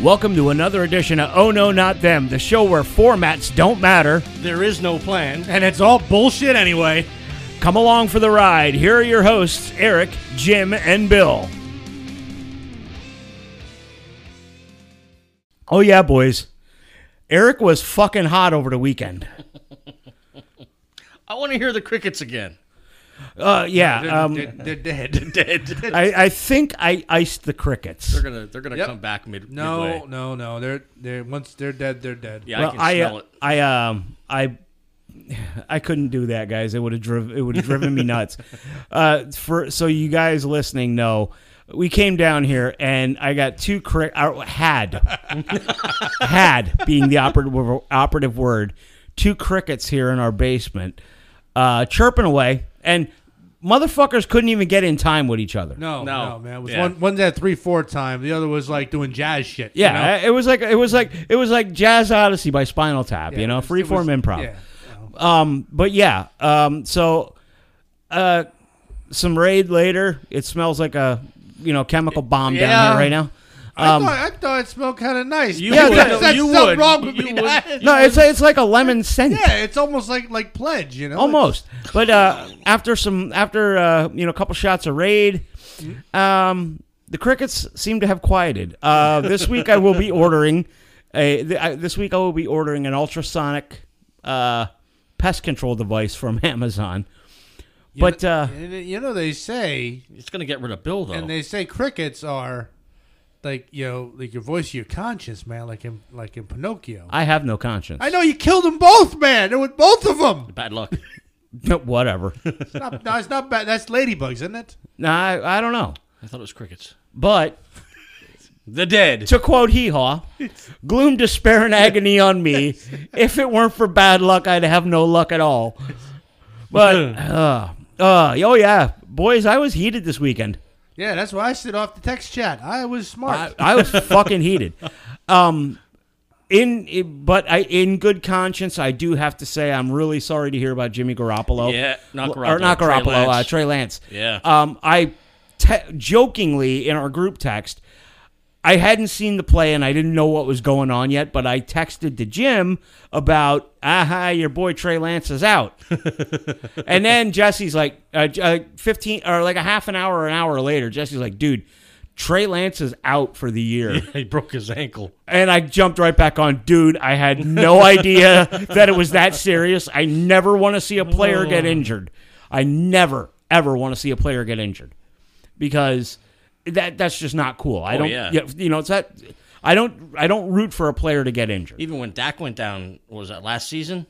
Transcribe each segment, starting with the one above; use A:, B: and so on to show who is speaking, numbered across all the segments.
A: Welcome to another edition of Oh No Not Them, the show where formats don't matter.
B: There is no plan.
C: And it's all bullshit anyway.
A: Come along for the ride. Here are your hosts, Eric, Jim, and Bill. Oh, yeah, boys. Eric was fucking hot over the weekend.
B: I want to hear the crickets again.
A: Uh, yeah. Um,
C: They're, they're dead.
B: Dead.
A: I, I think I iced the crickets.
B: they're gonna they're gonna come back mid
C: No,
B: midway.
C: no, no. They're they're once they're dead, they're dead.
B: Yeah, I
A: Well,
B: can
A: I,
B: smell
A: uh,
B: it.
A: I, um, I, I couldn't do that, guys. It would have driven. It would have driven me nuts. Uh, for so you guys listening know, we came down here and I got two crick. I had, had being the operative operative word, two crickets here in our basement, uh, chirping away, and motherfuckers couldn't even get in time with each other.
C: No,
B: No.
C: no, man. It was
B: Yeah.
C: one one's at three four time. The other was like doing jazz shit. you
A: Yeah,
C: know?
A: I- it was like it was like it was like Jazz Odyssey by Spinal Tap, you
C: Yeah,
A: know,
C: it was- it
A: freeform
C: was-
A: improv.
C: yeah.
A: Um, but yeah, um, so uh, some raid later. It smells like a you know chemical bomb down
B: Yeah.
A: there right now.
C: I,
A: Um,
C: thought, I thought it smelled kind of nice.
B: You
A: Yeah,
B: would.
A: that's-
B: No,
C: that's
B: you
C: something
B: would.
C: wrong with
B: You
C: me.
B: would.
A: no, it's a, it's like a lemon scent.
C: yeah, it's almost like like pledge, you know.
A: almost. But uh, after some after uh, you know a couple shots of raid, um, the crickets seem to have quieted. Uh, this week I will be ordering a th- I, this week I will be ordering an ultrasonic uh, pest control device from Amazon.
C: You
A: But
C: kn-
A: uh,
C: you kn- you know they say,
B: It's gonna get rid of Bill though.
C: and they say crickets are like you know like your voice, of your conscience, man. Like in like in Pinocchio.
A: I have no conscience.
C: I know you killed them both, man. It was both of them.
B: Bad luck.
A: Whatever.
C: It's not, no, it's not bad. That's ladybugs, isn't it?
A: No, I, I don't know.
B: I thought it was crickets.
A: But
B: The dead.
A: to quote Hee Haw, gloom, despair, and agony on me. If it weren't for bad luck, I'd have no luck at all. But, uh, uh, oh, yeah. Boys, I was heated this weekend.
C: Yeah, that's why I stood off the text chat. I was smart.
A: I, I was fucking heated. Um, in, in- but I in good conscience, I do have to say I'm really sorry to hear about Jimmy Garoppolo.
B: Yeah, not
A: or
B: Garoppolo,
A: not
B: Trey
A: Garoppolo, Trey Lance. Uh,
B: Lance.
A: Trey Lance.
B: Yeah.
A: Um, I te- jokingly in our group text, I hadn't seen the play and I didn't know what was going on yet, but I texted to Jim about, aha, your boy Trey Lance is out. and then Jesse's like, uh, J- uh, 15 or like a half an hour, or an hour later, Jesse's like, dude, Trey Lance is out for the year.
B: he broke his ankle.
A: And I jumped right back on, dude, I had no idea that it was that serious. I never want to see a player get injured. I never, ever want to see a player get injured because that that's just not cool. I don't,
B: Oh, yeah.
A: yeah, you know, it's that. I don't, I don't root for a player to get injured.
B: Even when Dak went down, what was that last season?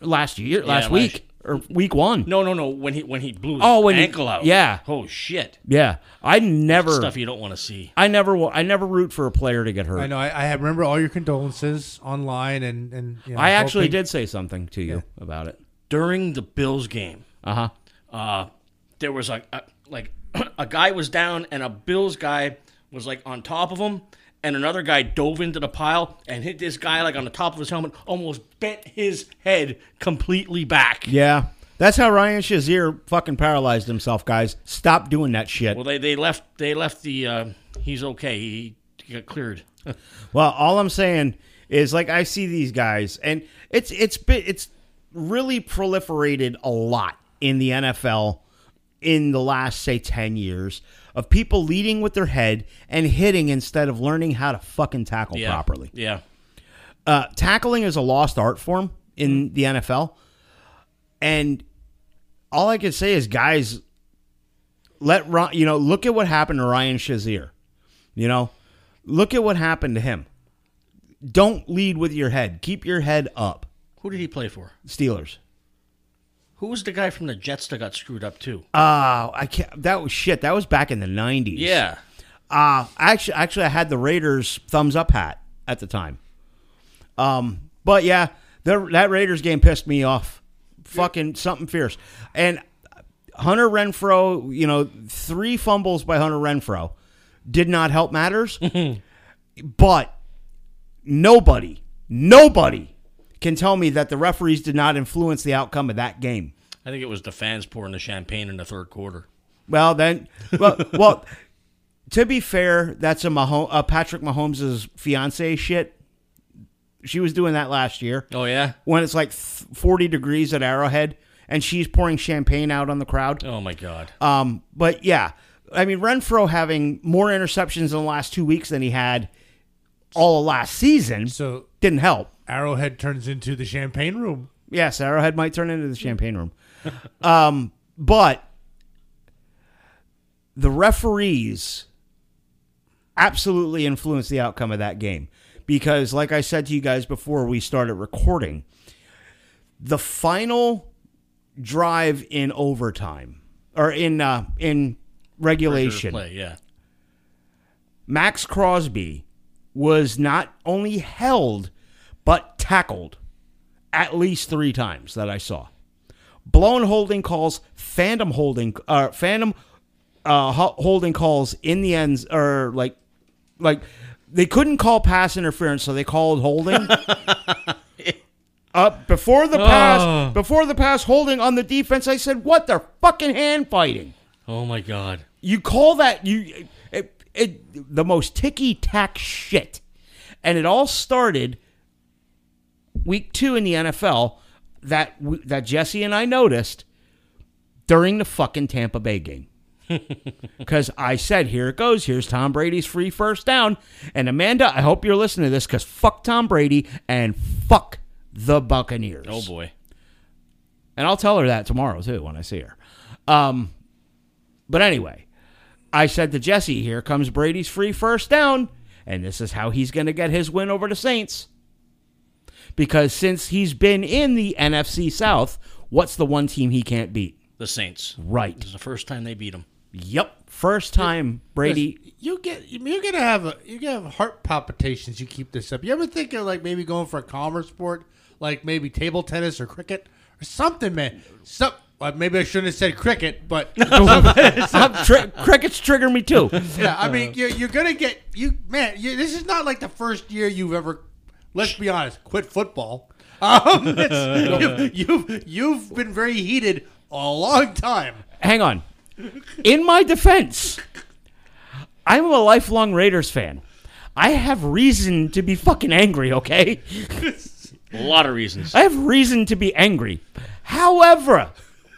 A: Last year, last
B: last-
A: week, or week one.
B: No, no, no. When he when he blew his
A: Oh, when he-
B: ankle out.
A: yeah.
B: Oh shit.
A: Yeah, I never,
B: Stuff you don't want to see.
A: I never, wa- I never root for a player to get hurt.
C: I know. I, I have- remember all your condolences online, and and you know,
A: I actually
C: hoping-
A: did say something to you about it.
B: During the Bills game,
A: Uh huh.
B: uh, there was a, a like a guy was down and a Bills guy was like on top of him, and another guy dove into the pile and hit this guy like on the top of his helmet, almost bent his head completely back.
A: Yeah. That's how Ryan Shazier fucking paralyzed himself, guys. Stop doing that shit.
B: Well, they they left they left the uh, he's okay. He, he got cleared.
A: Well, all I'm saying is like I see these guys and it's it's been it's really proliferated a lot in the NFL in the last say 10 years of people leading with their head and hitting instead of learning how to fucking tackle
B: yeah.
A: properly.
B: Yeah.
A: Uh, tackling is a lost art form in the NFL. And all I can say is, guys, let Ron, you know, look at what happened to Ryan Shazier. You know, look at what happened to him. Don't lead with your head. Keep your head up,
B: Who did he play for?
A: Steelers.
B: Who was the guy from the Jets that got screwed up too?
A: Uh, I can't. That was shit. That was back in the nineties.
B: yeah.
A: Uh actually, actually, I had the Raiders thumbs up hat at the time. Um, but yeah, the, that Raiders game pissed me off. Fucking something fierce. And Hunter Renfro, you know, three fumbles by Hunter Renfro did not help matters. but nobody, nobody can tell me that the referees did not influence the outcome of that game.
B: I think it was the fans pouring the champagne in the third quarter.
A: Well, then, well, well, to be fair, that's a Mahomes, uh, Patrick Mahomes' fiance shit. She was doing that last year
B: Oh yeah.
A: when it's like th- 40 degrees at Arrowhead and she's pouring champagne out on the crowd.
B: Oh my god.
A: Um, but yeah, I mean Renfro having more interceptions in the last two weeks than he had all of last season
D: So
A: didn't help.
D: Arrowhead turns into the champagne room.
A: Yes, Arrowhead might turn into the champagne room. Um, but the referees absolutely influenced the outcome of that game because, like I said to you guys before we started recording, the final drive in overtime or in uh, in regulation,
B: Play, yeah.
A: Max Crosby was not only held but tackled at least three times that I saw. Blown holding calls, phantom holding, uh, phantom uh, ho- holding calls in the ends, or like, like they couldn't call pass interference, so they called holding. Up before the pass,
B: Oh.
A: before the pass holding on the defense, I said, "What? They're fucking hand fighting."
B: Oh my god.
A: you call that you it, it the most ticky tack shit and it all started week two in the nfl that w- that jesse and i noticed during the fucking tampa bay game because i said here it goes here's tom brady's free first down and amanda i hope you're listening to this because fuck tom brady and fuck the buccaneers
B: Oh boy.
A: and I'll tell her that tomorrow too when I see her. Um, but anyway, I said to Jesse, "Here comes Brady's free first down, and this is how he's going to get his win over the Saints." Because since he's been in the NFC South, what's the one team he can't beat?
B: The Saints.
A: Right.
B: This is the first time they beat them.
A: Yep. First time Brady.
D: You get you're gonna have a you're gonna have heart palpitations. You keep this up. You ever think of like maybe going for a calmer sport, like maybe table tennis or cricket or something, man? Some well, maybe I shouldn't have said cricket, but
A: I'm tri- crickets trigger me too.
D: yeah, I
A: Uh,
D: mean you're, you're gonna get you man. You, this is not like the first year you've ever. Let's be honest, quit football. Um, it's, you've, you've you've been very heated a long time.
A: Hang on. In my defense, I'm a lifelong Raiders fan. I have reason to be fucking angry, okay?
B: A lot of reasons.
A: I have reason to be angry. However,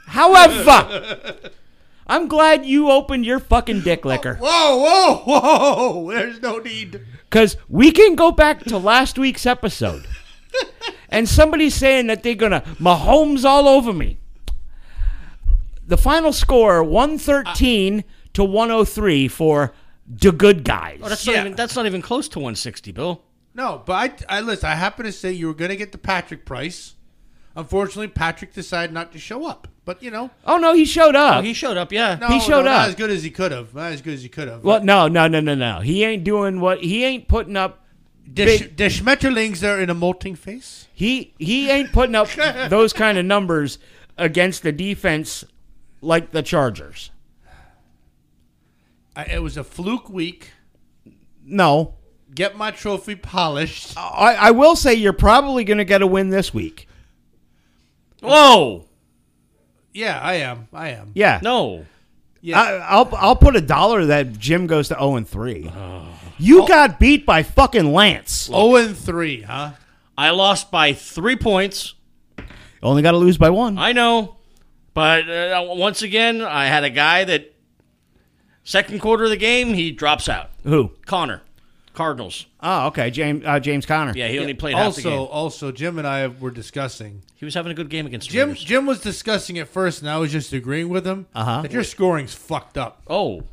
A: however, I'm glad you opened your fucking dick liquor.
D: Whoa, whoa, whoa! There's no need.
A: Because we can go back to last week's episode and somebody's saying that they're going to Mahomes all over me. The final score 113 to 103 for the good guys.
B: Oh, That's
D: Yeah.
B: not even that's not even close to 160, Bill.
D: No, but I, I listen. I happen to say you were going to get the Patrick price. Unfortunately, Patrick decided not to show up. But you know,
A: Oh, no, he showed up.
B: He showed up, yeah.
D: no,
A: He showed
D: no, not
A: up.
D: as good as he could have. Not as good as he could have.
A: well, no, no, no, no, no. He ain't doing what he ain't putting up.
D: the,
A: big-
D: sh- the Schmetterlings are in a molting face.
A: He he ain't putting up those kind of numbers against the defense like the Chargers.
D: I, it was a fluke week.
A: No.
D: Get my trophy polished.
A: I, I will say you're probably going to get a win this week.
B: Whoa.
D: Yeah, I am. I am.
A: Yeah.
B: No.
D: Yeah.
A: I, I'll I'll put a dollar that Jim goes to 0 and 3. You got beat by fucking Lance.
D: Zero Oh and three, huh?
B: I lost by 3 points.
A: Only got to lose by one.
B: I know, but uh, once again, I had a guy that second quarter of the game he drops out.
A: Who?
B: Connor, Cardinals.
A: Oh, okay. James uh, James Conner.
B: Yeah, he only played half the
D: Also,
B: game.
D: also, Jim and I were discussing.
B: He was having a good game against
D: Jim,
B: Jim.
D: Jim was discussing it first, and I was just agreeing with him
A: Uh-huh.
D: that your scoring's fucked up.
B: Oh,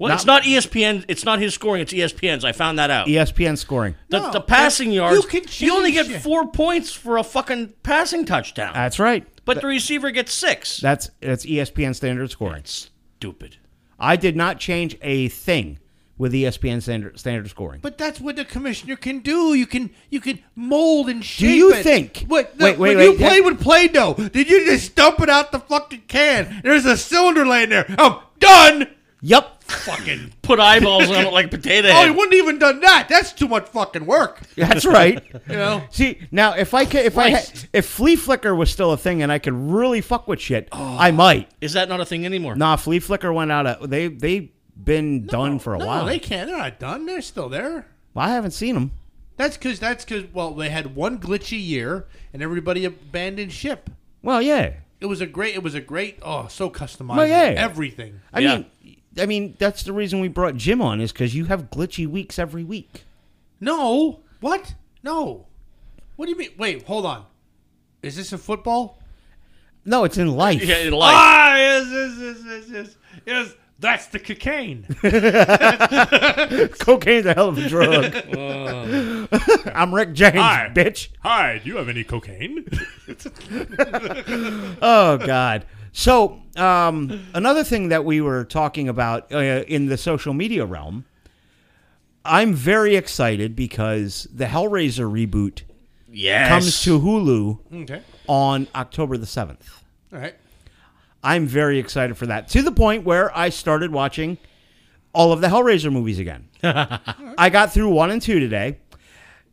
B: well, it's not E ESPN. It's not his scoring. It's E ESPN's. I found that out.
A: ESPN scoring.
B: The,
D: No,
B: the passing
D: you
B: yards.
D: can
B: only
D: change
B: get
D: it.
B: four points for a fucking passing touchdown,
A: That's right.
B: but the receiver gets six.
A: That's that's E ESPN standard scoring.
B: That's stupid.
A: I did not change a thing with E ESPN standard standard scoring.
D: But that's what the commissioner can do. You can you can mold and shape.
A: you
D: it.
A: think-
D: What?
A: Wait,
D: wait,
A: wait,
D: wait, you
A: wait,
D: play
A: that-
D: with Play-Doh, did you just dump it out the fucking can? There's a cylinder laying there. I'm done.
A: Yep.
D: Fucking.
B: Put eyeballs on it like potato
D: Oh, he
B: head.
D: wouldn't even done that. That's too much fucking work.
A: That's right.
D: You know.
A: See now, if I could, if I had,
B: Christ.
A: if flea flicker was still a thing, and I could really fuck with shit, I might.
B: Is that not a thing anymore?
A: Nah, flea flicker went out of they they been done for a
C: no,
A: while.
C: They can't. They're not done. They're still there.
A: Well, I haven't seen them.
C: That's because that's because well, they had one glitchy year and everybody abandoned ship.
A: Well, yeah.
C: It was a great. It was a great. Oh, so customizable.
A: Well, yeah.
C: Everything.
A: I
B: Yeah.
A: mean, I mean that's the reason we brought Jim on is because you have glitchy weeks every week.
C: No. What? No. What do you mean? Wait. Hold on. Is this in football?
A: No, it's in life.
B: Yeah, in life.
C: Ah, yes, yes, yes, yes, yes, yes. That's the cocaine.
A: Cocaine's a hell of a drug. I'm Rick James,
C: Hi.
A: bitch.
C: Hi. Do you have any cocaine?
A: Oh God. So um, another thing that we were talking about uh, in the social media realm, I'm very excited because the Hellraiser reboot
B: Yes.
A: comes to Hulu
C: okay.
A: on October the seventh.
C: All right.
A: I'm very excited for that. To the point where I started watching all of the Hellraiser movies again. I got through one and two today.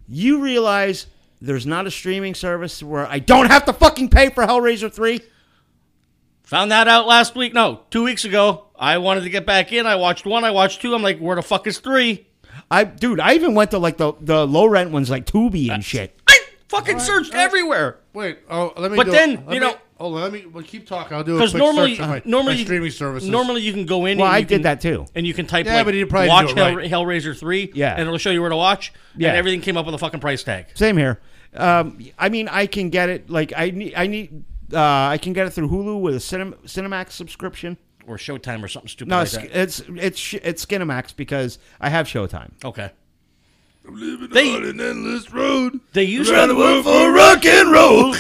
A: You realize there's not a streaming service where I don't have to fucking pay for Hellraiser 3?
B: Found that out last week. No, two weeks ago. I wanted to get back in. I watched one. I watched two. I'm like, where the fuck is three?
A: I dude, I even went to like the, the low rent ones like Tubi and shit.
B: I fucking searched everywhere.
C: Wait. Oh, let me.
B: But
C: do
B: then,
C: it. Let
B: you
C: me-
B: know-
C: Hold on. Let me. Well, keep talking. I'll do a quick
B: Because normally,
C: search on my,
B: normally
C: my streaming services.
B: Normally, you can go in.
A: Well,
B: and
A: I
B: you
A: did
B: can-
A: that too.
B: And you can type
C: Yeah,
B: like,
C: but you probably
B: watch
C: didn't do it
B: Hell- Hellraiser three.
A: Yeah.
B: and it'll show you where to watch.
A: Yeah.
B: and everything came up with a fucking price tag.
A: Same here. Um, I mean, I can get it like I need I need uh, I can get it through Hulu with a Cinem- Cinemax subscription.
B: Or Showtime or something stupid
A: No,
B: like
A: it's
B: that.
A: it's it's sh- it's Skinemax because I have Showtime.
B: Okay.
C: I'm living
B: They-
C: on an endless road.
B: They used
C: Around the
B: to,
C: world for rock and roll.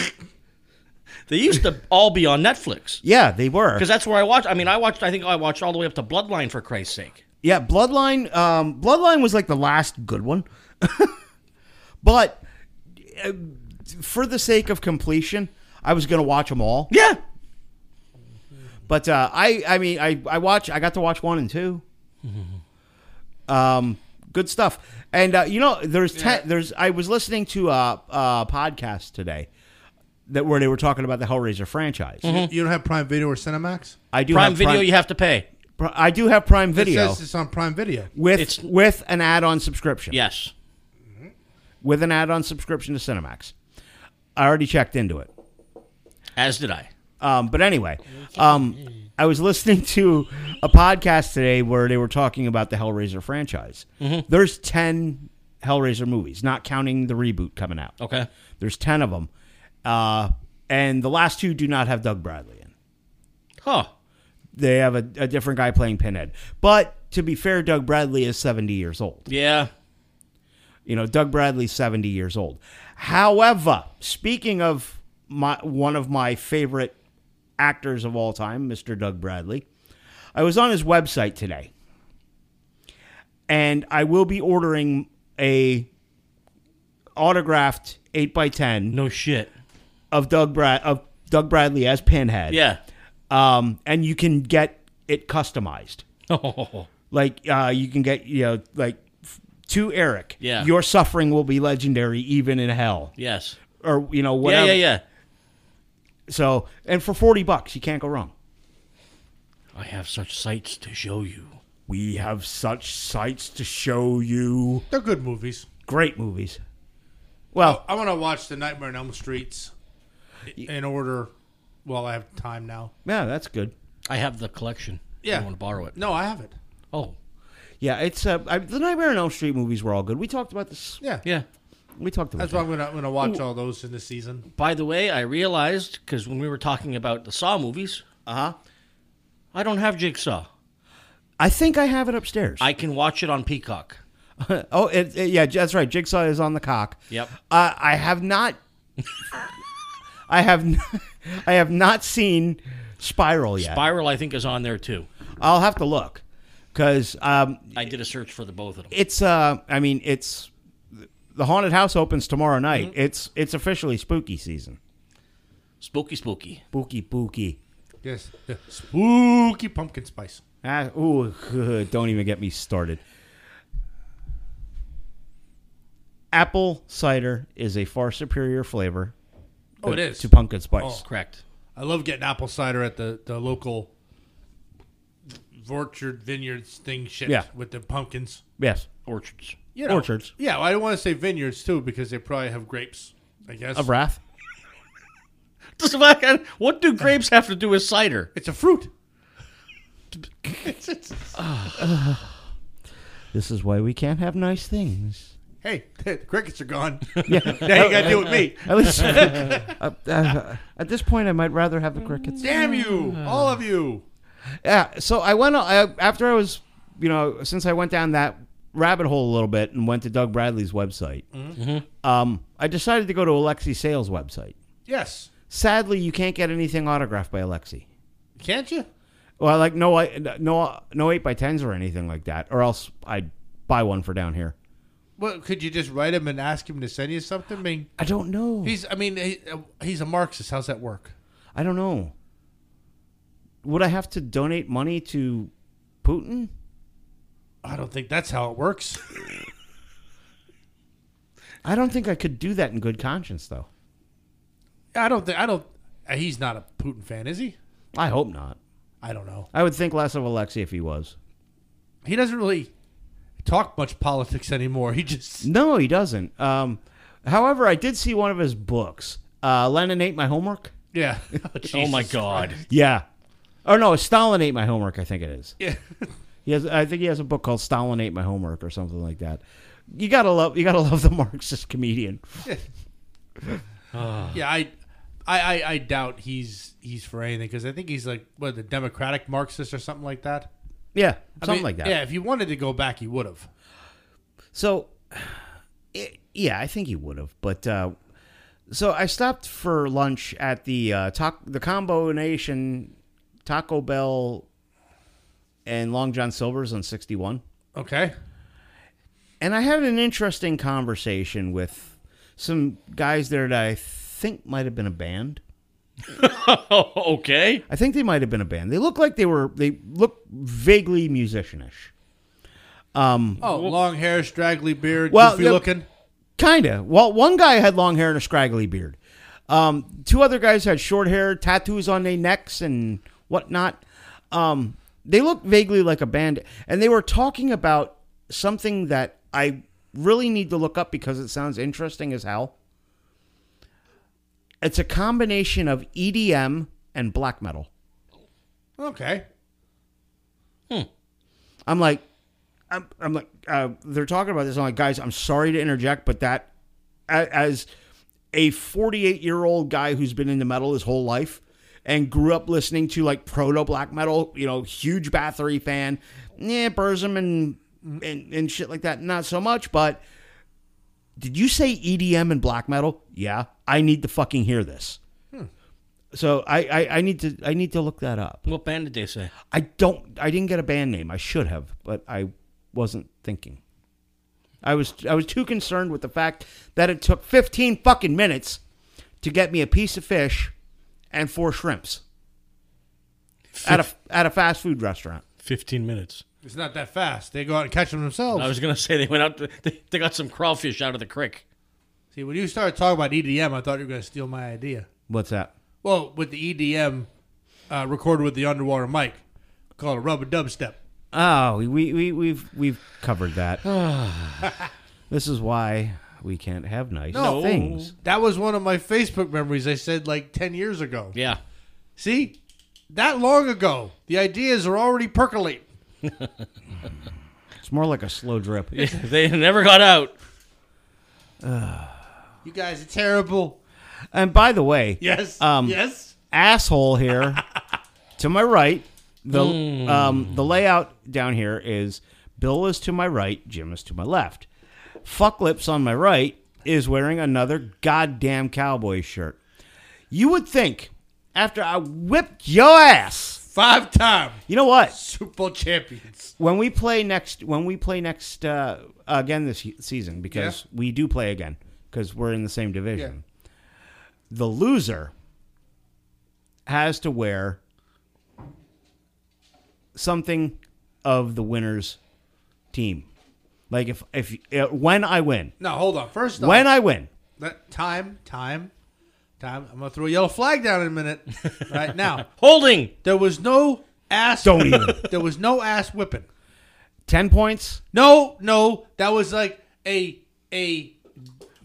B: they used to all be on Netflix
A: Yeah, they were.
B: because that's where I watched. I mean, I watched. I think I watched all the way up to Bloodline for Christ's sake.
A: Yeah, Bloodline. Um, Bloodline was like the last good one, but uh, for the sake of completion, I was gonna watch them all.
B: Yeah,
A: But uh, I, I mean, I, I watch. I got to watch one and two. um, good stuff. And uh, you know, there's ten, there's. I was listening to a, a podcast today that where they were talking about the Hellraiser franchise.
C: You don't have Prime Video or Cinemax?
A: I do
B: Mm-hmm. Prime
A: have
B: Video. You have to pay.
A: Pri- I do have Prime
C: It
A: Video
C: says it's on Prime Video.
A: with
B: it's-
A: with an add-on subscription.
B: Yes.
A: with an add-on subscription to Cinemax. I already checked into it.
B: As did I.
A: Um, but anyway, um, I was listening to a podcast today where they were talking about the Hellraiser franchise.
B: Mm-hmm.
A: There's 10 Hellraiser movies, not counting the reboot coming out.
B: Okay.
A: There's 10 of them. Uh, and the last two do not have Doug Bradley in.
B: Huh.
A: They have a, a different guy playing Pinhead. But to be fair, Doug Bradley is 70 years old.
B: Yeah.
A: You know, Doug Bradley's 70 years old. However, speaking of my one of my favorite actors of all time, Mr. Doug Bradley, I was on his website today. And I will be ordering a autographed 8x10
B: No shit.
A: of Doug Brad of Doug Bradley as Pinhead.
B: Yeah.
A: Um, and you can get it customized.
B: Oh.
A: Like uh, you can get you know like f- to Eric.
B: Yeah.
A: Your suffering will be legendary even in hell,
B: Yes.
A: or you know whatever.
B: Yeah. Yeah. Yeah.
A: So and for forty bucks, you can't go wrong.
B: I have such sights to show you.
A: We have such sights to show you.
C: They're good movies.
A: Great movies. Well,
B: Oh.
C: I want to watch The Nightmare on Elm Streets in order. Well, I have time now.
A: yeah, that's good.
B: I have the collection.
C: Yeah.
B: I want to borrow it.
C: No, I haven't.
B: Oh.
A: Yeah, it's uh, I, the Nightmare on Elm Street movies were all good. We talked about this.
C: Yeah.
B: Yeah.
A: We talked about
C: That's
A: that.
C: why I'm going to I'm gonna watch all those in the season.
B: By the way, I realized because when we were talking about the Saw movies,
A: Uh huh.
B: Uh-huh. I don't have Jigsaw.
A: I think I have it upstairs.
B: I can watch it on Peacock.
A: oh, it, it- yeah, that's right. Jigsaw is on the cock.
B: Yep.
A: Uh, I have not. I have, n- I have not seen Spiral yet.
B: Spiral, I think, is on there too.
A: I'll have to look because um,
B: I did a search for the both of them.
A: it's. Uh, I mean, it's the haunted house opens tomorrow night.
C: Mm-hmm.
A: It's it's officially spooky season.
B: Spooky, spooky.
A: Spooky, spooky.
C: Yes. Yeah. Spooky pumpkin spice.
A: Ah, ooh, don't even get me started. Apple cider is a far superior flavor
C: Oh, it is. Oh.
A: to pumpkin spice.
B: Correct.
C: I love getting apple cider at the, the local orchard vineyards thing shit
A: Yeah.
C: with the pumpkins.
A: Yes.
B: Orchards.
C: You know.
A: Orchards.
C: Yeah, well, I don't want to say vineyards too because they probably have grapes. I guess
A: Of wrath.
B: Does the fact- What do grapes have to do with cider? Oh,
C: it's a fruit.
A: This is why we can't have nice things.
C: Hey, the crickets are gone. Yeah. now you got to deal with me.
A: At least uh, uh, at this point, I might rather have the crickets.
C: Damn you, all of you.
A: Yeah. So I went I, after I was, you know, since I went down that rabbit hole a little bit and went to Doug Bradley's website. Um, I decided to go to Alexi Sales website.
C: Yes,
A: Sadly, you can't get anything autographed by Alexi.
C: can't you?
A: Well, like no, I- no, no eight by tens or anything like that, or else I'd buy one for down here.
C: Well, could you just write him and ask him to send you something? I mean,
A: I don't know.
C: he's I mean he, uh, he's a Marxist. How's that work?
A: I don't know. Would I have to donate money to Putin?
C: I don't think that's how it works.
A: I don't think I could do that in good conscience, though.
C: I don't think I don't. uh, He's not a Putin fan, is he?
A: I hope not.
C: I don't know.
A: I would think less of Alexei if he was.
C: He doesn't really talk much politics anymore. He just
A: No, he doesn't. Um, however, I did see one of his books. Uh, Lenin ate my homework.
C: yeah.
B: oh my God.
A: Yeah. Or no, Stalin ate my homework. I think it is.
C: Yeah.
A: He has. I think he has a book called Stalin ate my homework or something like that. You gotta love. You gotta love the Marxist comedian.
C: Yeah, I, I, I, I doubt he's he's for anything because I think he's like what the Democratic Marxist or something like that.
A: Yeah,
C: I
A: something
C: mean,
A: like that.
C: Yeah, if he wanted to go back, he would have.
A: So, it, yeah, I think he would have. But uh, so I stopped for lunch at the uh, tac- the Combo Nation Taco Bell and Long John Silver's on sixty one,
C: Okay.
A: and I had an interesting conversation with some guys there that I think might have been a band.
B: Oh, okay.
A: I think they might have been a band. They looked like they were. They looked vaguely musicianish.
C: Oh, long hair, straggly beard,
A: Well,
C: goofy
A: yeah,
C: looking.
A: Kinda. Well, one guy had long hair and a scraggly beard. Um, two other guys had short hair, tattoos on their necks, and whatnot. Um, they looked vaguely like a band, and they were talking about something that I really need to look up because it sounds interesting as hell. It's a combination of EDM and black metal.
C: Okay.
A: I'm like, I'm, I'm like, uh, they're talking about this. I'm like, guys, I'm sorry to interject, but that, a- as a 48 year old guy who's been into metal his whole life and grew up listening to like proto black metal, you know, huge Bathory fan, yeah, Burzum and, and and shit like that, not so much. But did you say EDM and black metal? Yeah, I need to fucking hear this. So I, I I need to I need to look that up.
B: What band did they say?
A: I don't. I didn't get a band name. I should have, but I wasn't thinking. I was. I was too concerned with the fact that it took 15 fucking minutes to get me a piece of fish and four shrimps at a at a fast food restaurant.
B: 15 minutes.
C: It's not that fast. They go out and catch them themselves.
B: I was going to say they went out, to, they, they got some crawfish out of the creek.
C: See, when you started talking about EDM, I thought you were going to steal my idea.
A: What's that?
C: Well, with the EDM uh, recorded with the underwater mic called a rubber dubstep.
A: Oh, we we we've we've covered that. this is why we can't have nice things.
C: That was one of my Facebook memories I said like 10 years ago.
B: Yeah.
C: See, that long ago, the ideas are already percolating.
A: It's more like a slow drip.
B: they never got out.
C: You guys are terrible.
A: And by the way,
C: Yes.
A: Um,
C: yes.
A: asshole here to my right. The um, the layout down here is Bill is to my right, Jim is to my left. Fucklips on my right is wearing another goddamn cowboy shirt. You would think after I whipped your ass,
C: Five time
A: you know what?
C: Super Bowl champions.
A: When we play next, when we play next uh, again this y- season, because we do play again because we're in the same division. The loser has to wear something of the winner's team. Like if if uh, when I win,
C: No, hold on. First off,
A: when I win,
C: that time, time, time. I'm gonna throw a yellow flag down in a minute. right now,
B: Holding.
C: there was no ass.
A: Don't even.
C: There was no ass whipping.
A: Ten points.
C: No, no, that was like a a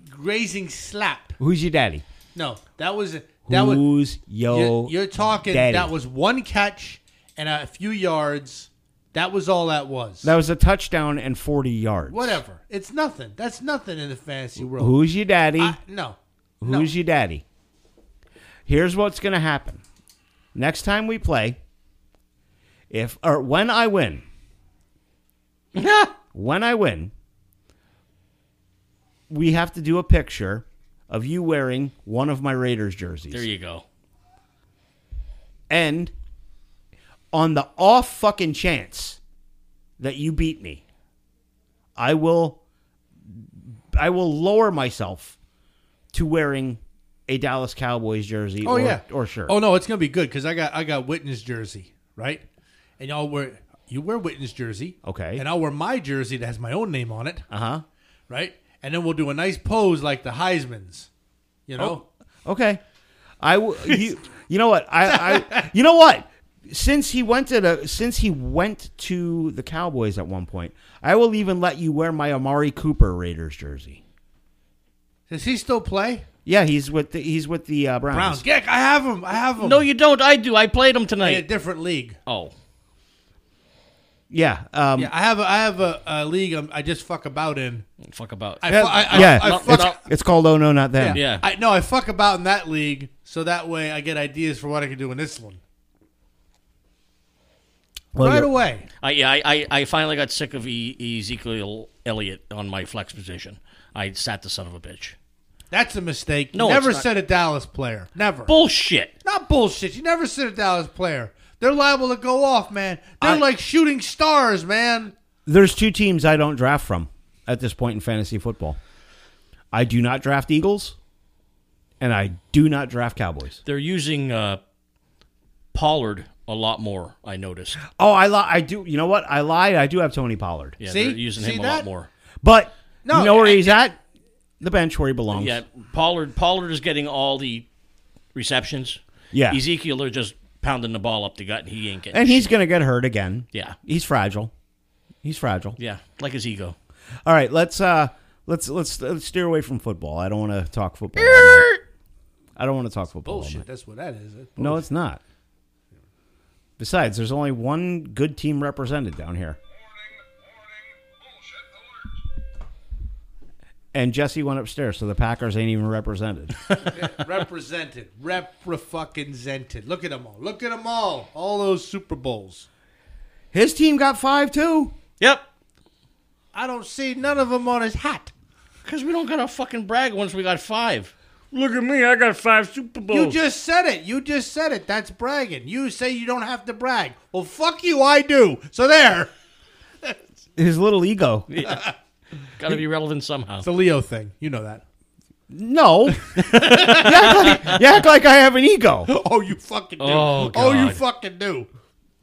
C: grazing slap.
A: Who's your daddy?
C: No, that was that was
A: Who's yo?
C: you're, you're talking.
A: daddy?
C: That was one catch and a few yards. That was all that was.
A: That was a touchdown and forty yards.
C: Whatever. It's nothing. That's nothing in the fantasy world.
A: Who's your daddy?
C: I, no. no.
A: Who's your daddy? Here's what's going to happen. Next time we play, if or when I win, when I win, we have to do a picture of you wearing one of my Raiders jerseys.
B: There you go.
A: and on the off fucking chance that you beat me, I will I will lower myself to wearing a Dallas Cowboys jersey
C: Oh
A: or,
C: yeah.
A: or shirt.
C: Oh no, it's gonna be good because I got I got Witten's jersey right, and y'all wear you wear Witten's jersey.
A: Okay.
C: And I'll wear my jersey that has my own name on it.
A: Uh-huh.
C: right? And then we'll do a nice pose like the
A: Oh.
C: Heisman's, you know.
A: Okay. I w- you, you know what? I, I you know what? Since he went to the since he went to the Cowboys at one point, I will even let you wear my Amari Cooper Raiders jersey.
C: Does he still play?
A: Yeah, he's with the he's with the uh, Browns.
C: Browns. Geck, I have him. I have him.
B: No, you don't. I do. I played him
C: in a
B: tonight.
C: different league.
B: Oh,
A: Yeah. Um,
C: Yeah, I have. A, I have a, a league. I'm, I just fuck about in.
B: fuck about.
C: I,
A: Yeah,
C: fu- I, I,
A: yeah.
C: I,
B: No,
C: fuck.
A: it's, it's called Oh No Not Them.
B: Yeah.
C: I no, I fuck about in that league, so that way I get ideas for what I can do in this one
A: Well,
C: right
A: you're-
C: away.
B: I, yeah, I, I, I finally got sick of e- Ezekiel Elliott on my flex position. I sat the son of a bitch.
C: That's a mistake.
B: No,
C: never
B: it's not.
C: said a Dallas player. Never.
B: Bullshit.
C: Not bullshit. You never sit a Dallas player. They're liable to go off, man. They're
A: I-
C: like shooting stars, man.
A: There's two teams I don't draft from at this point in fantasy football. I do not draft Eagles, and I do not draft Cowboys.
B: They're using uh, Pollard a lot more. I noticed.
A: Oh, I li- I do. You know what? I lied. I do have Tony Pollard,
B: Yeah,
C: See?
B: they're using
C: See
B: him a
C: that?
B: lot more.
A: but
C: No,
A: you know where
C: I-
A: he's at? The bench where he belongs.
B: Yeah, Pollard. Pollard is getting all the receptions.
A: Yeah.
B: Ezekiel, they're just pounding the ball up the gut, and he ain't getting.
A: and he's gonna get hurt again.
B: Yeah.
A: he's fragile. He's fragile.
B: yeah, like his ego.
A: All right, let's uh, let's let's let's steer away from football. I don't want to talk football. all night. I don't want to talk football. all night.
C: Bullshit. That's what that is. That's
A: Oh, No, it's not. Besides, there's only one good team represented down here, and Jesse went upstairs, so the Packers ain't even represented.
C: represented, rep fucking zented. Look at them all. Look at them all. All those Super Bowls.
A: His team got five too.
B: Yep.
C: I don't see none of them on his hat.
B: Because we don't gotta fucking brag once we got five. Look at me, I got five Super Bowls.
C: You just said it. You just said it. That's bragging. You say you don't have to brag. Well, fuck you. I do. So there.
A: His little ego.
B: gotta be relevant somehow.
C: It's a Leo thing. You know that.
A: No, you, act like, you act like I have an ego.
C: Oh, you fucking do.
B: Oh,
C: you
B: God.
C: fucking do.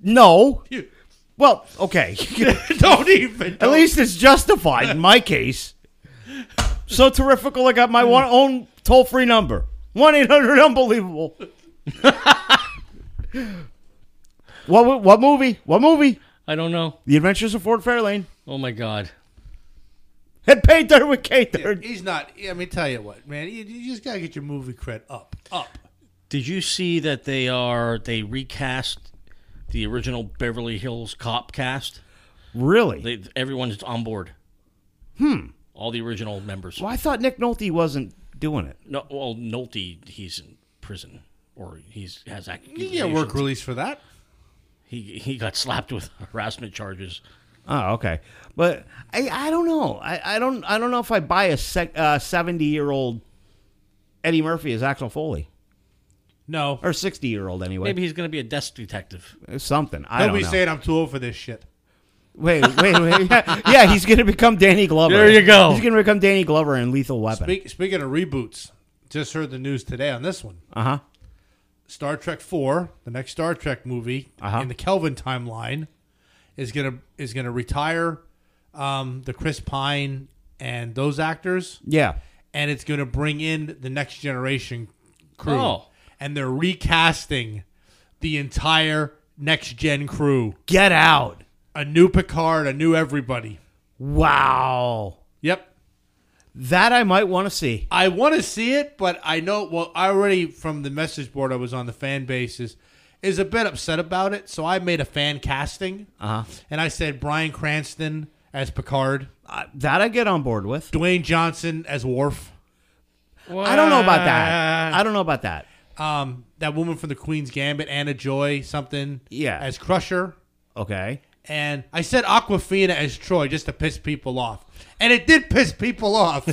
A: No.
C: You
A: Well, okay.
C: don't even.
A: At
C: don't-
A: least it's justified in my case. So terrifical! I got my one own toll free number one eight hundred unbelievable. what mo- what movie? What movie?
B: I don't know.
A: The Adventures of Ford Fairlane.
B: Oh my god.
A: Head paid third with K third.
C: He's not. Let me tell you what, man. You, you just gotta get your movie cred up, up.
B: Did you see that they are they recast the original Beverly Hills Cop cast?
A: Really?
B: They, everyone's on board. Hmm. All the original members.
A: well, I thought Nick Nolte wasn't doing it.
B: No, well, Nolte, he's in prison or he's has act.
C: You can get work release for that.
B: He he got slapped with harassment charges.
A: Oh, okay. But I, I don't know. I, I don't I don't know if I buy a sec, uh, seventy year old Eddie Murphy as Axel Foley
C: No.
A: or sixty year old anyway.
B: Maybe he's gonna be a desk detective.
A: something. I don't
C: Nobody's
A: know.
C: saying I'm too old for this shit.
A: Wait, wait, wait. Yeah, yeah, he's going to become Danny Glover.
B: There you go.
A: He's going to become Danny Glover in Lethal Weapon.
C: Speak, speaking of reboots, just heard the news today on this one.
A: uh huh.
C: Star Trek Four, the next Star Trek movie
A: Uh-huh.
C: in the Kelvin timeline, is gonna is gonna retire um, the Chris Pine and those actors,
A: Yeah.
C: and it's gonna bring in the next generation crew,
B: Oh.
C: and they're recasting the entire next gen crew,
A: Get out.
C: a new Picard, a new everybody.
A: Wow.
C: Yep.
A: That I might want to see.
C: I want to see it, but I know. Well, I already from the message board I was on the fan bases is a bit upset about it. So I made a fan casting,
A: Uh-huh.
C: and I said Brian Cranston as Picard,
A: Uh, that I get on board with.
C: Dwayne Johnson as Worf,
A: I don't know about that. I don't know about that.
C: um, that woman from the Queen's Gambit, Anna Joy, something,
A: Yeah.
C: as Crusher,
A: Okay.
C: and I said Aquafina as Troy just to piss people off, and it did piss people off.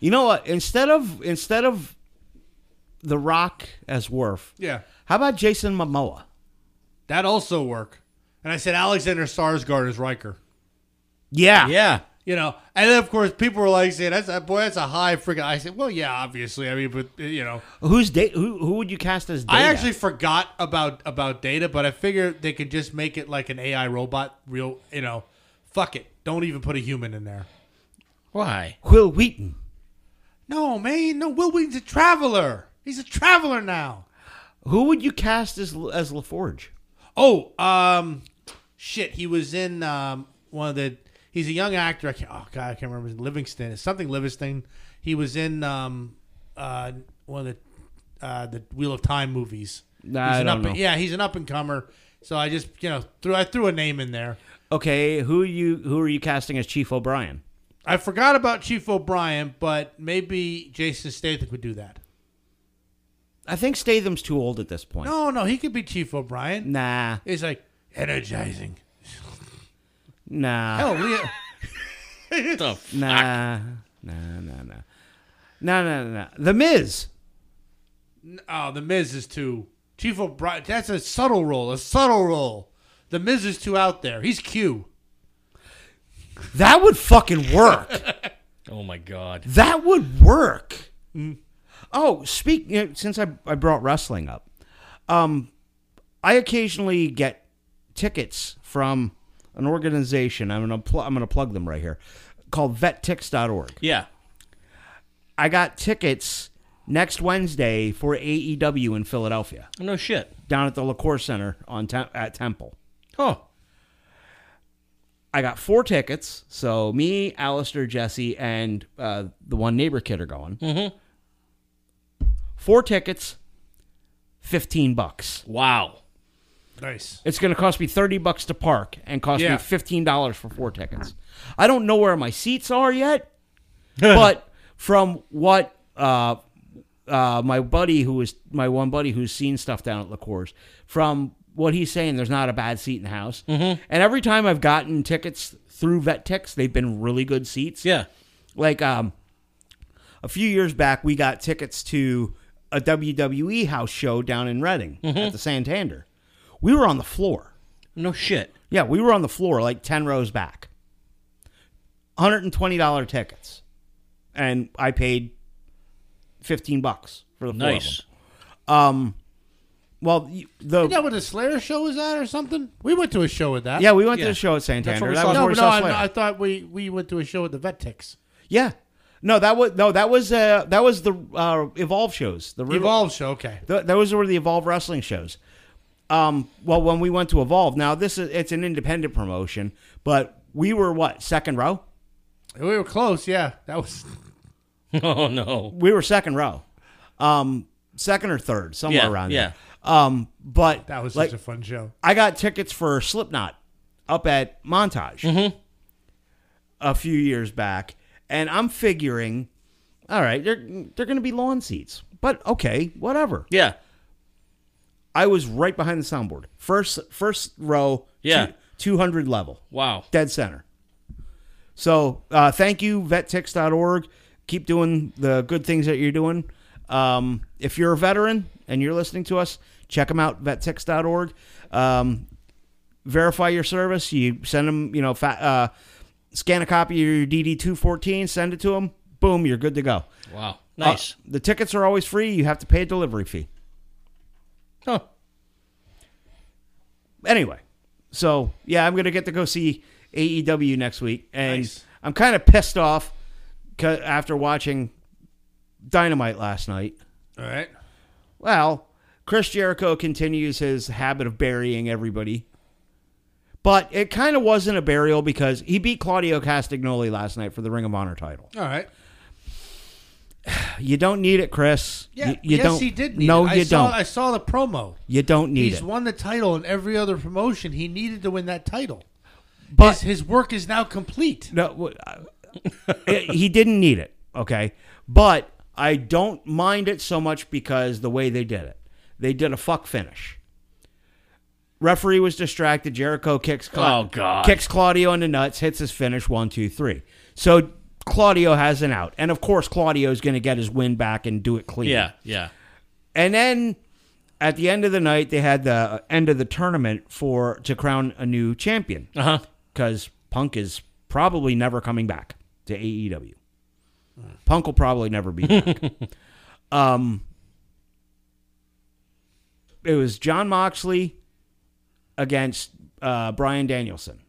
A: You know what? Instead of instead of The Rock as Worf,
C: yeah,
A: how about Jason Momoa?
C: that also work. And I said Alexander Sarsgaard as Riker.
A: Yeah.
B: Yeah.
C: You know, and then of course people were like saying, "That's a boy, that's a high freaking." I said, "Well, yeah, obviously. I mean, but uh, you know,
A: Who's date? Who who would you cast as? Data?
C: I actually forgot about about Data, but I figured they could just make it like an AI robot. Real, you know, fuck it, don't even put a human in there.
B: Why?
A: Will Wheaton.
C: No, man, no. Will Wheaton's a traveler. He's a traveler now.
A: Who would you cast as as LaForge?
C: Oh, um, shit, he was in um one of the. He's a young actor. I can't, oh god, I can't remember his Livingston. It's something Livingston. He was in um uh one of the uh the Wheel of Time movies.
A: Nah,
C: he's
A: I
C: an
A: don't
C: up,
A: know.
C: Yeah, he's an up and comer. So I just you know threw I threw a name in there.
A: Okay, who you who are you casting as Chief O'Brien?
C: I forgot about Chief O'Brien, but maybe Jason Statham could do that.
A: I think Statham's too old at this point.
C: No, no, he could be Chief O'Brien.
A: Nah,
C: He's like energizing.
A: nah,
C: Oh, Leo.
B: What the f-
A: nah, nah, nah, nah, nah, nah, nah. The Miz.
C: Oh, the Miz is too. Chief O'Brien. That's a subtle role. A subtle role. The Miz is too out there. He's Q.
A: That would fucking work.
B: Oh my god.
A: That would work. Oh, speak. You know, since I, I brought wrestling up, um, I occasionally get tickets from an organization. I'm gonna pl- I'm gonna plug them right here, called VetTix.org.
B: Yeah.
A: I got tickets next Wednesday for AEW in Philadelphia,
B: No shit.
A: down at the LaCour Center on Tem- at Temple.
B: Huh.
A: I got four tickets. So me, Alistair, Jesse, and uh, the one neighbor kid are going. Mm-hmm. Four tickets, fifteen bucks.
B: Wow.
C: Nice.
A: It's going to cost me thirty bucks to park and cost
C: Yeah.
A: me fifteen dollars for four tickets. I don't know where my seats are yet, but from what uh, uh, my buddy who is my one buddy who's seen stuff down at Lacours, from what he's saying, there's not a bad seat in the house. Mm-hmm. And every time I've gotten tickets through VetTix, they've been really good seats.
B: Yeah.
A: Like um, a few years back, we got tickets to a WWE house show down in Reading at the Santander. We were on the floor.
B: Mm-hmm. No shit.
A: Yeah, we were on the floor like 10 rows back. $120 tickets. And I paid 15 bucks for the four of
B: Nice.
A: them. Um well you- the
C: Isn't that what the Slayer show was at or something? We went to a show with that.
A: Yeah, we went
B: Yeah.
A: to the show at
B: That's what
A: Santander.
B: we
A: That
B: saw.
A: was
C: No,
A: where we
C: but no,
A: saw Slayer.
C: I, I thought we, we went to a show at the Vet Tix.
A: yeah. No, that was no, that was uh that was the uh Evolve shows. The Evolve.
C: Evolve show, okay.
A: Th- those were the Evolve wrestling shows. Um, well, when we went to Evolve, now this is it's an independent promotion, but we were what second row?
C: We were close, yeah. That was
B: Oh no.
A: We were second row, um, second or third, somewhere
B: Yeah,
A: around
B: yeah.
A: there. Um, but
C: that was
A: like
C: such a fun show.
A: I got tickets for Slipknot up at Montage
B: Mm-hmm.
A: a few years back, and I'm figuring, all right, they're they're going to be lawn seats, but okay, whatever.
B: Yeah.
A: I was right behind the soundboard. First first row,
B: Yeah.
A: two hundred level,
B: Wow.
A: dead center. So uh, thank you, vettix.org. Keep doing the good things that you're doing. Um, if you're a veteran and you're listening to us, check them out, vettix.org. Um, verify your service. You send them, you know, fa- uh, scan a copy of your DD214, send it to them. Boom, you're good to go.
B: Wow.
A: Uh,
B: Nice.
A: the tickets are always free. You have to pay a delivery fee.
B: huh.
A: anyway, so yeah, I'm gonna get to go see AEW next week, and
C: Nice.
A: I'm kind of pissed off 'ca- after watching Dynamite last night.
C: All right.
A: Well, Chris Jericho continues his habit of burying everybody. But it kind of wasn't a burial because he beat Claudio Castagnoli last night for the Ring of Honor title.
C: All right.
A: You don't need it, Chris.
C: Yeah.
A: You, you
C: yes,
A: don't.
C: he did need
A: no,
C: it. I
A: you
C: saw,
A: don't.
C: I saw the promo.
A: you don't need
C: He's
A: it.
C: won the title in every other promotion. He needed to win that title.
A: but
C: His, his work is now complete.
A: No, w- I- he didn't need it. Okay, but I don't mind it so much because the way they did it, they did a fuck finish. Referee was distracted. Jericho kicks. Cla-
B: Oh, God.
A: Kicks Claudio in the nuts. Hits his finish. One, two, three. So Claudio has an out, and of course Claudio is going to get his win back and do it clean.
B: Yeah, yeah.
A: And then at the end of the night, they had the end of the tournament for to crown a new champion
B: Uh huh.
A: because Punk is probably never coming back to AEW. Punk will probably never be back. um, it was John Moxley against uh, Brian Danielson.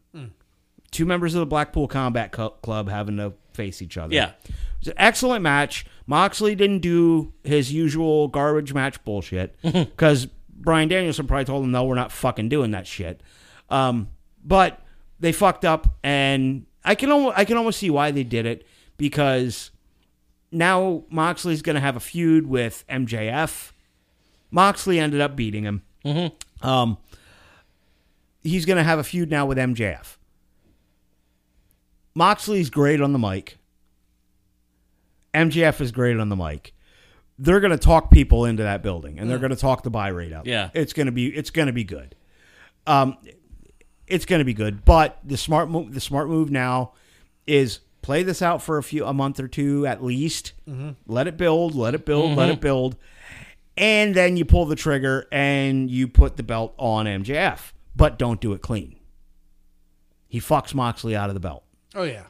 A: Two members of the Blackpool Combat Cu- Club having to face each other.
B: Yeah.
A: It was an excellent match. Moxley didn't do his usual garbage match bullshit because Brian Danielson probably told him, no, we're not fucking doing that shit. Um, but they fucked up, and I can, almost, I can almost see why they did it because now Moxley's going to have a feud with MJF. Moxley ended up beating him. Um, he's going to have a feud now with MJF. Moxley's great on the mic. MJF is great on the mic. They're going to talk people into that building, and they're going to talk the buy rate up.
B: Yeah.
A: it's going to be it's going to be good. Um, it's going to be good. But the smart move, the smart move now is play this out for a few a month or two at least. Let it build, let it build, let it build, and then you pull the trigger and you put the belt on MJF, but don't do it clean. He fucks Moxley out of the belt.
C: Oh yeah.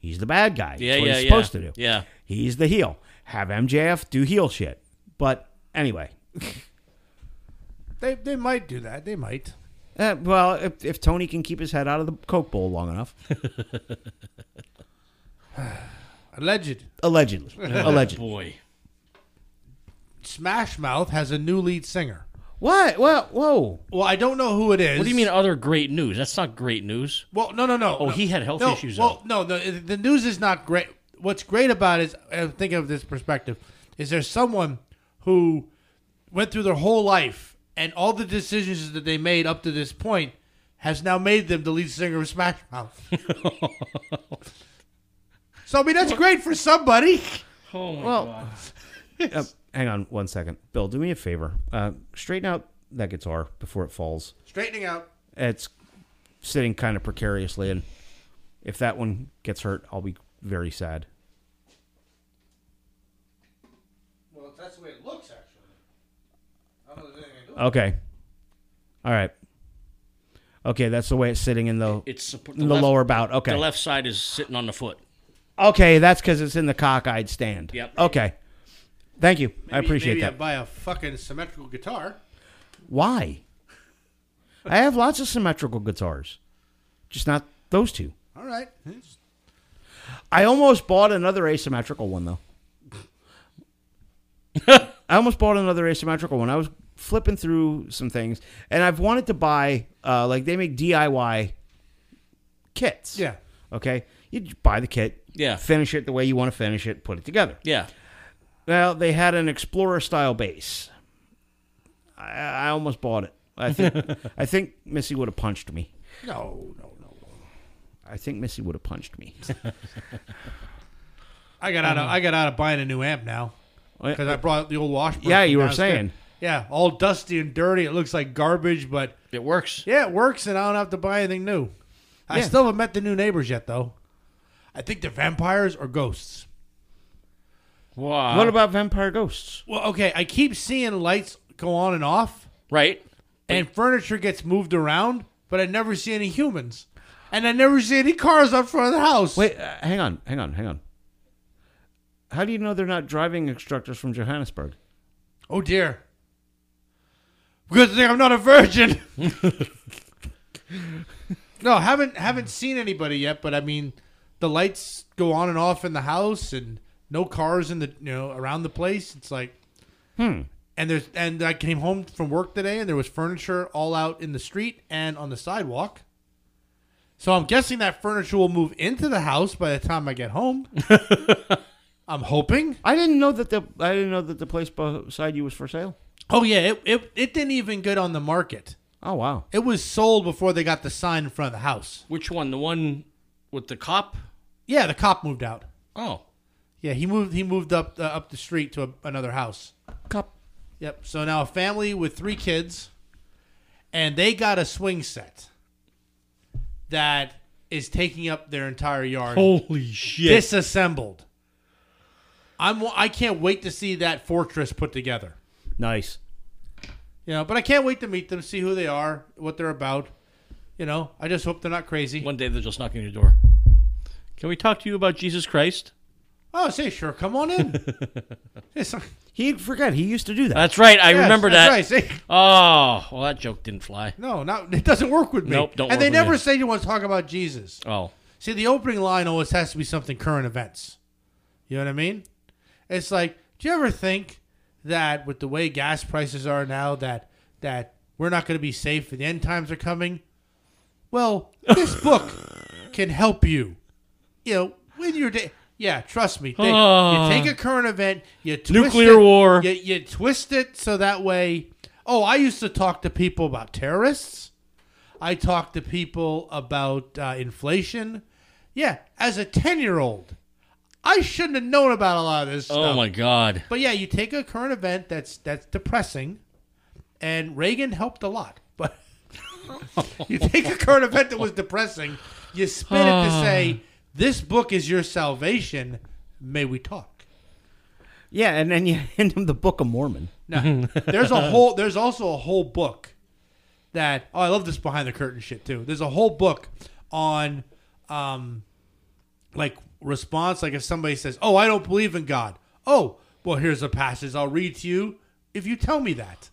A: He's the bad guy.
B: Yeah,
A: That's what
B: yeah,
A: he's
B: yeah.
A: supposed to do.
B: Yeah.
A: He's the heel. Have MJF do heel shit. But anyway,
C: They they might do that. They might.
A: eh, well, if, if Tony can keep his head out of the Coke bowl long enough,
C: Alleged.
A: allegedly, allegedly.
B: Boy.
C: Smash Mouth has a new lead singer.
A: What? What? Whoa!
C: Well, I don't know who it is.
B: What do you mean other great news? That's not great news.
C: Well, no, no, no.
B: Oh,
C: no.
B: he had health
C: no,
B: issues,
C: Well, no, no. The news is not great. What's great about it is, uh, think of this perspective, is there's someone who went through their whole life and all the decisions that they made up to this point has now made them the lead singer of Smash Mouth. so, I mean, that's great for somebody.
B: Oh my
A: Well, uh, hang on one second, Bill. Do me a favor. Uh, straighten out that guitar before it falls.
C: Straightening out.
A: It's sitting kind of precariously, and if that one gets hurt, I'll be very sad.
C: Well, that's the way it looks, actually. I don't know anything I can do.
A: Okay. All right. Okay, that's the way it's sitting in the
B: It's support-
A: in the
B: left-
A: lower bout. Okay.
B: The left side is sitting on the foot.
A: Okay, that's because it's in the cockeyed stand.
B: Yep.
A: Okay. Thank you. I
C: Maybe-
A: appreciate
C: maybe
A: that.
C: I buy a fucking symmetrical guitar.
A: Why? I have lots of symmetrical guitars, just not those two.
C: All right.
A: I almost bought another asymmetrical one though. I almost bought another asymmetrical one. I was flipping through some things, and I've wanted to buy uh, like they make DIY kits.
C: Yeah.
A: Okay. You j- buy the kit.
B: Yeah.
A: Finish it the way you want to finish it. Put it together.
B: Yeah.
A: Well, they had an explorer style base. I, I almost bought it. I think I think Missy would have punched me.
C: No, no, no.
A: I think Missy would have punched me.
C: I got out of I got out of buying a new amp now because I brought the old washboard.
A: Yeah, you were
C: downstairs.
A: saying.
C: Yeah, all dusty and dirty. It looks like garbage, but
B: It works.
C: yeah, it works, and I don't have to buy anything new. I
A: Yeah.
C: still haven't met the new neighbors yet, though. I think they're vampires or ghosts.
B: Wow.
A: what about vampire ghosts?
C: Well, okay, I keep seeing lights go on and off,
B: right?
C: and furniture gets moved around, but I never see any humans, and I never see any cars out front of the house.
A: Wait, uh, hang on, hang on, hang on. How do you know they're not driving instructors from Johannesburg?
C: oh dear. Good thing I'm not a virgin. no, haven't haven't seen anybody yet, but I mean, the lights go on and off in the house, and no cars in the you know around the place. It's like, and there's and I came home from work today, and there was furniture all out in the street and on the sidewalk. So I'm guessing that furniture will move into the house by the time I get home. I'm hoping.
A: I didn't know that the I didn't know that the place beside you was for sale.
C: Oh yeah, it, it it didn't even get on the market.
A: Oh wow.
C: It was sold before they got the sign in front of the house.
B: Which one? The one with the cop?
C: Yeah, the cop moved out.
B: Oh,
C: Yeah, he moved he moved up uh, up the street to a, another house.
A: Cup.
C: Yep. So now a family with three kids, and they got a swing set that is taking up their entire yard,
B: holy shit!
C: disassembled. I'm wa- I can't wait to see that fortress put together.
A: Nice.
C: You know, but I can't wait to meet them, see who they are, what they're about. You know, I just hope they're not crazy.
B: One day they're just knocking your door. Can we talk to you about Jesus Christ?
C: Oh, say sure, come on in. Yes,
A: He forgot he used to do that.
B: That's right. I
C: yes,
B: remember
C: that's
B: that.
C: right, say-
B: Oh, well, that joke didn't fly.
C: No, not it doesn't work with me.
B: Nope, don't
C: And they
B: work with
C: never
B: you.
C: say you want to talk about Jesus.
B: Oh,
C: See, the opening line always has to be something current events. You know what I mean? It's like, do you ever think that with the way gas prices are now, that that we're not going to be safe and the end times are coming? Well, this book can help you. You know, with your day. Yeah, trust me. They-
B: Ah.
C: you take a current event, you twist
B: Nuclear
C: it-
B: war.
C: You, you twist it so that way. Oh, I used to talk to people about terrorists. I talk to people about uh, inflation. Yeah, as a 10 year old, I shouldn't have known about a lot of this
B: oh
C: stuff.
B: my God.
C: But yeah, you take a current event that's that's depressing, and Reagan helped a lot. But you take a current event that was depressing, you spin it to say, this book is your salvation. May we talk?
A: Yeah, and then you hand him the Book of Mormon.
C: No, there's a whole. There's also a whole book that. Oh, I love this behind the curtain shit too. There's a whole book on, um, like response. Like if somebody says, "Oh, I don't believe in God." Oh, well, here's a passage I'll read to you if you tell me that.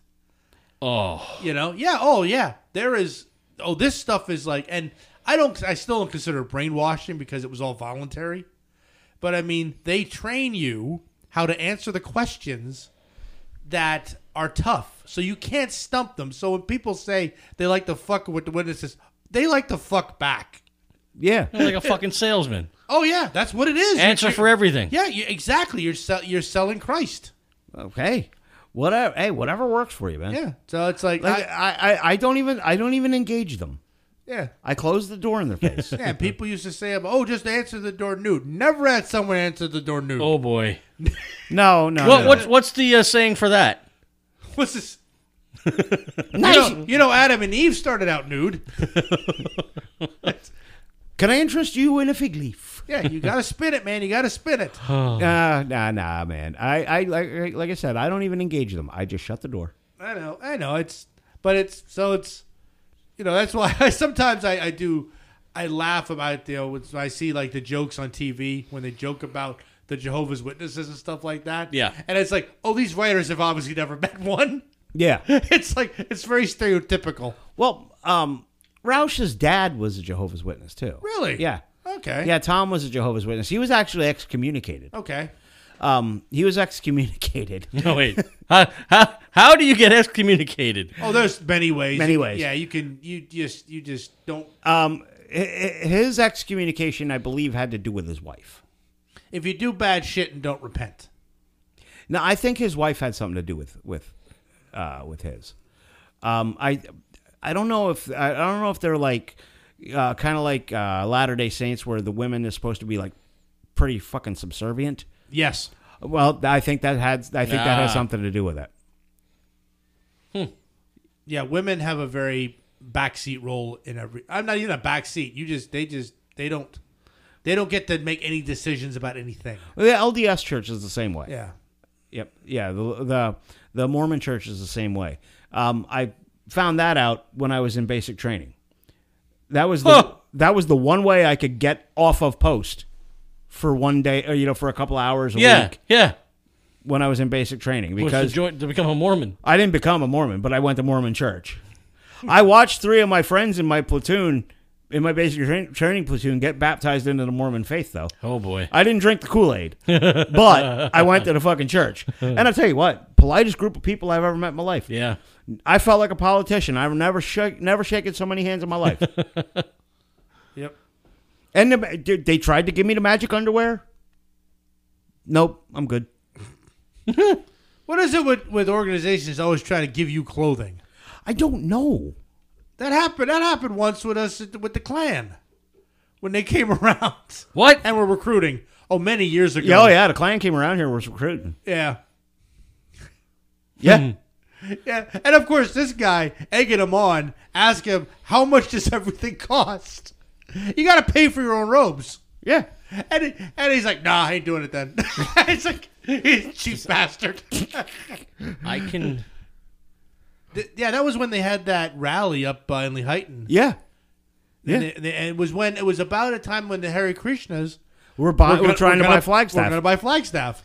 B: Oh,
C: You know? Yeah. Oh, yeah. There is. Oh, this stuff is like, and I don't. I still don't consider it brainwashing because it was all voluntary. But I mean, they train you how to answer the questions that are tough, so you can't stump them. So when people say they like to fuck with the witnesses, they like to fuck back.
A: Yeah.
B: you're like a fucking salesman.
C: Oh yeah, that's what it is.
B: Answer for everything.
C: yeah, you, exactly. You're sell, you're selling Christ.
A: Okay. Whatever. Hey, whatever works for you, man.
C: Yeah. So it's like,
A: Like,
C: I,
A: I, I, I don't even I don't even engage them.
C: yeah.
A: I close the door in their face.
C: Yeah, people used to say, "Oh, just answer the door nude." Never had someone answer the door nude.
B: Oh boy.
A: No, no.
B: What,
A: no.
B: what's what's the uh, saying for that?
C: What's this? You
A: Nice.
C: know, you know, Adam and Eve started out nude.
A: Can I interest you in a fig leaf?
C: Yeah, you got to spin it, man. You got to spin it.
A: Uh, nah, nah, man. I, I like, like I said, I don't even engage them. I just shut the door.
C: I know, I know. It's, but it's so it's, you know, that's why I sometimes I, I do, I laugh about you know when I see like the jokes on TV when they joke about the Jehovah's Witnesses and stuff like that.
B: Yeah.
C: and it's like, oh, these writers have obviously never met one.
A: Yeah.
C: It's like it's very stereotypical.
A: Well, um, Roush's dad was a Jehovah's Witness too.
C: Really?
A: Yeah.
C: Okay.
A: Yeah, Tom was a Jehovah's Witness. He was actually excommunicated.
C: Okay.
A: Um, he was excommunicated.
B: No wait. how, how how do you get excommunicated?
C: Oh, there's many ways.
A: Many
C: You-
A: ways.
C: Yeah, you can. You just. You just don't.
A: Um, hi- hi- his excommunication, I believe, had to do with his wife.
C: If you do bad shit and don't repent.
A: Now, I think his wife had something to do with with uh, with his. Um, I I don't know if I, I don't know if they're like uh, kind of like uh, Latter Day Saints, where the women is supposed to be like pretty fucking subservient.
C: Yes.
A: Well, I think that had I think that has
B: Ah.
A: something to do with it.
C: Yeah, women have a very backseat role in every. I'm not even a backseat. You just. They just. They don't. They don't get to make any decisions about anything.
A: The LDS Church is the same way.
C: Yeah.
A: Yep. Yeah. The the, the Mormon Church is the same way. Um, I found that out when I was in basic training. That was the
B: Huh.
A: that was the one way I could get off of post for one day, or you know, for a couple hours a
B: Yeah,
A: week
B: yeah.
A: when I was in basic training
B: Was to
A: because
B: join to become a Mormon.
A: I didn't become a Mormon, but I went to Mormon church. I watched three of my friends in my platoon, in my basic train training platoon, get baptized into the Mormon faith, though.
B: Oh boy.
A: I didn't drink the Kool Aid, but I went to the fucking church. And I'll tell you what, politest group of people I've ever met in my life.
B: Yeah.
A: I felt like a politician. I've never shake, never shaken so many hands in my life.
C: Yep.
A: and the, dude, they tried to give me the magic underwear. Nope, I'm good.
C: What is it with, with organizations that always try to give you clothing?
A: I don't know.
C: That happened. That happened once with us at- with the Klan when they came around
B: What?
C: and were recruiting. Oh, many years ago.
A: Yeah, oh yeah, the clan came around here was recruiting.
C: yeah,
A: Yeah,
C: Hmm. yeah. And of course, this guy egging him on, ask him how much does everything cost? You got to pay for your own robes.
A: yeah.
C: And he- and he's like, nah, I ain't doing it then. it's like he's a cheap bastard.
B: I can.
C: Th- yeah, that was when they had that rally up by Lehighton.
A: Yeah. Yeah.
C: And, it, and it was when it was about a time when the Hare Krishnas
A: We're, buy,
C: were
A: we're,
C: gonna-
A: trying to
C: were gonna-
A: buy Flagstaff.
C: We're going to buy Flagstaff.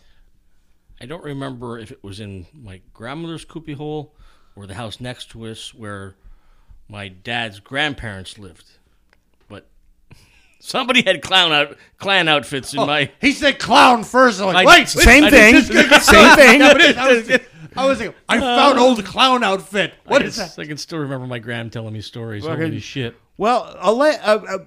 B: I don't remember if it was in my grandmother's coopy hole or the house next to us where my dad's grandparents lived, but somebody had clown out clan outfits
C: Oh.
B: in my.
C: He said clown first. I'm like,
B: I-
C: wait,
A: Same
B: I
A: thing.
B: just-
A: Same thing.
C: I was, I was like, I found old clown outfit. What
B: I
C: is
B: can-
C: that?
B: I can still remember my gram telling me stories.
A: Fucking-
B: Holy shit!
A: Well, a, le- a, a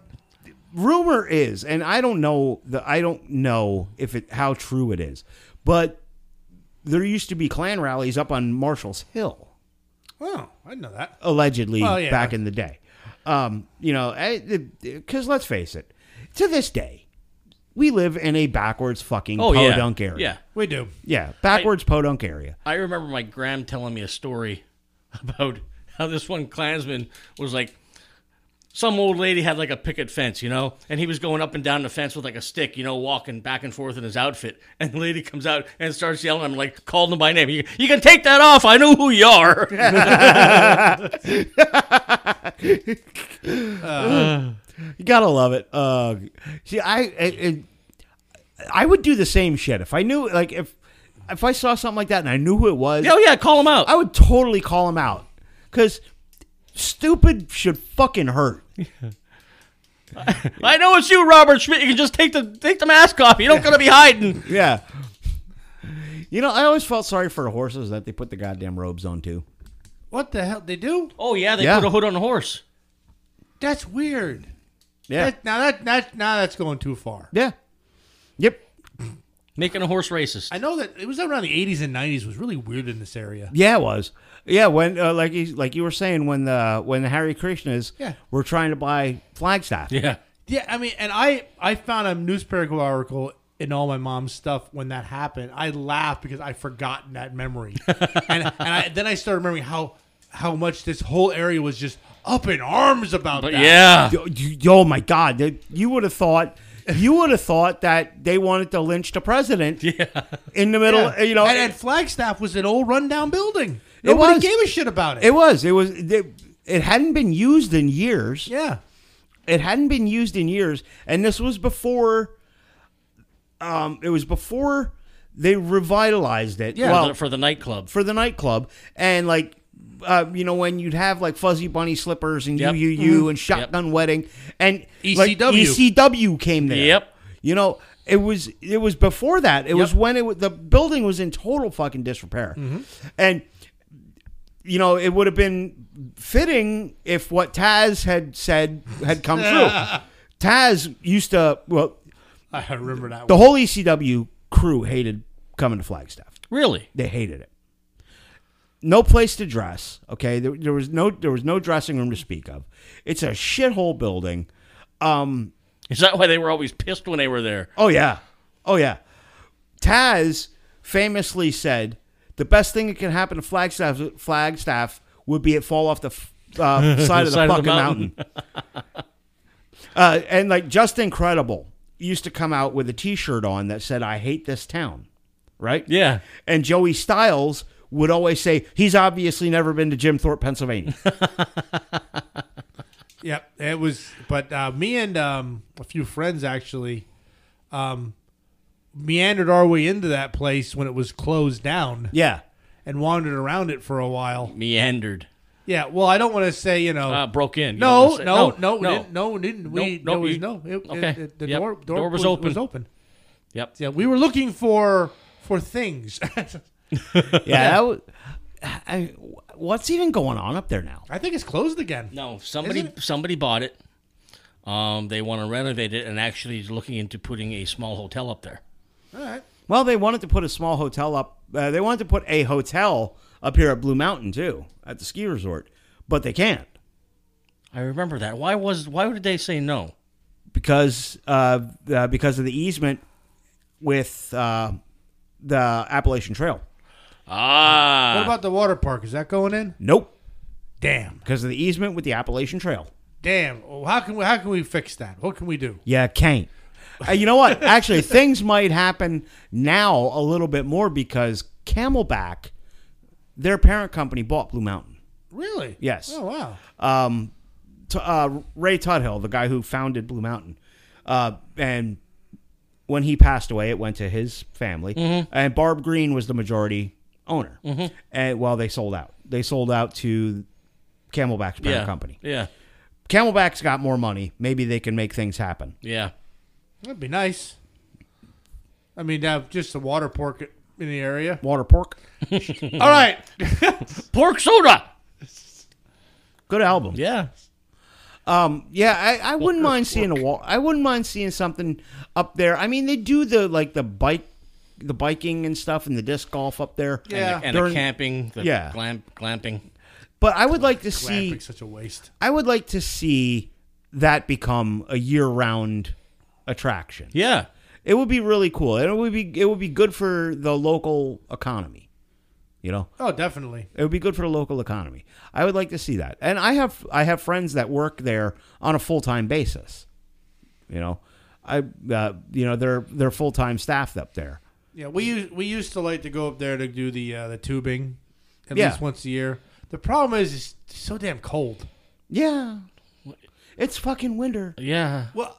A: rumor is, and I don't know the I don't know if it how true it is, but there used to be Klan rallies up on Marshall's Hill,
C: Oh, I didn't know that.
A: allegedly
C: Oh, yeah.
A: back in the day. Um, you know, because let's face it, to this day, we live in a backwards fucking
B: Oh yeah,
A: podunk area.
B: yeah.
C: We do.
A: yeah, backwards podunk area.
B: I remember my gram telling me a story about how this one Klansman was like some old lady had like a picket fence, you know, and he was going up and down the fence with like a stick, you know, walking back and forth in his outfit. And the lady comes out and starts yelling, I'm like, called him by name. You, you can take that off. I know who you are.
A: You gotta love it. Uh, see, I, I I would do the same shit if I knew, like if if I saw something like that and I knew who it was.
B: oh, yeah, call him out.
A: I would totally call him out because stupid should fucking hurt.
B: I know it's you, Robert Schmidt. You can just take the take the mask off. You don't gotta be hiding.
A: Yeah. You know, I always felt sorry for the horses that they put the goddamn robes on too.
C: What the hell? They do?
B: Oh yeah, they
A: Yeah.
B: put a hood on a horse.
C: That's weird.
A: Yeah.
C: That, now that that now that's going too far.
A: yeah. Yep.
B: Making a horse racist.
C: I know that it was around the 80s and 90s was really weird in this area.
A: Yeah, it was. Yeah, when uh, like you, like you were saying when the when the Harry Krishnas
C: Yeah.
A: were trying to buy Flagstaff.
B: yeah.
C: Yeah, I mean, and I I found a newspaper article in all my mom's stuff when that happened. I laughed because I forgotten that memory, and, and I, then I started remembering how how much this whole area was just up in arms about
B: But
C: that.
B: yeah.
A: Yo- you- Oh my God! that- You would have thought you would have thought that they wanted to lynch the president in the middle.
C: Yeah.
A: You know,
C: and, and Flagstaff was an old rundown building.
A: It
C: Nobody
A: was.
C: gave a shit about it.
A: it was it was it, it hadn't been used in years.
C: yeah,
A: It hadn't been used in years, and this was before. Um, it was before they revitalized it.
C: Yeah.
A: well,
B: for the nightclub.
A: for the nightclub and like uh, you know when you'd have like fuzzy bunny slippers and
B: Yep. Mm-hmm. E
A: you you you and shotgun wedding and like,
C: ECW.
A: ECW came there.
B: Yep.
A: You know it was it was before that. It was when it was, the building was in total fucking disrepair,
B: Mm-hmm.
A: and you know it would have been fitting if what Taz had said had come true. Taz used to well
C: I remember that.
A: the
C: one.
A: whole ECW crew hated coming to Flagstaff.
B: Really?
A: They hated it. No place to dress. Okay, there, there was no there was no dressing room to speak of. It's a shithole building. Um.
B: Is that why they were always pissed when they were there?
A: Oh yeah. Oh yeah. Taz famously said the best thing that can happen to Flagstaff Flagstaff would be it fall off the f- uh, side of the
B: Side of the
A: fucking mountain. uh, and like just incredible used to come out with a T-shirt on that said "I hate this town," right?
B: Yeah.
A: And Joey Styles would always say, he's obviously never been to Jim Thorpe, Pennsylvania.
C: Yep, it was. But uh, me and um, a few friends actually um, meandered our way into that place when it was closed down
A: yeah.
C: and wandered around it for a while.
B: Meandered.
C: Yeah. Well, I don't want to say you know.
B: Uh, broke in. You don't
C: no,
B: wanna say-
C: no, no, we didn't-
B: no.
C: no, we didn't. We,
B: Nope,
C: no,
B: nope,
C: we,
B: you-
C: no. It, it-
B: okay,
C: it- the
B: yep,
C: door, door,
B: door was
C: was,
B: open.
C: was open.
B: Yep.
C: Yeah, we were looking for for things.
A: yeah, that was, I, what's even going on up there now?
C: I think it's closed again.
B: No, somebody
C: Isn't
B: somebody bought it. Um, they want to renovate it and actually is looking into putting a small hotel up there.
C: All right.
A: Well, they wanted to put a small hotel up. Uh, they wanted to put a hotel up here at Blue Mountain too, at the ski resort, but they can't
B: I remember that. Why was why did they say no?
A: because uh, uh, because of the easement with uh, the Appalachian Trail.
B: Ah,
C: What about the water park? Is that going in?
A: Nope,
C: Damn.
A: because of the easement with the Appalachian Trail.
C: Damn. Oh, how can we, how can we fix that? What can we do?
A: Yeah, can't. Uh, you know what? Actually, things might happen now a little bit more because Camelback, their parent company, bought Blue Mountain.
C: Really?
A: Yes.
C: Oh wow.
A: um, t- uh, Ray Tudhill, the guy who founded Blue Mountain, uh, and when he passed away, it went to his family. And Barb Green was the majority owner. And well, they sold out. They sold out to Camelback's parent
B: yeah,
A: company.
B: Yeah,
A: Camelback's got more money. Maybe they can make things happen.
B: yeah.
C: That'd be nice. I mean, now just the water park in the area.
A: Water pork,
C: All right.
B: Pork soda.
A: good album.
B: Yeah,
A: Um, yeah, I, I wouldn't mind seeing a wall. I wouldn't mind seeing something up there. I mean, they do the like the bike, the biking and stuff, and the disc golf up there.
C: Yeah.
B: and
A: During-
B: the camping. The
A: Yeah.
B: glam, glamping.
A: But I would like to
C: Glamping's
A: see.
C: such a waste.
A: I would like to see that become a year-round attraction.
B: Yeah,
A: It would be really cool. and It would be it would be good for the local economy. You know,
C: Oh, definitely.
A: it would be good for the local economy. I would like to see that. And I have I have friends that work there on a full-time basis. You know, I uh, you know they're they're full-time staffed up there.
C: Yeah, we used we used to like to go up there to do the uh, the tubing at
A: Yeah.
C: least once a year. The problem is it's so damn cold.
A: Yeah. It's fucking winter.
B: yeah.
C: Well,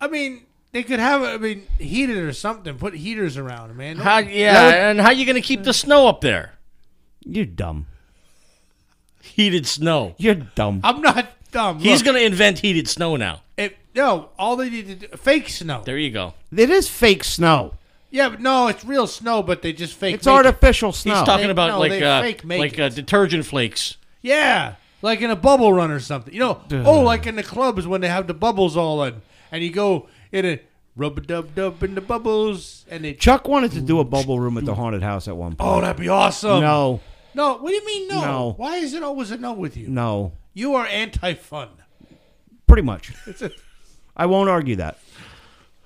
C: I mean, they could have I mean heated or something. Put heaters around, man.
B: How, yeah, and how you gonna keep the snow up there?
A: You're dumb.
B: Heated snow.
A: You're dumb.
C: I'm not dumb.
B: He's
C: Look,
B: gonna invent heated snow now.
C: if, no. All they need to do fake snow.
B: There you go.
A: It is fake snow.
C: Yeah, but no, it's real snow, but they just fake.
A: It's
C: make it.
A: artificial snow.
B: He's talking
C: They-
B: about
C: no,
B: like
C: they
B: uh,
C: fake make
B: like
C: it.
B: uh, detergent flakes.
C: Yeah, like in a bubble run or something. You know, oh, like in the clubs when they have the bubbles all in, and you go in a rub a dub dub in the bubbles, and they.
A: Chuck wanted to do a bubble room at the haunted house at one point.
C: Oh, that'd be awesome.
A: no,
C: No, what do you mean no?
A: No.
C: Why is it always a no with you?
A: no,
C: You are anti fun.
A: pretty much. I won't argue that.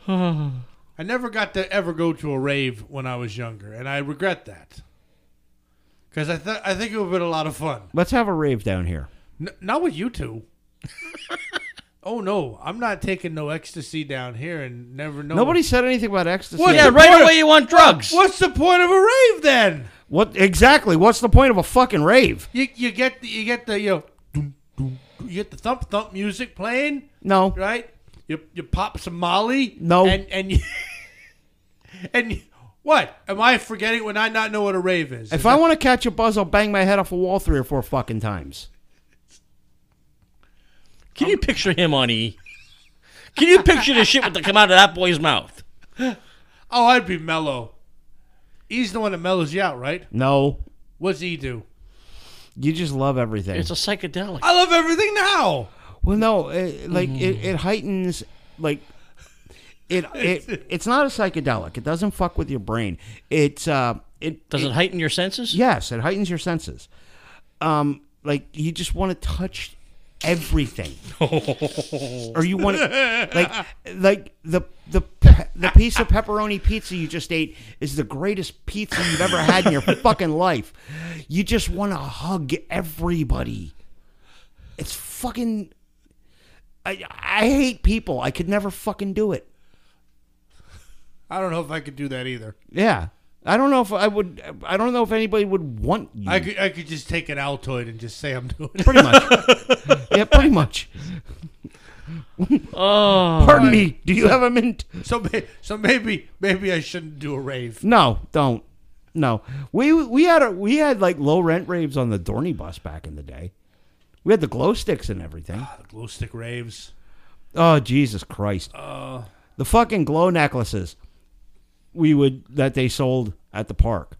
C: I never got to ever go to a rave when I was younger, and I regret that. Because I, th- I think it would have been a lot of fun.
A: Let's have a rave down here.
C: N- not with you two. oh, no. I'm not taking no ecstasy down here and never
B: Oh.
C: know.
A: Nobody said anything about ecstasy.
C: What?
B: Yeah,
C: Yeah,
B: right
C: boy-
B: away you want drugs.
C: What's the point of a rave then?
A: What exactly? What's the point of a fucking rave?
C: You you get the, you get the you know, doom, doom, doom. you get the thump thump music playing,
A: No,
C: right? You you pop some Molly.
A: No.
C: And and you, and you- what? Am I forgetting when I not know what a rave is?
A: if I want to catch a buzz, I'll bang my head off a wall three or four fucking times.
B: Can you picture him on E? Can you picture the shit that come out of that boy's mouth?
C: oh, I'd be mellow. He's the one that mellows you out, right?
A: No,
C: What's he do?
A: you just love everything.
B: It's a psychedelic.
C: I love everything now.
A: well, no, it, like it, it heightens like. It, it it's not a psychedelic. It doesn't fuck with your brain. It's uh it
B: Does it heighten your senses?
A: Yes, it heightens your senses. Um, like you just want to touch everything, or you want to like like the the pe- the piece of pepperoni pizza you just ate is the greatest pizza you've ever had in your fucking life. You just want to hug everybody. It's fucking. I I hate people. I could never fucking do it.
C: I don't know if I could do that either.
A: Yeah. I don't know if I would. I don't know if anybody would want you.
C: I could, I could just take an Altoid and just say I'm doing it.
A: Mm. pretty much. yeah, pretty much.
B: Oh,
A: Pardon me. Do you have a mint?
C: So may- so maybe maybe I shouldn't do a rave.
A: No, don't. No, we we had a, we had like low rent raves on the Dorney bus back in the day. We had the glow sticks and everything.
C: The glow stick raves.
A: Oh Jesus
C: Uh,
A: Christ! the fucking glow necklaces we would that they sold at the park.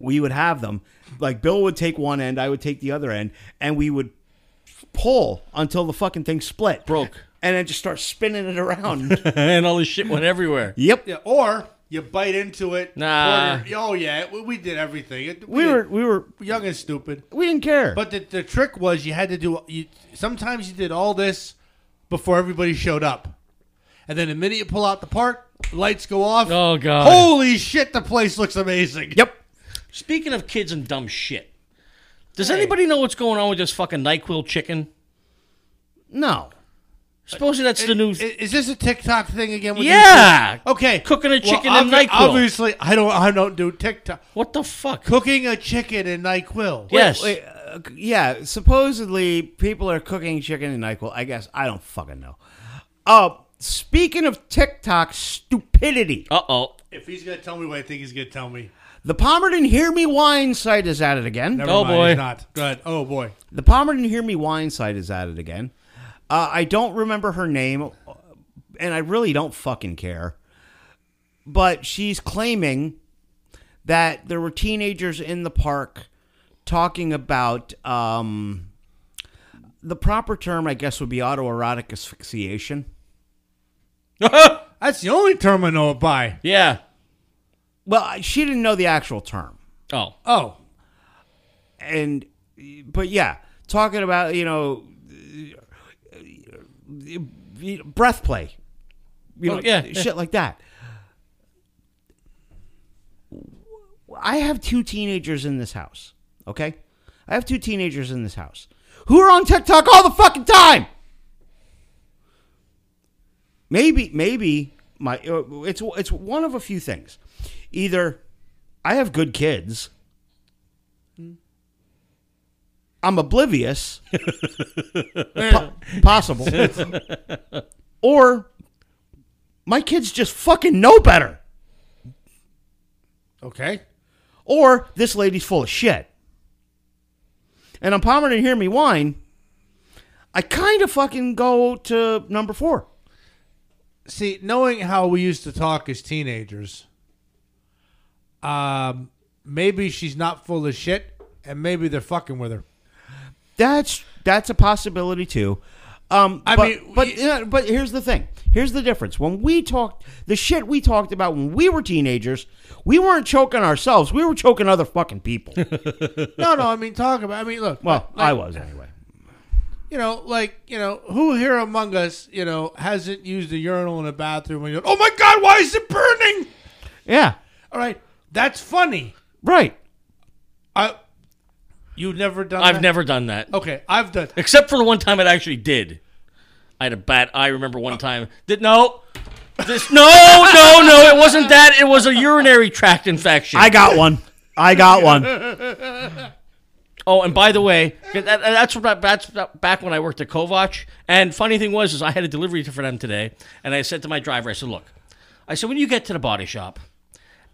A: We would have them. Like Bill would take one end, I would take the other end, and we would pull until the fucking thing split.
B: Broke.
A: And then just start spinning it around.
B: and all this shit went everywhere.
A: yep.
C: Yeah, or you bite into it.
B: Nah.
C: quarter- oh yeah, we, we did everything. It-
A: We
C: did-
A: were we were
C: young and stupid.
A: we didn't care.
C: But the, the trick was you had to do. You, sometimes you did all this before everybody showed up, and then the minute you pull out the park, lights go off.
B: Oh, God.
C: Holy shit! The place looks amazing.
A: yep.
B: Speaking of kids and dumb shit, does anybody know what's going on with this fucking Nyquil chicken?
A: No.
B: Supposedly that's the
C: I-
B: new.
C: Is, this a TikTok thing again? With these
B: Yeah.
C: kids? Okay.
B: Cooking a chicken in
C: obvi-
B: NyQuil.
C: Obviously, I don't. I don't do TikTok.
B: what the fuck?
C: Cooking a chicken in Nyquil.
B: yes.
A: Wait, uh, yeah, supposedly people are cooking chicken and NyQuil. I guess I don't fucking know. Uh, speaking of TikTok stupidity,
B: Uh oh.
C: If he's gonna tell me what I think he's gonna tell me,
A: the Palmerton Hear Me Wine site is at it again.
C: never
B: Oh,
C: mind.
B: boy.
C: He's not. Go ahead. Oh boy.
A: The Palmerton Hear Me Wine site is at it again. Uh, I don't remember her name, and I really don't fucking care. But she's claiming that there were teenagers in the park talking about um, the proper term, I guess, would be autoerotic asphyxiation.
C: That's the only term I know it by.
B: yeah.
A: Well, she didn't know the actual term,
B: Oh.
C: Oh,
A: and but yeah, talking about you know breath play, you
B: Oh,
A: know,
B: yeah, yeah.
A: shit like that. I have two teenagers in this house. Okay, I have two teenagers in this house who are on TikTok all the fucking time. Maybe, maybe my uh, it's it's one of a few things. Either I have good kids. I'm oblivious. Po- possible. or my kids just fucking know better.
C: okay.
A: Or this lady's full of shit. And on Palmer and Hear Me Whine, I kind of fucking go to number four.
C: See, knowing how we used to talk as teenagers, um, maybe she's not full of shit, and maybe they're fucking with her.
A: That's that's a possibility too. Um,
C: I
A: but,
C: mean,
A: but
C: y-
A: yeah, but here's the thing. Here's the difference. When we talked, the shit we talked about when we were teenagers, we weren't choking ourselves. We were choking other fucking people.
C: No, no, I mean talk about. I mean, look.
A: Well,
C: like,
A: I was anyway.
C: you know, like you know, who here among us, you know, hasn't used a urinal in a bathroom? And you go, oh my god, why is it burning?
A: Yeah,
C: All right, that's funny.
A: right.
C: I, you've never done.
B: I've
C: that?
B: never done that.
C: Okay, I've done.
B: Except for the one time it actually did. I had a bad. I remember one time. Did no. This no no no. It wasn't that. It was a urinary tract infection.
A: I got one. I got one.
B: oh, and by the way, that, that's what I- that's back when I worked at Kovach. And funny thing was, is I had a delivery for them today, and I said to my driver, I said, look, I said when you get to the body shop,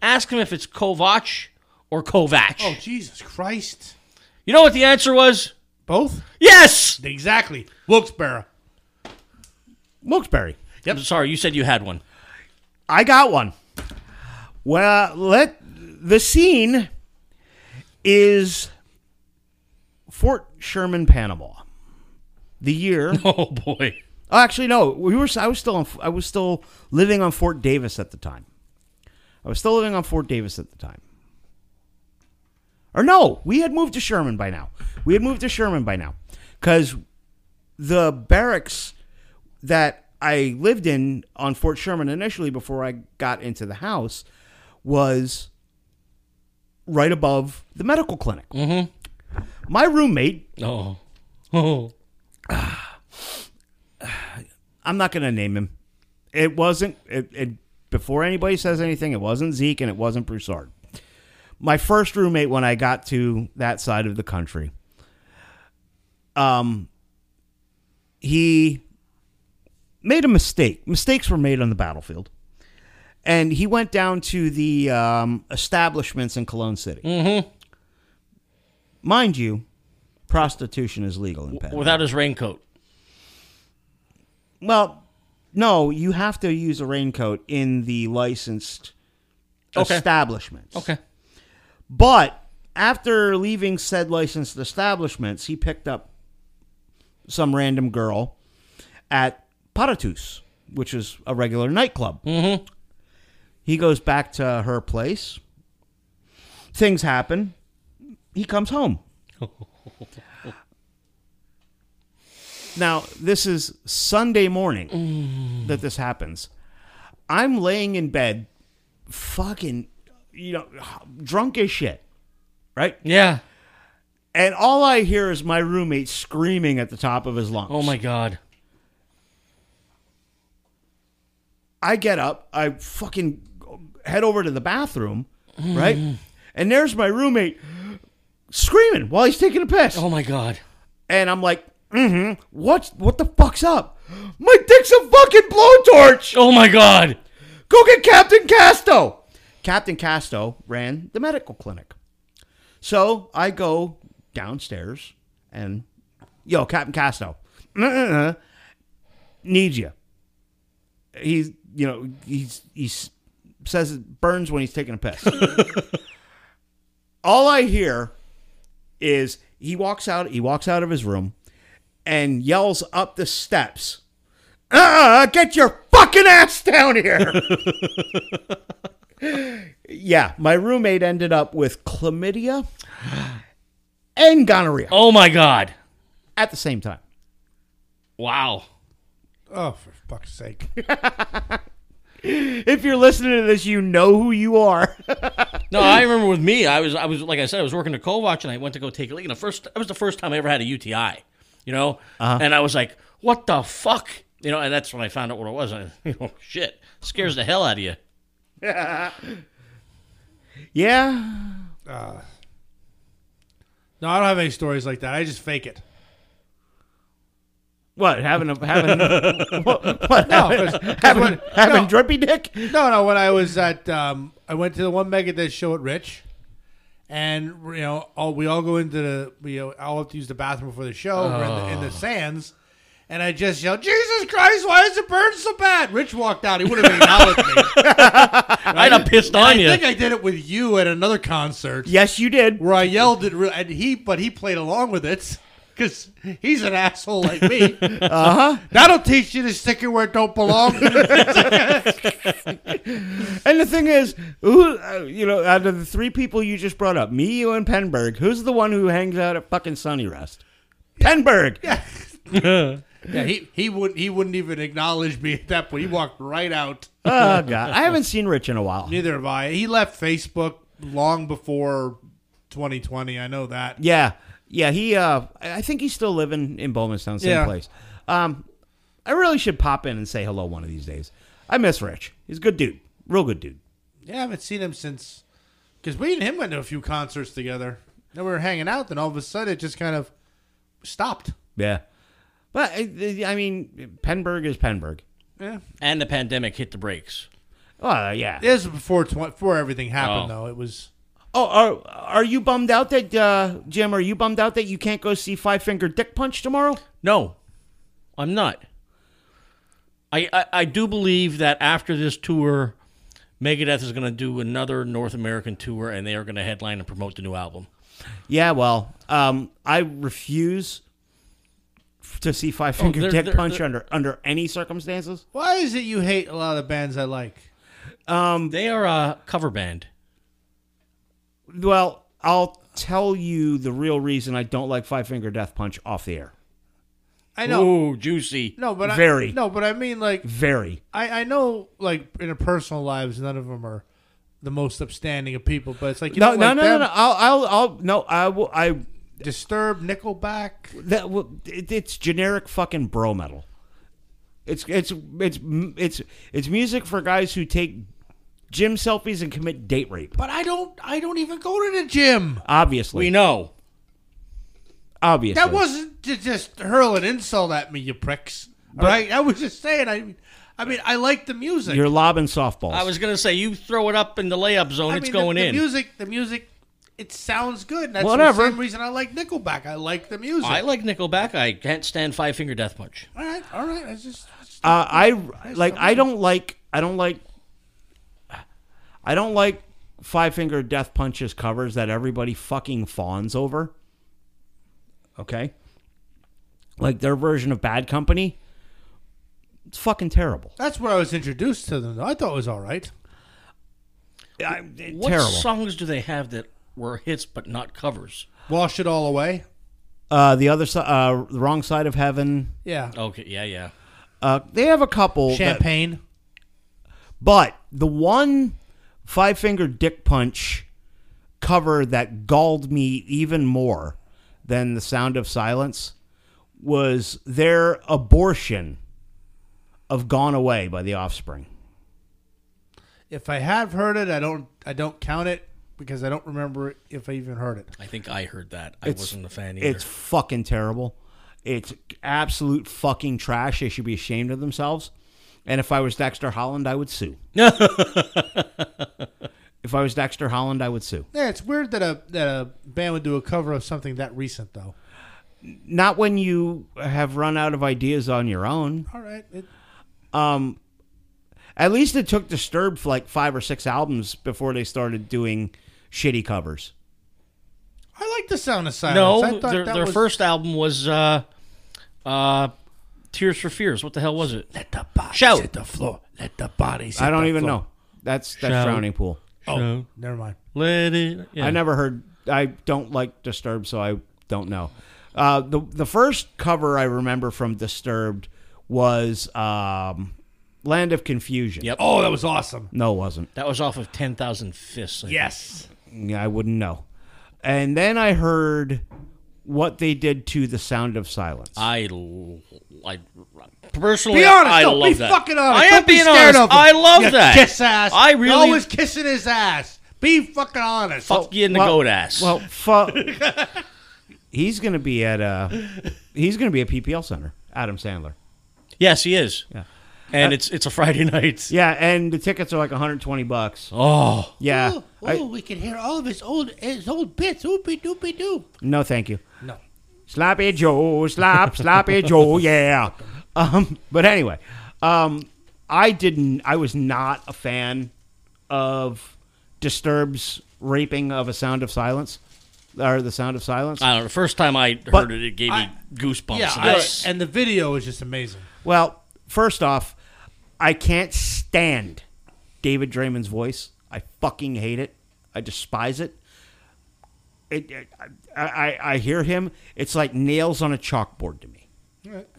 B: ask him if it's Kovach or Kovach.
C: Oh Jesus Christ!
B: You know what the answer was?
C: Both
B: Yes.
C: exactly. Wilkes-Barre.
A: Wilkesbury.
B: Yep. I'm sorry, you said you had one.
A: I got one. Well, let the scene is Fort Sherman, Panama. The year.
B: Oh boy.
A: Oh, actually, no. We were. I was still. On, I was still living on Fort Davis at the time. I was still living on Fort Davis at the time. Or no, we had moved to Sherman by now. We had moved to Sherman by now, because the barracks that I lived in on Fort Sherman initially, before I got into the house, was right above the medical clinic. Mm-hmm. My roommate
B: Oh. Oh.
A: I'm not going to name him. It wasn't. It, it before anybody says anything. It wasn't Zeke, and it wasn't Broussard. My first roommate when I got to that side of the country. Um. He made a mistake. Mistakes were made on the battlefield, and he went down to the um, establishments in Cologne City. Mm-hmm. Mind you, prostitution is legal in Panama.
B: Without his raincoat.
A: Well, no, you have to use a raincoat in the licensed
B: Okay.
A: establishments.
B: Okay.
A: But after leaving said licensed establishments, he picked up some random girl at Paratus, which is a regular nightclub. Mm-hmm. He goes back to her place. Things happen. He comes home. now, this is Sunday morning that this happens. I'm laying in bed, fucking, you know, drunk as shit, right?
B: Yeah.
A: And all I hear is my roommate screaming at the top of his lungs.
B: Oh my god.
A: I get up, I fucking head over to the bathroom,
B: Mm.
A: right? And there's my roommate screaming while he's taking a piss.
B: Oh my god.
A: And I'm like, mm-hmm, what, what the fuck's up? My dick's a fucking blowtorch!
B: Oh my god.
A: Go get Captain Casto. Captain Casto ran the medical clinic. So I go downstairs and, yo, Captain Casto, uh-uh, needs you. He's, you know, he's, he's, says it burns when he's taking a piss. All I hear is he walks out, he walks out of his room and yells up the steps, uh-uh, get your fucking ass down here. Yeah, my roommate ended up with chlamydia and gonorrhea
B: Oh my god.
A: at the same time.
B: Wow.
C: Oh, for fuck's sake.
A: If you're listening to this, you know who you are.
B: No, I remember with me, I was I was like I said, I was working at Kovac and I went to go take a leak. And the first that was the first time I ever had a UTI, you know? And I was like, what the fuck? You know, and that's when I found out what it was. I, you know, shit. Scares the hell out of you.
A: yeah.
C: No, I don't have any stories like that. I just fake it.
A: What having a having what, what
C: No,
A: having,
C: 'cause- 'cause
A: having,
C: when-
A: having
C: no.
A: drippy dick?
C: No, no. When I was at, um, I went to the one Megadeth show at Rich, and you know, all we all go into the, we uh, all have to use the bathroom before the show. We're in the, in
B: Oh.
C: the sands, and I just yelled, "Jesus Christ! Why does it burn so bad?" Rich walked out. He would have acknowledged me.
B: I'd have pissed on
C: I
B: you.
C: think I did it with you at another concert
A: Yes, you did.
C: where I yelled at, re- and he, but he played along with it because he's an asshole like me. Uh
A: Uh-huh.
C: huh. That'll teach you to stick it where it don't belong.
A: And the thing is, who uh, you know, out of the three people you just brought up, me, you, and Penberg, who's the one who hangs out at fucking Sunny Rest? Penberg.
C: Yeah, he, he wouldn't he wouldn't even acknowledge me at that point. He walked right out.
A: Oh god, I haven't seen Rich in a while.
C: Neither have I. He left Facebook long before 2020. I know that.
A: Yeah, yeah. He, uh, I I think he's still living in Bowmanstown, same
C: Yeah.
A: place. Um, I really should pop in and say hello one of these days. I miss Rich. He's a good dude, real good dude.
C: Yeah, I haven't seen him since because we and him went to a few concerts together. Then we were hanging out. Then all of a sudden, it just kind of stopped.
A: Yeah, but I, I mean, Penberg is Penberg.
C: Yeah,
B: And the pandemic hit the brakes.
A: Oh yeah.
C: it was before tw- before everything happened.
B: Oh.
C: Though it was
A: Oh, are are you bummed out that uh, Jim? Are you bummed out that you can't go see Five Finger Dick Punch tomorrow?
B: No, I'm not. I, I, I do believe that after this tour, Megadeth is going to do another North American tour and they are going to headline and promote the new album.
A: Yeah, well, um, I refuse to see Five Finger
B: Oh, they're-
A: Dick
B: they're-
A: Punch
B: they're-
A: under under any circumstances.
C: why is it you hate a lot of the bands I like?
B: They are a cover band.
A: Well, I'll tell you the real reason I don't like Five Finger Death Punch off the air.
C: I know.
B: Ooh, juicy.
C: No, but
A: Very.
C: I, no, but I mean like
A: Very.
C: I, I know, like in their personal lives, none of them are the most upstanding of people, but it's like you
A: No,
C: don't
A: no,
C: like
A: no, no,
C: them.
A: no. I'll, I'll, I'll, no. I will. I.
C: Disturb, Nickelback.
A: That will. It, it's generic fucking bro metal. It's it's it's it's it's music for guys who take gym selfies and commit date rape.
C: But I don't, I don't even go to the gym.
A: Obviously,
B: We know.
A: obviously.
C: That wasn't to just hurl an insult at me, you pricks. All right, I was just saying. I, I mean, I like the music.
A: you're lobbing softballs.
B: I was going to say, you throw it up in the layup zone,
C: I
B: it's
C: mean,
B: going
C: the, the
B: in.
C: music, the music, it sounds good. and That's
A: Whatever.
C: the same reason I like Nickelback. I like the music.
B: I like Nickelback. I can't stand Five Finger Death Punch.
C: all right, all right. I just
A: Uh, I like. I don't like. I don't like. I don't like five finger death punches covers that everybody fucking fawns over. Okay? Like their version of Bad Company. It's fucking terrible.
C: That's where I was introduced to them. Though. I thought it was all right.
A: I,
B: What
A: terrible.
B: songs do they have that were hits but not covers?
C: Wash it all away.
A: Uh, the other side, uh, the wrong side of heaven.
C: Yeah.
B: Okay, yeah, yeah.
A: Uh, they have a couple. that-
C: Champagne.
A: But the one five finger dick punch cover that galled me even more than the sound of silence was their abortion of Gone Away by the Offspring.
C: if I have heard it, I don't. I don't count it because I don't remember if I even heard it.
B: I think I heard that. I wasn't a fan either.
A: It's fucking terrible. It's absolute fucking trash. They should be ashamed of themselves. And if I was Dexter Holland, I would sue. if I was Dexter Holland, I would sue.
C: Yeah, it's weird that a that a band would do a cover of something that recent though.
A: Not when you have run out of ideas on your own.
C: All right, it,
A: At least it took Disturbed for like five or six albums before they started doing shitty covers.
C: I like the sound of silence.
B: no,
C: I thought
B: their,
C: that
B: their
C: was-
B: first album was uh, uh, Tears for Fears. What the hell was it?
C: Let the bodies
B: Shout.
C: hit the floor. Let the bodies. Hit
A: I don't
C: the
A: even
C: floor.
A: know. That's that's
B: Shout.
A: Drowning Pool.
C: Oh, never mind.
B: Let it. Yeah.
A: I never heard. I don't like Disturbed, so I don't know. Uh, the the first cover I remember from Disturbed was um, "Land of Confusion."
B: Yep.
C: Oh, that was awesome.
A: No, it wasn't.
B: That was off of Ten Thousand Fists. I think.
C: Yes.
A: Yeah, I wouldn't know. And then I heard what they did to "The Sound of Silence."
B: I, l- I- personally,
C: Be honest.
B: I
C: no,
B: love
C: be
B: that.
C: fucking honest.
B: I am
C: Don't be
B: being
C: scared
B: honest.
C: Of him.
B: I love
C: you
B: that.
C: Kiss ass.
B: I
C: You're
B: really
C: always kissing his ass. Be fucking honest.
B: fuck you in the
A: Well-
B: goat ass.
A: Well, fu- he's going to be at a he's going to be at PPL Center. Adam Sandler.
B: yes, he is.
A: Yeah.
C: Uh,
B: And it's it's a Friday night.
A: Yeah, and the tickets are like 120 bucks.
B: Oh,
A: Yeah. I-
C: we can hear all of his old his old bits. Oopie doopie doo.
A: no, thank you.
C: No.
A: Sloppy Joe, slop, sloppy Joe, yeah. Um, but anyway, um, I didn't. I was not a fan of Disturb's raping of a Sound of Silence, or the Sound of Silence.
B: I don't know. The first time I
A: But
B: heard it, it gave
C: I-
B: me goosebumps.
C: Yeah,
B: and
C: I-
B: that's-
C: and the video is just amazing.
A: Well, first off, I can't stand David Draymond's voice. I fucking hate it. I despise it. It, it I, I, I hear him. It's like nails on a chalkboard to me.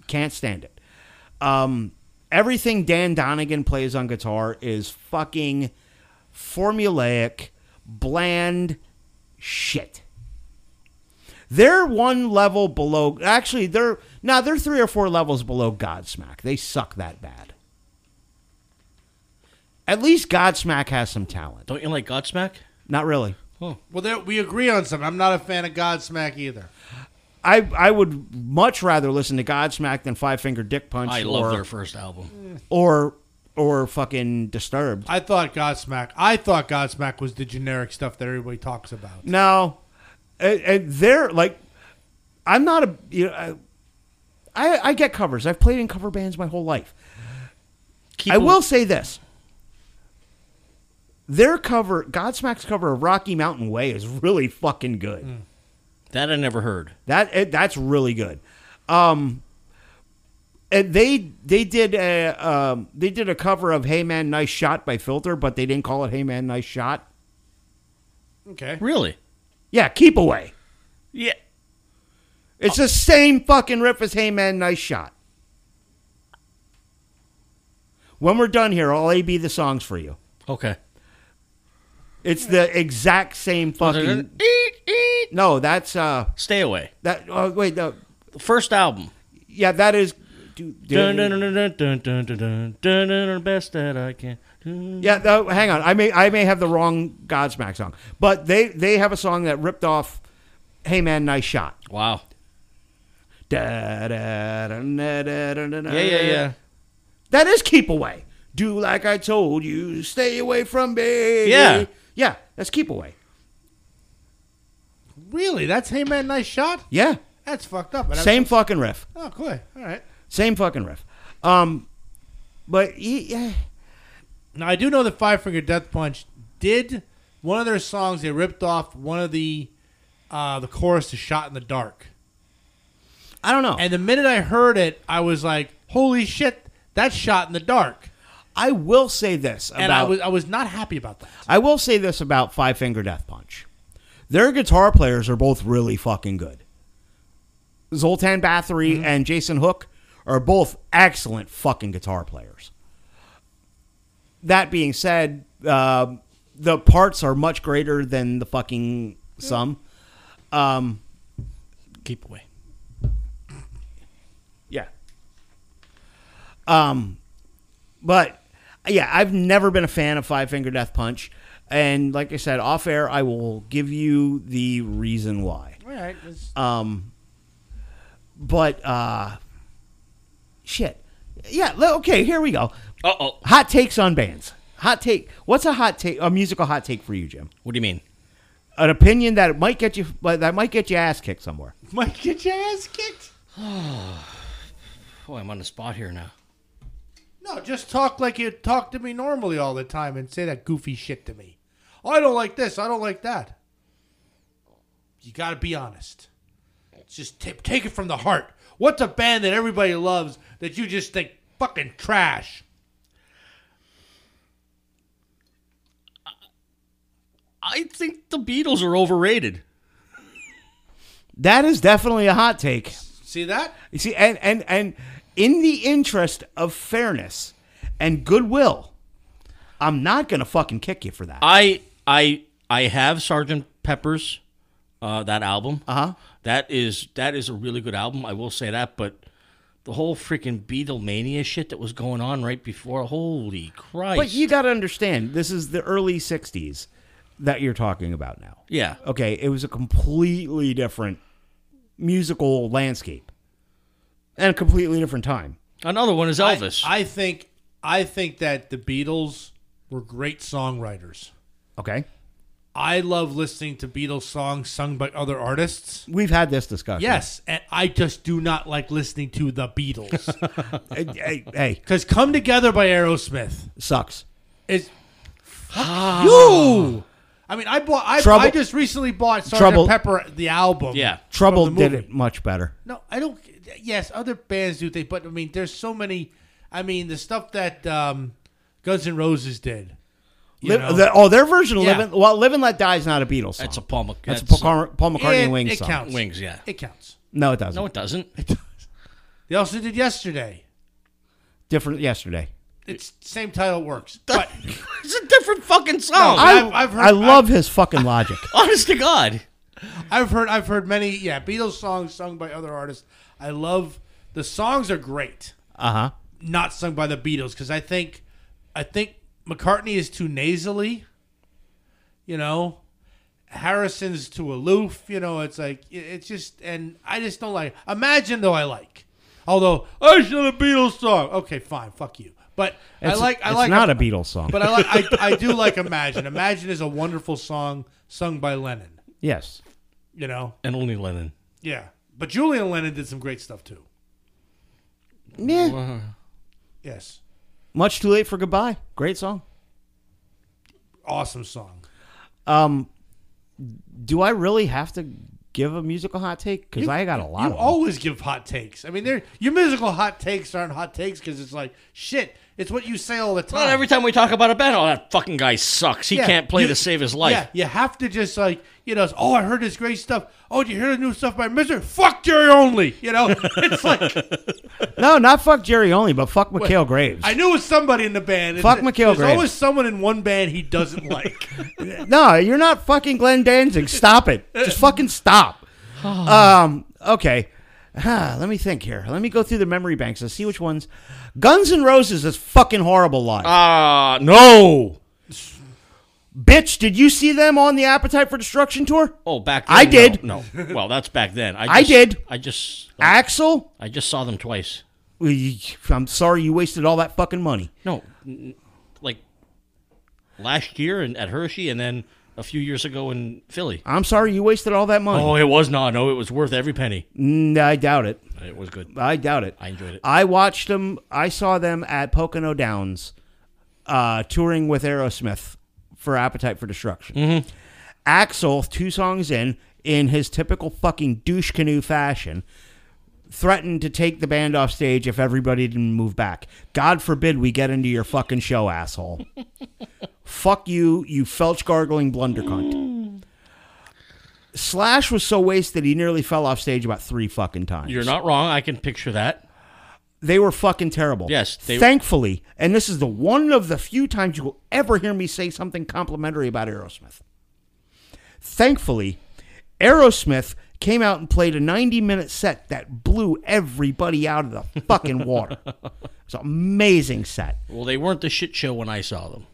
A: Can't stand it. Um, everything Dan Donegan plays on guitar is fucking formulaic, bland shit. They're one level below. Actually, they're now they're three or four levels below Godsmack. They suck that bad. At least Godsmack has some talent.
B: don't you like Godsmack?
A: Not really.
C: Well, there, we agree on something. I'm not a fan of Godsmack either.
A: I I would much rather listen to Godsmack than Five Finger Dick Punch
B: I
A: or
B: love their first album.
A: or or fucking Disturbed.
C: I thought Godsmack. I thought Godsmack was the generic stuff that everybody talks about.
A: No, and, and they're like, I'm not a you know, I, I I get covers. I've played in cover bands my whole life.
B: Keep
A: I
B: a-
A: will say this. Their cover, Godsmack's cover of Rocky Mountain Way is really fucking good.
B: That I never heard.
A: That it, that's really good. Um and they they did a um, they did a cover of Hey Man Nice Shot by Filter, but they didn't call it Hey Man Nice Shot.
C: Okay.
B: Really?
A: Yeah, keep away.
B: Yeah.
A: It's the same fucking riff as Hey Man Nice Shot. When we're done here, I'll A B the songs for you.
B: Okay.
A: It's the exact same
B: Oh,
A: fucking
B: Eek, eek.
A: No, that's uh
B: Stay away.
A: that oh wait, no
B: The first album.
A: yeah, that is do, do-
B: Dun, dun, dun, dun, dun, dun, dun, dun, dun, dun, dun, best that I can. Dun.
A: Yeah, no, hang on. I may I may have the wrong Godsmack song. But they they have a song that ripped off Hey Man Nice Shot.
B: Wow.
A: Da, da, da, da, da, da, da,
B: Yeah, yeah, yeah.
A: That is keep away. Do like I told you, stay away from me.
B: Yeah.
A: Yeah, that's keep away.
C: Really? That's Hey Man, nice shot.
A: Yeah.
C: That's fucked up. And I-
A: Same fucking riff.
C: Oh, cool. All right.
A: Same fucking riff. Um but y- yeah,
C: Now I do know that Five Finger Death Punch did one of their songs. They ripped off one of the uh, the chorus to "Shot in the Dark."
A: I don't know.
C: And the minute I heard it, I was like, "Holy shit, that's shot in the dark!"
A: I will say this about
C: And I was I was not happy about that.
A: I will say this about Five Finger Death Punch. Their guitar players are both really fucking good. Zoltan Bathory
C: Mm-hmm.
A: and Jason Hook are both excellent fucking guitar players. That being said, uh, the parts are much greater than the fucking
C: Mm.
A: sum. Um,
B: Keep away.
A: Yeah. Um, but yeah, I've never been a fan of Five Finger Death Punch, and like I said off air, I will give you the reason why.
C: All right, let's-
A: But uh, shit, yeah. le- Okay, here we go.
B: Uh oh.
A: Hot takes on bands. Hot take. What's a hot take? A musical hot take for you, Jim?
B: What do you mean?
A: An opinion that might get you that might get your ass kicked somewhere.
C: Mike, get your ass kicked.
B: Oh, I'm on the spot here now.
C: No, just talk like you talk to me normally all the time and say that goofy shit to me. Oh, I don't like this. I don't like that. You got to be honest. Just ta- take it from the heart. What's a band that everybody loves that you just think fucking trash?
B: I think the Beatles are overrated.
A: That is definitely a hot take.
C: See that?
A: You see, and and and in the interest of fairness and goodwill, I'm not gonna fucking kick you for that.
B: I I I have Sergeant Pepper's uh, that album. Uh huh. That is that is a really good album. I will say that, but the whole freaking Beatlemania shit that was going on right before, holy Christ!
A: but you gotta understand, this is the early '60s that you're talking about now.
B: yeah,
A: Okay, it was a completely different musical landscape and a completely different time.
B: another one is Elvis.
C: I, I think I think that the Beatles were great songwriters.
A: Okay,
C: I love listening to Beatles songs sung by other artists.
A: we've had this discussion.
C: Yes, and I just do not like listening to the Beatles.
A: hey, hey, hey,
C: Because Come Together by Aerosmith
A: sucks.
C: is you. I mean, I bought. I,
A: Ah. Trouble-
C: I just recently bought Sgt.
A: Trouble-
C: Pepper the album.
B: Yeah.
C: from
A: Trouble
C: the
A: did
C: movie.
A: it much better.
C: No, I don't. Yes, other bands do things, but I mean, there's so many. I mean, the stuff that um, Guns N' Roses did. you
A: Live,
C: know?
A: the, oh, their version of
C: Yeah.
A: "Live and well, "Live and Let Die" is not a Beatles song.
B: that's a Paul. Mc-
A: That's,
B: that's-
A: a Paul, Paul McCartney
C: it,
A: Wings
C: it
A: song.
C: counts.
B: Wings, yeah.
C: it counts.
A: No, it doesn't.
B: No, it doesn't.
C: They also did yesterday.
A: Different yesterday.
C: It's same title it works, but
B: It's a different fucking song.
C: No,
A: I,
C: I've- I've heard-
A: I love his fucking logic.
B: Honest to God.
C: I've heard I've heard many yeah Beatles songs sung by other artists. I love the songs are great.
A: Uh huh.
C: not sung by the Beatles because I think I think McCartney is too nasally. You know, Harrison's too aloof. You know, it's like it- it's just and I just don't like. Imagine though, I like. Although I should a Beatles song. Okay, fine, fuck you. But I
A: It's-
C: like I
A: it's
C: like
A: not a Beatles song.
C: But I like I, I do like Imagine. Imagine is a wonderful song sung by Lennon.
A: yes.
C: You know,
B: And only Lennon.
C: yeah. But Julian Lennon did some great stuff too.
A: Yeah.
C: Yes,
A: Much too late for goodbye. Great song.
C: awesome song.
A: Um, Do I really have to give a musical hot take? Because I got a lot
C: You
A: of them.
C: always give hot takes. I mean, they're, your musical hot takes aren't hot takes because it's like shit. It's what you say all the time.
B: Well, every time we talk about a band, oh, that fucking guy sucks. He
C: Yeah,
B: can't play
C: you-
B: to save his life.
C: Yeah, you have to just like you know. it's, Oh, I heard this great stuff. Oh, did you hear the new stuff by Mister? Fuck Jerry only. You know, it's like
A: No, not fuck Jerry only, but fuck Mikhail Graves.
C: I knew it was somebody in the band. and
A: Fuck
C: th-
A: Mikhail
C: There's
A: Graves.
C: always someone in one band he doesn't like.
A: no, you're not fucking Glenn Danzig. Stop it. Just fucking stop. um. Okay. Ah, let me think here. Let me go through the memory banks and see which ones. Guns N' Roses is fucking horrible live.
C: Uh,
B: Ah, no.
A: Bitch, did you see them on the Appetite for Destruction
C: Uh,
A: tour?
B: Oh, back then.
A: I
B: no,
A: did.
B: No. Well, that's back then. I, just,
A: I did.
B: I just
A: Axel,
B: I just saw them twice.
A: I'm sorry you wasted all that fucking money.
B: No. n- Like last year in, at Hershey and then a few years ago in Philly.
A: I'm sorry you wasted all that money.
B: Oh, it was not. No, it was worth every penny.
A: Mm, I doubt it.
B: It was good.
A: I doubt it.
B: I enjoyed it.
A: I watched them. I saw them at Pocono Downs, uh, touring with Aerosmith for Appetite for Destruction.
B: Mm-hmm.
A: Axel, two songs in, in his typical fucking douche canoe fashion, threatened to take the band off stage if everybody didn't move back. God forbid we get into your fucking show, asshole. Fuck you, you felch gargling blunder cunt.
B: Mm.
A: Slash was so wasted he nearly fell off stage about three fucking times.
B: You're not wrong. I can picture that.
A: They were fucking terrible.
B: Yes, they-
A: Thankfully, and this is the one of the few times you will ever hear me say something complimentary about Aerosmith. Thankfully, Aerosmith came out and played a 90 minute set that blew everybody out of the fucking water. It's an amazing set.
B: Well, they weren't the shit show when I saw them.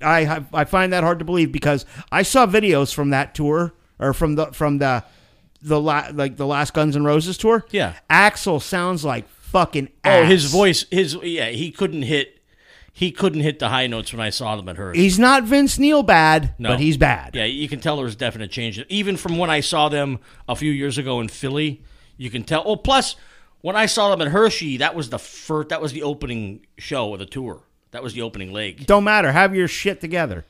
A: I have, I find that hard to believe because I saw videos from that tour or from the from the the la, like the last Guns N' Roses tour.
B: Yeah.
A: Axel sounds like fucking.
B: Oh, his
A: ass.
B: voice, his yeah, he couldn't hit, he couldn't hit the high notes when I saw them at her.
A: He's not Vince Neil bad,
B: No.
A: but he's bad.
B: Yeah, you can tell there was definite change. Even from when I saw them a few years ago in Philly, you can tell. Oh, plus when I saw them at Hershey, that was the first, that was the opening show of the tour. That was the opening leg.
A: Don't matter. Have your shit together.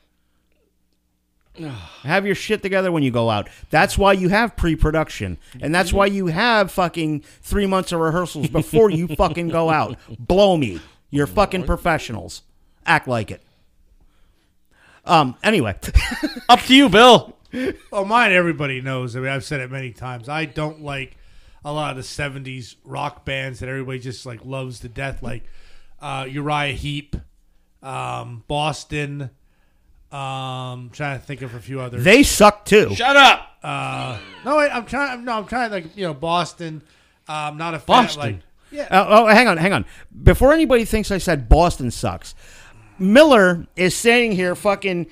A: have your shit together when you go out. That's why you have pre-production, and that's why you have fucking three months of rehearsals before you fucking go out. Blow me. You're fucking professionals. Act like it. Um. Anyway,
B: Up to you, Bill.
C: Oh, mine everybody knows. I mean, I've said it many times. I don't like a lot of the '70s rock bands that everybody just like loves to death, like uh, Uriah Heep, um, Boston. Um, trying to think of a few others.
A: they suck too.
B: Shut up.
C: no, wait, I'm trying. No, I'm trying. Like you know, Boston. Um, not a fan.
B: Boston.
C: Like yeah,
A: Uh, oh, hang on, hang on. Before anybody thinks I said Boston sucks, Miller is sitting here fucking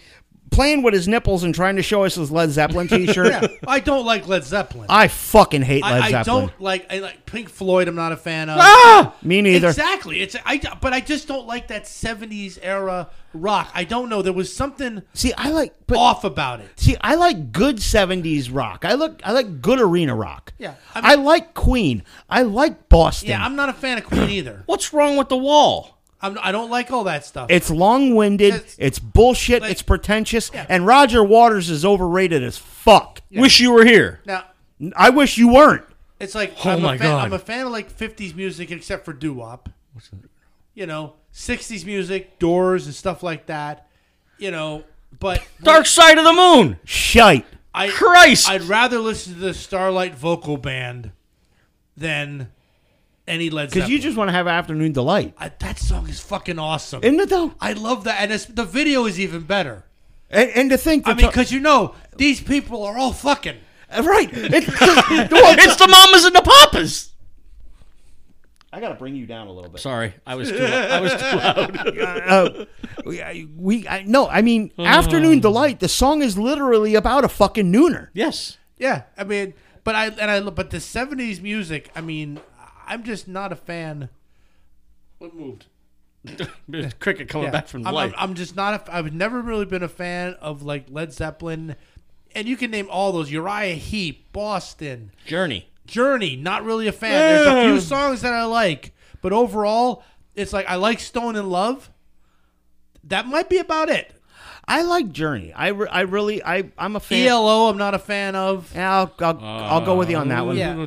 A: playing with his nipples and trying to show us his Led Zeppelin T-shirt.
C: yeah. I don't like Led Zeppelin.
A: I fucking hate Led
C: I, I
A: Zeppelin.
C: don't like. I like Pink Floyd. I'm not a fan of.
A: Me neither.
C: Exactly. It's I, but I just don't like that '70s era rock. I don't know. There was something
A: See, I like, but
C: off about it.
A: see, I like good '70s rock. I look, I like good arena rock.
C: Yeah,
A: I,
C: I mean-
A: like Queen. I like Boston.
C: Yeah, I'm not a fan of Queen either.
B: What's wrong with the wall?
C: I'm, I don't like all that stuff.
A: it's long-winded. It's,
C: It's-
A: bullshit.
C: like-
A: it's pretentious. And Roger Waters is overrated as fuck.
B: Wish you were here.
C: now
A: I wish you weren't.
C: it's like
B: Oh
C: I'm,
B: my
C: a fan,
B: God.
C: I'm a fan of like '50s music except for doo wop. You know, '60s music, Doors and stuff like that. You know, but
B: Dark Side of the Moon.
A: Shite.
C: I
B: Christ.
C: I'd rather listen to the Starlight Vocal Band than any Led Zeppelin.
A: Because you just want to have afternoon delight.
C: I, that song is fucking awesome.
A: Isn't it though?
C: I love that, and it's, the video is even better.
A: And, and to think,
C: I
A: that
C: mean, because you know these people are all fucking.
A: right? It,
B: it's the mamas and the papas.
A: I gotta bring you down a little bit.
B: Sorry, I was too. I was too loud.
A: Uh, we, I- we I, no, I mean, afternoon delight. The song is literally about a fucking nooner.
B: yes.
C: Yeah, I mean, but I and I lo- but the '70s music. I mean, I'm just not a fan. What moved?
B: Cricket coming
C: Yeah.
B: back from the
C: I'm,
B: light.
C: I'm, I'm just not. A, I've never really been a fan of like Led Zeppelin, and you can name all those: Uriah Heep, Boston,
B: Journey.
C: Journey. Not really a fan. There's a few songs that I like, but overall, it's like I like Stone in Love. That might be about it.
A: I like Journey. I, re- I really I I'm a fan.
C: ELO, E I'm not a fan of.
A: Yeah, I'll, I'll, I'll go with you on that one.
C: Yeah.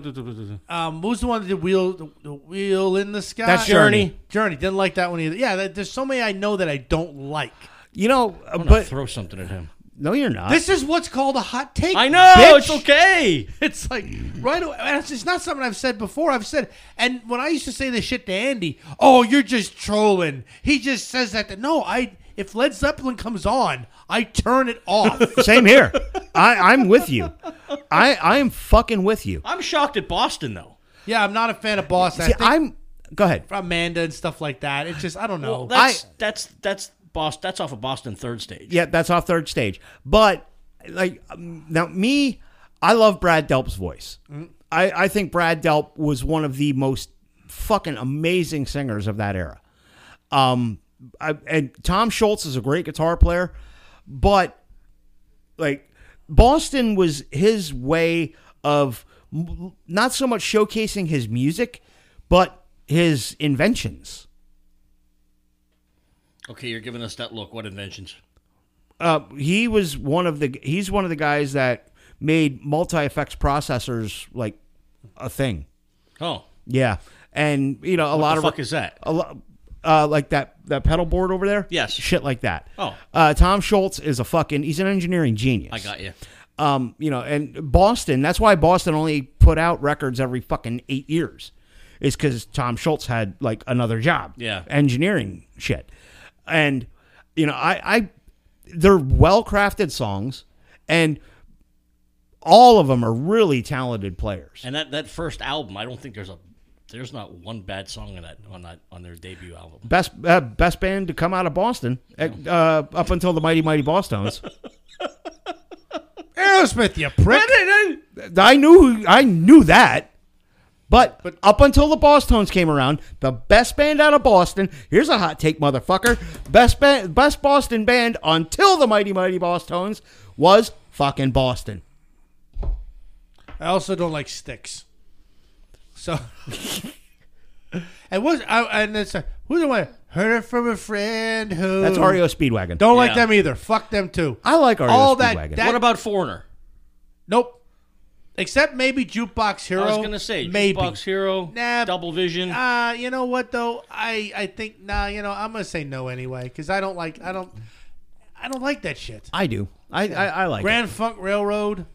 C: Um, who's the one that did wheel the, the wheel in the sky?
A: That's Journey.
C: Journey didn't like that one either. Yeah, that, there's so many I know that I don't like.
A: You know, uh,
B: I'm gonna
A: but
B: throw something at him.
A: no, you're not.
C: This is what's called a hot take.
B: I know it's
A: bitch.
B: okay.
C: It's like right away. and It's it's not something I've said before. I've said, and when I used to say this shit to Andy, oh, you're just trolling. He just says that. To, no, I. If Led Zeppelin comes on, I turn it off.
A: Same here. I I'm with you. I I am fucking with you.
B: I'm shocked at Boston though.
C: yeah, I'm not a fan of Boss. I
A: See,
C: think
A: I'm. Go ahead.
C: Amanda and stuff like that. It's just I don't know.
B: That's that's that's Boston. That's off of Boston third stage.
A: Yeah, that's off third stage. But like um, now, me, I love Brad Delp's voice. I I think Brad Delp was one of the most fucking amazing singers of that era. Um, I, and Tom Schultz is a great guitar player, but like Boston was his way of m- not so much showcasing his music, but his inventions.
B: Okay, you're giving us that look. What inventions?
A: uh, he was one of the he's one of the guys that made multi effects processors like a thing.
B: Oh,
A: Yeah, and you know a lot
B: the
A: of
B: fuck is that?
A: a lot uh, like that that pedal board over there.
B: Yes.
A: shit like that.
B: Oh.
A: uh, Tom Schultz is a fucking he's an engineering genius.
B: I got you.
A: Um, you know, and Boston. That's why Boston only put out records every fucking eight years, is because Tom Schultz had like another job.
B: Yeah.
A: engineering shit, and you know, I, I they're well crafted songs, and all of them are really talented players.
B: And that, that first album, I don't think there's a there's not one bad song on that on that on their debut album.
A: best uh, best band to come out of Boston at, uh, up until the Mighty Mighty Boston's.
C: Aerosmith, you prick.
A: I knew I knew that, but, up until the Boston's came around, the best band out of Boston. Here's a hot take, motherfucker. Best ba- best Boston band until the Mighty Mighty Boston's was fucking Boston.
C: I also don't like sticks. So, and was I and it's a, who's the one? Heard it from a friend who.
A: That's REO Speedwagon.
C: Mm. Don't like
B: Yeah.
C: them either. Fuck them too.
A: I like REO
C: all that-
A: Speedwagon.
C: that-
B: What about Foreigner?
C: Nope. Except maybe jukebox hero.
B: I was gonna say
C: maybe.
B: Jukebox Hero,
C: Nah.
B: Double Vision.
C: Uh, you know what though? I I think nah. You know I'm gonna say no anyway because I don't like I don't I don't like that shit.
A: I do. I I, I like.
C: Grand Funk Railroad.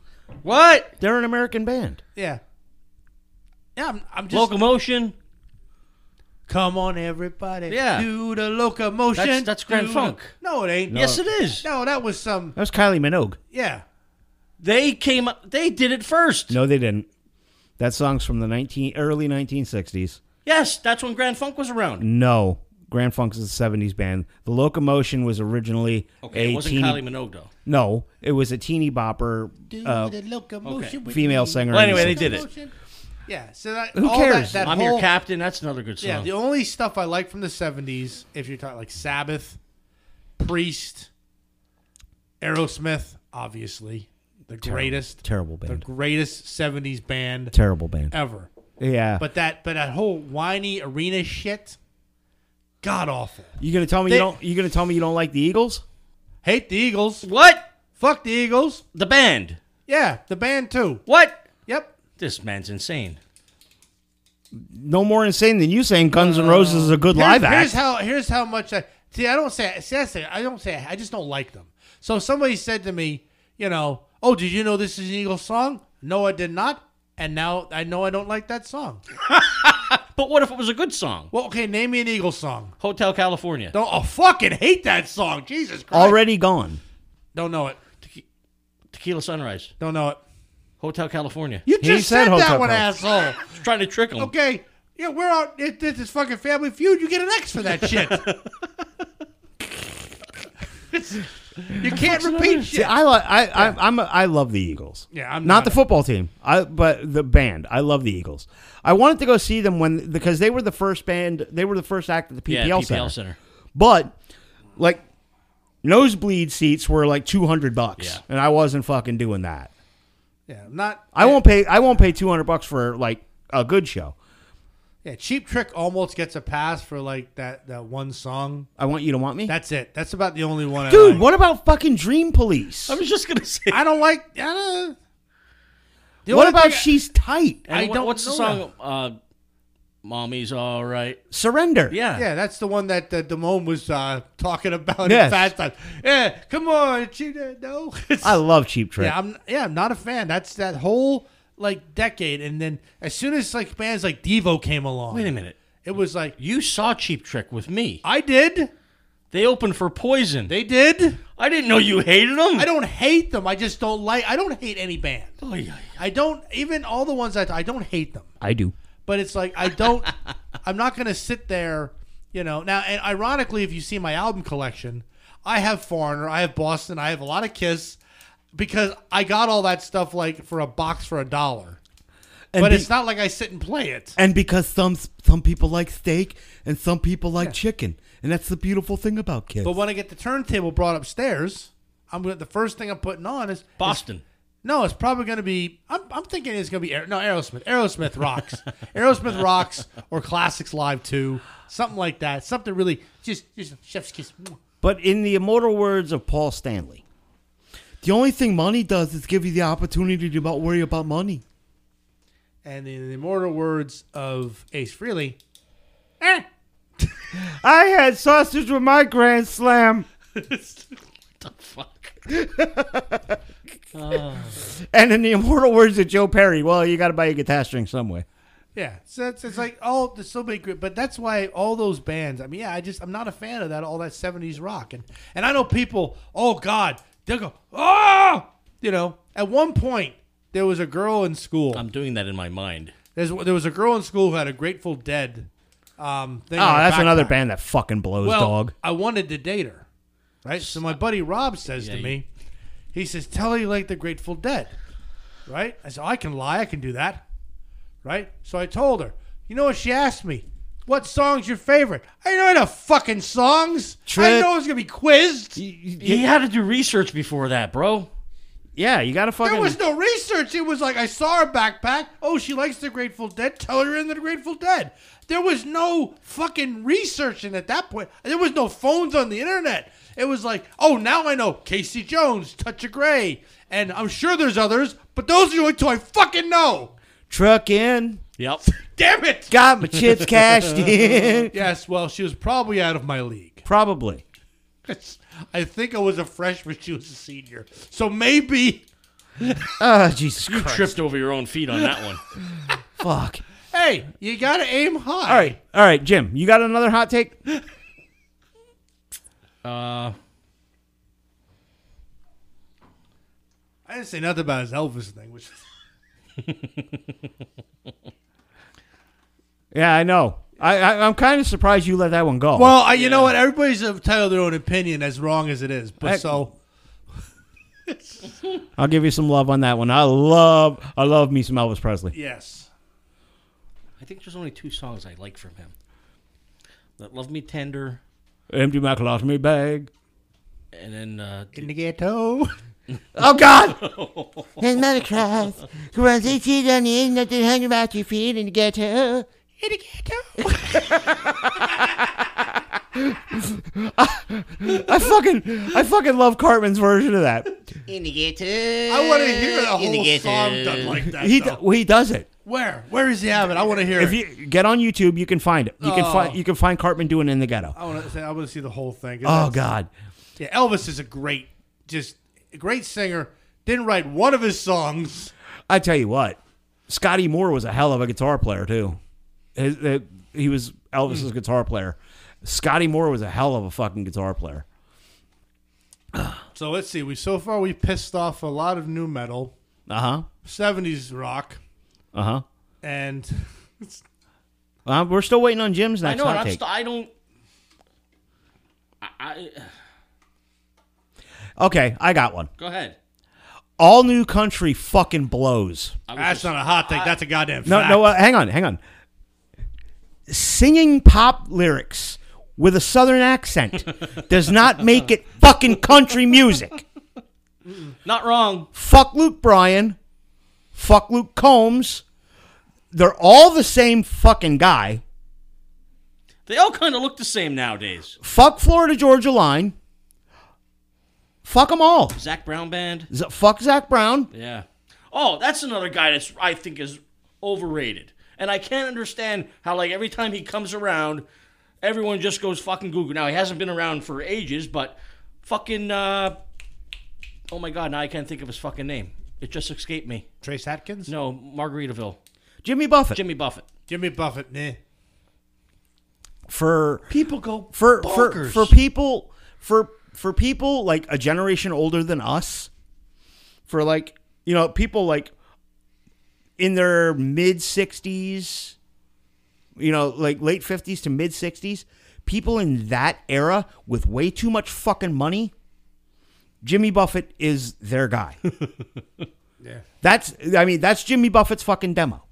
B: what?
A: it. They're an American band.
C: Yeah. Yeah, I'm, I'm just.
B: Locomotion.
C: Come on, everybody.
B: Yeah.
C: Do the locomotion.
B: That's- that's Grand
C: Do
B: Funk.
C: the- No, it ain't.
B: Yes, it is.
C: No, that was some.
A: That was Kylie Minogue.
C: Yeah.
B: They came up. They did it first.
A: No, they didn't. That song's from the nineteen early nineteen sixties.
B: Yes, that's when Grand Funk was around.
A: No, Grand Funk is a '70s band. The Locomotion was originally
B: Okay,
A: a
B: it wasn't
A: teeny.
B: Kylie Minogue though.
A: no, it was a teeny bopper
C: Do
A: uh,
C: the locomotion.
B: okay.
C: with
A: female
C: me.
A: singer.
B: Well, anyway,
A: and-
B: they did it.
C: Locomotion. Yeah. So that,
A: Who
C: all
A: cares?
C: That, that
B: I'm
C: whole,
B: your captain. That's another good song.
C: Yeah, the only stuff I like from the '70s, if you're talking like Sabbath, Priest, Aerosmith, obviously the greatest,
A: terrible
C: the
A: band.
C: greatest '70s band
A: terrible band.
C: ever.
A: yeah, but
C: But that, but that whole whiny arena shit, god awful.
A: you gonna tell me
C: they-
A: you don't? You gonna tell me you don't like the Eagles?
C: Hate the Eagles.
B: What?
C: Fuck the Eagles.
B: The band.
C: Yeah, the band too.
B: What?
C: Yep.
B: This man's insane.
A: No more insane than you saying Guns N' Roses is a good
C: Here's-
A: live act.
C: Here's how. Here's how much I see. I don't say. See, I say. I don't say. I just don't like them. So if somebody said to me, you know, oh, did you know this is an Eagles song? No, I did not. And now I know I don't like that song.
B: But what if it was a good song?
C: Well, okay, name me an Eagles song.
B: Hotel California.
C: Don't. I fucking hate that song. Jesus Christ.
A: Already gone.
C: Don't know it.
B: Tequila Sunrise.
C: Don't know it.
B: Hotel California.
C: You
A: He
C: just
A: said
C: said, that
A: Hotel
C: one,
A: California.
C: asshole.
B: Just trying to trick him.
C: Okay. Yeah, we're on. It, this is fucking Family Feud. You get an X for that shit. you can't repeat
A: See,
C: shit.
A: I like I, I I'm a, I love the Eagles.
C: Yeah, I'm
A: not,
C: not-
A: the football team. I but the band. I love the Eagles. I wanted to go see them when because they were the first band. They were the first act at the
B: Yeah,
A: PPL,
B: PPL
A: Center.
B: Center.
A: But like nosebleed seats were like 200 bucks
B: Yeah.
A: and I wasn't fucking doing that.
C: Yeah, not.
A: I won't pay I won't pay 200 bucks for like a good show.
C: Yeah, Cheap Trick almost gets a pass for like that that one song.
A: I want you to want me.
C: That's it. That's about the only one. I
A: Dude,
C: like.
A: what about fucking Dream Police?
B: I was just gonna say.
C: I don't like. I don't, The
A: what
C: only
A: about
C: thing I-
A: She's Tight?
B: And
C: I
B: wha-
C: don't
B: What's the
C: know
B: song? Uh, Mommy's all right.
A: Surrender.
B: Yeah.
C: Yeah, that's the one that uh, Damone was uh, talking about.
A: Yes.
C: in Fast Times. Yeah, come on, she no.
A: I love Cheap Trick.
C: Yeah, I'm yeah, I'm not a fan. That's that whole like decade, and then as soon as like bands like Devo came along,
B: Wait a minute.
C: it was like
B: You saw Cheap Trick with me.
C: I did,
B: They opened for Poison.
C: they did.
B: I didn't know you hated them.
C: I don't hate them. I just don't like. I don't hate any band.
B: Oh, yeah, yeah.
C: I don't even all the ones that I don't hate them,
A: I do.
C: but it's like I don't. I'm not gonna sit there, you know. Now, and ironically, if you see my album collection, I have Foreigner, I have Boston, I have a lot of Kiss, because I got all that stuff like for a box for a dollar.
A: And
C: but
A: be-
C: it's not like I sit and play it.
A: and because some some people like steak and some people like chicken, and that's the beautiful thing about kids.
C: But when I get the turntable brought upstairs, I'm gonna, the first thing I'm putting on is
B: Boston.
C: No, it's probably going to be. I'm, I'm thinking it's going to be Aer- no Aerosmith. Aerosmith rocks. Aerosmith rocks or classics live two, something like that. Something really just just chef's kiss. Mwah.
A: But in the immortal words of Paul Stanley, the only thing money does is give you the opportunity to not worry about money.
C: And in the immortal words of Ace Frehley, "Eh."
A: I had sausage with my grand slam,
B: the fuck?
A: and in the immortal words of Joe Perry, well, you got to buy a guitar string somewhere.
C: yeah, so it's, it's like all there's so many great, but that's why all those bands. I mean, yeah, I just I'm not a fan of that all that '70s rock, and and I know people. Oh God, they'll go oh, you know. At one point, there was a girl in school.
B: I'm doing that in my mind.
C: There's, there was a girl in school who had a Grateful Dead um, thing.
A: Oh,
C: on her
A: that's another
C: backpack.
A: band that fucking blows,
C: well,
A: dog.
C: I wanted to date her, right? So my buddy Rob says
B: Yeah,
C: to
B: you-
C: me, he says, "Tell her you like the Grateful Dead," right? I said, "I can lie, I can do that," right? So I told her. You know what she asked me? What song's your favorite? I know the fucking songs. I
A: Trip.
C: know I was gonna be quizzed.
B: You had to do research before that, bro.
A: Yeah, you got to fucking.
C: There was no research. It was like I saw her backpack. Oh, she likes the Grateful Dead. Tell her in the Grateful Dead. There was no fucking research in at that point. There was no phones on the internet. It was like, oh, now I know Casey Jones, Touch of Grey, and I'm sure there's others, but those are the only two I fucking know.
A: truck in,
B: Yep.
C: Damn it!
A: got my chips cashed in.
C: Yes, well, she was probably out of my league.
A: Probably.
C: I think I was a freshman. She was a senior, so maybe.
A: Oh, Jesus
B: You
A: Christ.
B: tripped over your own feet on that one.
A: Fuck.
C: Hey, you gotta aim high.
A: All right. All right, Jim, you got another hot take?
B: Uh,
C: I didn't say nothing about his Elvis thing, which.
A: Yeah, I know. I, I, I'm kind of surprised you let that one go.
C: Well, I, you know what? Everybody's entitled to their own opinion, as wrong as it is. But
A: I-
C: so
A: I'll give you some love on that one. I love, I love me some Elvis Presley.
C: yes,
B: I think there's only two songs I like from him. That Love Me Tender
A: Empty my colostomy bag.
B: and then uh,
C: in the ghetto.
A: Oh God!
E: His mother cries. Who runs eight feet on the end, nothing hung about your feet in the ghetto.
C: In the ghetto.
A: I fucking, I fucking love Cartman's version of that.
E: In the ghetto.
C: I want to hear the
E: in
C: whole
E: ghetto.
C: song done like that.
A: He,
C: though.
A: he does it.
C: Where? Where does he have it? I want to hear
A: If
C: it.
A: you get on YouTube, you can find it. You can find, you can find Cartman doing it in the ghetto.
C: I want to. Say, I want to see the whole thing.
A: Oh God!
C: Yeah, Elvis is a great, just a great singer. Didn't write one of his songs.
A: I tell you what, Scotty Moore was a hell of a guitar player too. His, uh, he was Elvis's guitar player. Scotty Moore was a hell of a fucking guitar player.
C: So let's see. We so far we pissed off a lot of new metal,
A: Uh huh.
C: seventies rock,
A: Uh huh.
C: and
A: Uh, we're still waiting on Jim's
B: I
A: next
B: know
A: hot
B: I'm
A: take.
B: st- I don't. I, I
A: okay, I got one.
B: go ahead.
A: All new country fucking blows.
B: I was
C: that's
B: just-
C: not a hot take. That's a goddamn
A: No,
C: fact.
A: no, uh, hang on, hang on. Singing pop lyrics with a southern accent does not make it fucking country music.
B: not wrong.
A: Fuck Luke Bryan. Fuck Luke Combs. They're all the same fucking guy.
B: They all kind of look the same nowadays.
A: Fuck Florida Georgia Line. Fuck them all.
B: Zach Brown Band.
A: Z- fuck Zach Brown.
B: Yeah. Oh, that's another guy that's I think is overrated. And I can't understand how like every time he comes around, everyone just goes fucking Google. Now he hasn't been around for ages, but fucking uh Oh my god, now I can't think of his fucking name. It just escaped me.
C: Trace Atkins.
B: No, Margaritaville.
A: Jimmy Buffett.
B: Jimmy Buffett.
C: Jimmy Buffett. Nah.
A: for
C: People go
A: for
C: bonkers.
A: for for people for for people like a generation older than us for like you know people like in their mid 60s you know like late 50s to mid 60s people in that era with way too much fucking money Jimmy Buffett is their guy
C: Yeah.
A: That's I mean that's Jimmy Buffett's fucking demo.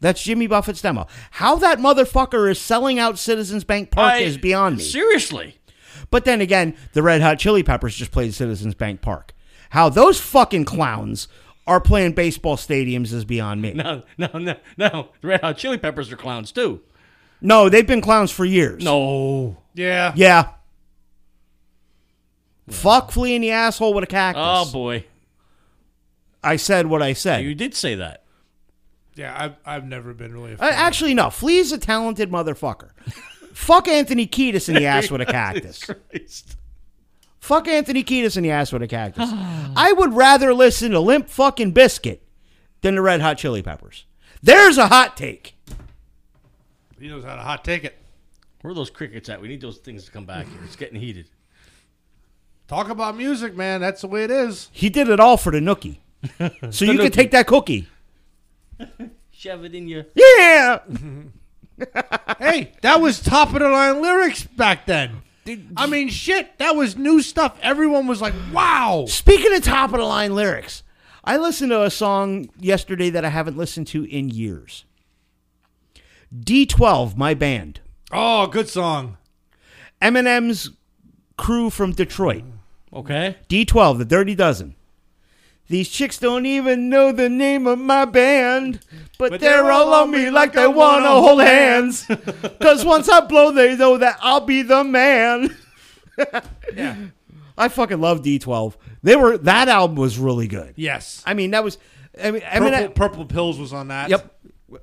A: That's Jimmy Buffett's demo. How that motherfucker is selling out Citizens Bank Park
B: I-
A: is beyond me.
B: Seriously.
A: but then again, the Red Hot Chili Peppers just played Citizens Bank Park. How those fucking clowns are playing baseball stadiums is beyond me. No,
B: No, no, no, no. The Red Hot Chili Peppers are clowns too.
A: they've been clowns for years.
B: No.
C: Yeah.
A: Yeah. Fuck flea in the asshole with a cactus.
B: Oh boy,
A: I said what I said.
B: you did say that.
C: Yeah, I've, I've never been really. A
A: Uh, actually, no. Flea's a talented motherfucker. Fuck Anthony Kiedis in the ass with a cactus. Fuck Anthony Kiedis in the ass with a cactus. I would rather listen to Limp fucking Biscuit than the Red Hot Chili Peppers. There's a hot take.
C: he knows how to hot take it.
B: Where are those crickets at? We need those things to come back here. It's getting heated.
C: Talk about music, man. That's the way it is.
A: He did it all for the nookie. So you can take that cookie.
B: Shove it in your.
A: Yeah.
C: hey, that was top of the line lyrics back then. I mean, shit, that was new stuff. Everyone was like, "Wow!"
A: Speaking of top of the line lyrics, I listened to a song yesterday that I haven't listened to in years. D12, my band.
C: Oh, good song.
A: Eminem's crew from Detroit.
B: Okay.
A: D12, the Dirty Dozen. These chicks don't even know the name of my band, but, they're, all on me like they want to hold hands. Because once I blow, they know that I'll be the man.
C: Yeah.
A: I fucking love D12. They were that album was really good.
C: Yes.
A: I mean, that was. I mean,
C: Purple,
A: Eminem.
C: Purple Pills was on that.
A: Yep.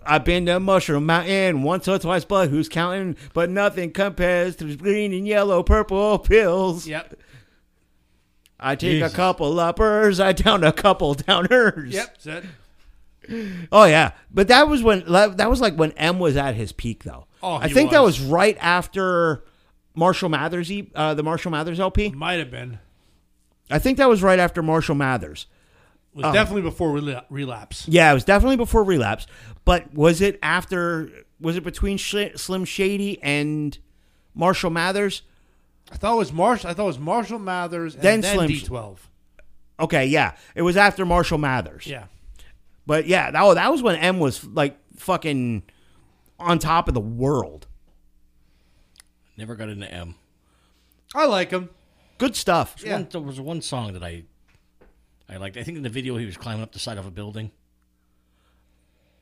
A: I've been to Mushroom Mountain once or twice, but who's counting? But nothing compares to the green and yellow, purple pills.
C: Yep.
A: I take
B: Jesus.
A: a couple uppers, I down a couple downers.
C: Yep. That's it.
A: Oh yeah, but that was when that was like when M was at his peak though.
C: Oh,
A: I
C: he
A: think that
C: was.
A: was right after Marshall Mathers, E- uh, the Marshall Mathers LP.
C: Might have been.
A: I think that was right after Marshall Mathers.
C: Was definitely before rela- relapse.
A: Yeah, it was definitely before Relapse, but was it after? Was it between Sh- Slim Shady and Marshall Mathers?
C: I thought it was Marsh. I thought it was Marshall Mathers and
A: Then
C: then,
A: Slim-
C: D12.
A: Okay, yeah, it was after Marshall Mathers.
C: Yeah.
A: But yeah, that, oh, that was when M was like fucking on top of the world.
B: Never got into M.
C: I like him.
A: Good stuff.
C: Yeah.
B: One, there was one song that I, I liked. I think in the video he was climbing up the side of a building.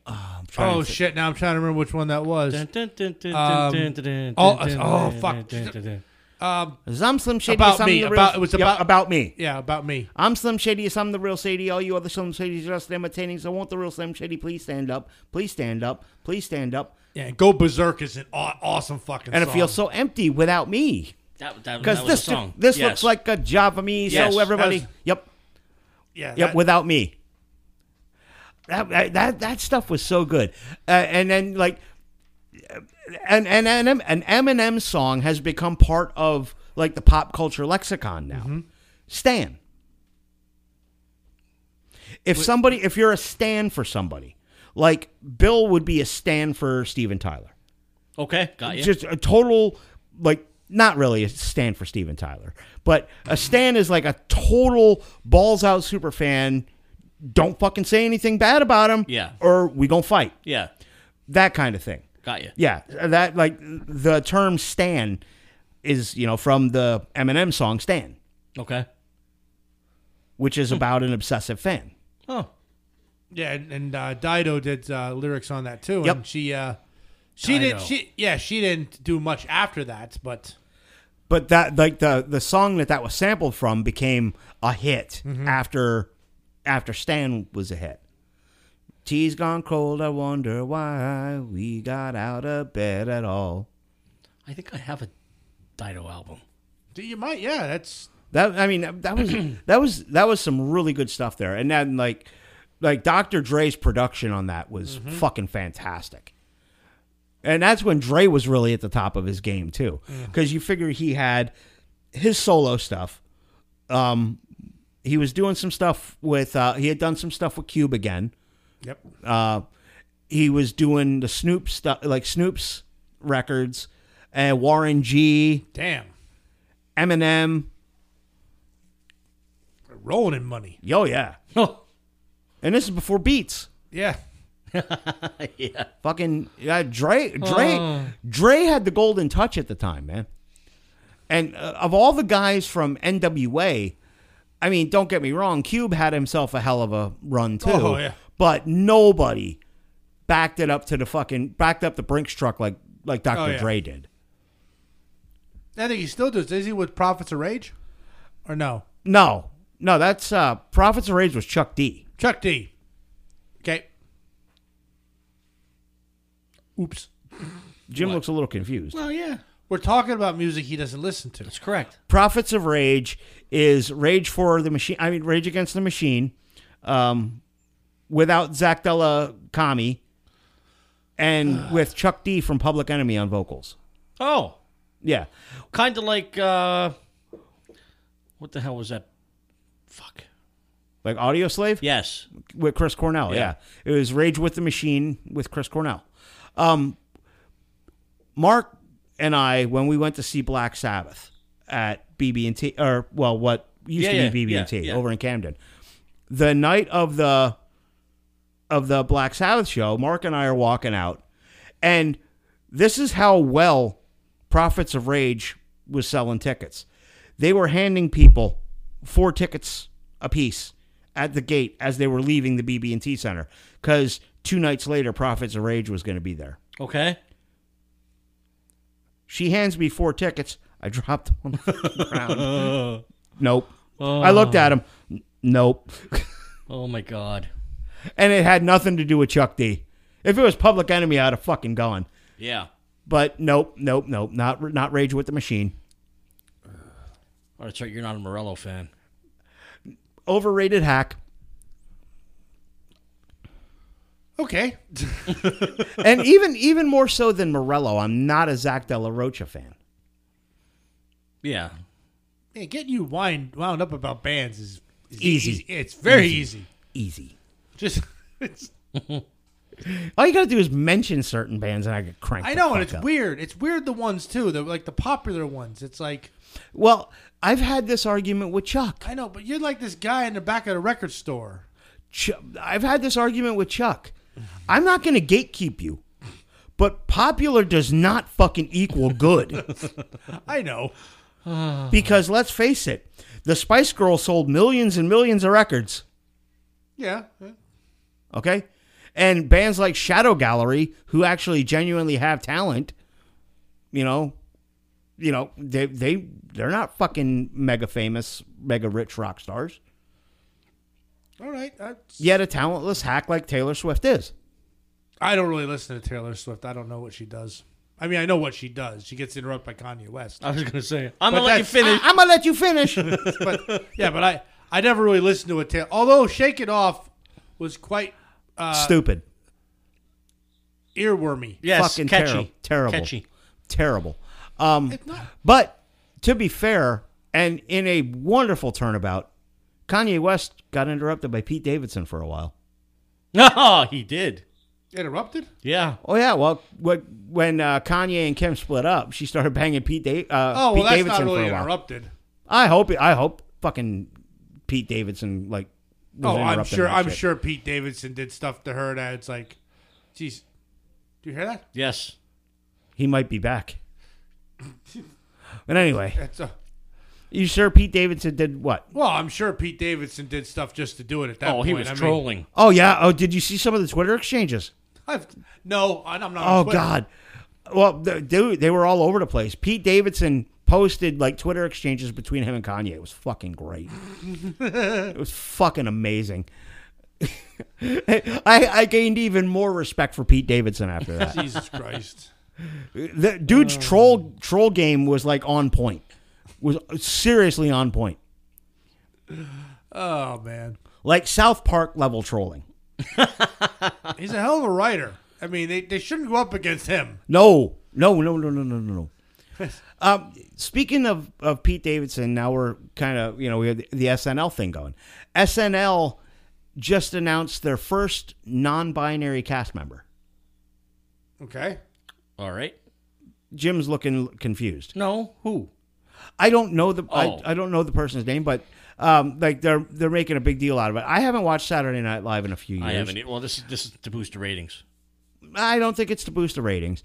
A: I'm trying
C: Oh
A: to think.
C: shit! Now I'm trying to remember which one that was.
B: Dun, dun, dun, dun,
C: Um,
B: dun, dun, dun,
C: oh,
B: dun,
C: oh,
B: dun,
C: fuck.
B: dun, dun, dun.
C: Um,
A: Is I'm Slim Shady.
C: About
A: something
C: me,
A: the
C: about- it was
A: Yep,
C: about-
A: about me.
C: yeah, about me.
A: I'm Slim Shady. I'm the real Sadie. All you other Slim Shadys are just imitating. So won't the real Slim Shady please stand up? Please stand up. Please stand up.
C: Yeah, Go Berserk is an aw- awesome fucking.
A: And
C: song.
A: it feels so empty without me.
B: That, that, that
A: Because
B: was
A: this
B: the song.
A: this
B: Yes.
A: looks like a job for me.
B: Yes.
A: So everybody,
C: That was-
A: yep,
C: Yeah.
A: yep,
C: that-
A: without me. That, that that that stuff was so good. Uh, and then like, and and and an Eminem song has become part of like the pop culture lexicon now. Stan. If somebody, if you're a stan for somebody, like Bill would be a stan for Steven Tyler
B: okay, got you.
A: just a total like not really a stand for Steven Tyler, but a stand is like a total balls out super fan. Don't fucking say anything bad about him,
B: Yeah.
A: or we gonna fight.
B: yeah,
A: That kind of thing.
B: got you.
A: Yeah, that like the term "stan" is you know from the Eminem song "Stan,"
B: Okay.
A: which is about an obsessive fan.
B: Oh,
C: Yeah, and, and uh, Dido did uh, lyrics on that too.
A: Yep.
C: And she uh, she
B: Dido.
C: didn't she yeah, she didn't do much after that, but
A: But that like the the song that that was sampled from became a hit after after Stan was a hit. Tea's gone cold. I wonder why we got out of bed at all.
B: I think I have a Dido album.
C: you might yeah, that's
A: That I mean that was that was that was some really good stuff there. And then like like Dr. Dre's production on that was fucking fantastic. And that's when Dre was really at the top of his game too, because you figure he had his solo stuff. Um, he was doing some stuff with uh, he had done some stuff with Cube again.
C: yep.
A: Uh, he was doing the Snoop stuff like Snoop's records and Warren G,
C: Damn.
A: Eminem.
C: Rolling in money.
A: Yo, yeah.
B: Oh,
A: And this is before Beats.
C: Yeah.
B: yeah.
A: Fucking yeah, Dre, Dre, Dre had the golden touch at the time, man. And uh, of all the guys from NWA, I mean, don't get me wrong, Cube had himself a hell of a run too.
C: Oh, yeah.
A: But nobody backed it up to the fucking backed up the Brinks truck like like Dr.
C: Oh, yeah.
A: Dre did.
C: I think he still does. Is he with Prophets of Rage? or no?
A: No, no, that's uh, Prophets of Rage was Chuck D.
C: Chuck D. Okay. Oops.
A: Jim looks a little confused.
B: Well, yeah,
C: We're talking about music he doesn't listen to.
B: that's correct.
A: Prophets of Rage is Rage for the Machine. I mean, Rage Against the Machine, um, without Zach Della Kami, and with Chuck D from Public Enemy on vocals.
B: Oh,
A: Yeah,
B: kind of like uh, what the hell was that? Fuck.
A: like Audio Slave
B: Yes.
A: with Chris Cornell. Yeah. it
B: Yeah.
A: was Rage with the Machine with Chris Cornell. Um, Mark and I, when we went to see Black Sabbath at BB and T, or well, what used
B: Yeah,
A: to
B: yeah,
A: be BB and T
B: yeah, yeah.
A: over in Camden, the night of the of the Black Sabbath show, Mark and I are walking out, and this is how well Prophets of Rage was selling tickets. They were handing people four tickets apiece at the gate as they were leaving the BB&T Center because two nights later, Prophets of Rage was going to be there.
B: Okay.
A: She hands me four tickets. I dropped them on the fucking ground. nope. I looked at them. Nope.
B: Oh my god.
A: And it had nothing to do with Chuck D. If it was Public Enemy, I'd have fucking gone.
B: Yeah.
A: But nope, nope, nope. Not not Rage with the Machine.
B: Oh, that's right. You're not a Morello fan.
A: Overrated hack.
C: Okay.
A: and even even more so than Morello, I'm not a Zach De La Rocha fan.
B: Yeah.
C: Man, getting you wind, wound up about bands is, is
A: Easy.
C: It's very easy.
A: Easy.
C: Just it's,
A: All you gotta do is mention certain bands, and I get cranked.
C: I
A: the
C: know, and
A: fuck
C: it's
A: up.
C: weird. It's weird the ones too, the like the popular ones. It's like
A: Well, I've had this argument with Chuck.
C: I know, but you're like this guy in the back of the record store.
A: Ch- I've had this argument with Chuck. I'm not gonna gatekeep you, but popular does not fucking equal good.
C: I know.
A: because let's face it, the Spice Girls sold millions and millions of records.
C: Yeah.
A: Okay. And bands like Shadow Gallery, who actually genuinely have talent, you know, you know, they they they're not fucking mega famous, mega rich rock stars.
C: All right. I,
A: Yet a talentless hack like Taylor Swift is.
C: I don't really listen to Taylor Swift. I don't know what she does. I mean, I know what she does. She gets interrupted by Kanye West.
B: I was gonna say. I'm
C: But
B: gonna let you
C: that's-
B: finish.
A: I'm gonna let you finish. Uh,
C: But yeah, but I I never really listened to a Taylor. Although Shake It Off was quite uh,
A: Stupid.
C: earwormy.
B: yes.
A: fucking
B: catchy.
A: terrible. Terrible.
B: Catchy.
A: Terrible. Um,
C: It's not-
A: but to be fair, and in a wonderful turnabout, Kanye West got interrupted by Pete Davidson for a while.
B: No, Oh, he did.
C: Interrupted?
B: Yeah.
A: Oh yeah, well, what- when uh, Kanye and Kim split up, she started banging Pete, da- uh,
C: Oh, well,
A: Pete
C: that's
A: Davidson
C: not really
A: for a while.
C: interrupted.
A: I hope, I hope, fucking Pete Davidson like. was
C: Oh, I'm
A: interrupting
C: sure.
A: that
C: I'm
A: shit.
C: sure Pete Davidson did stuff to her that it's like, geez, do you hear that?
B: Yes.
A: he might be back. But anyway,
C: That's a,
A: you sure Pete Davidson did what?
C: uh, well, I'm sure Pete Davidson did stuff just to do it at that
B: Oh,
C: point.
B: he was
C: I mean,
B: trolling.
A: Oh yeah. Oh, did you see some of the Twitter exchanges?
C: I've, no, I- I'm not. on
A: Oh
C: Twitter.
A: God. Well, they, they they were all over the place. Pete Davidson posted like Twitter exchanges between him and Kanye. It was fucking great. it was fucking amazing. I, I gained even more respect for Pete Davidson after that.
C: Jesus Christ.
A: the dude's troll troll game was like on point. Was seriously on point.
C: Oh man,
A: Like South Park level trolling.
C: he's a hell of a writer. I mean, they, they shouldn't go up against him.
A: No, no, no, no, no, no, no, no. um, speaking of, of Pete Davidson, now we're kind of, you know, we have the, the SNL thing going. SNL just announced their first non binary cast member.
C: Okay.
B: All right.
A: Jim's looking confused.
B: No. Who?
A: I don't know the
B: Oh.
A: I, I don't know the person's name, but um, like they're they're making a big deal out of it. I haven't watched Saturday Night Live in a few years.
B: I haven't. e, Well, this is this is to boost the ratings.
A: I don't think it's to boost the ratings.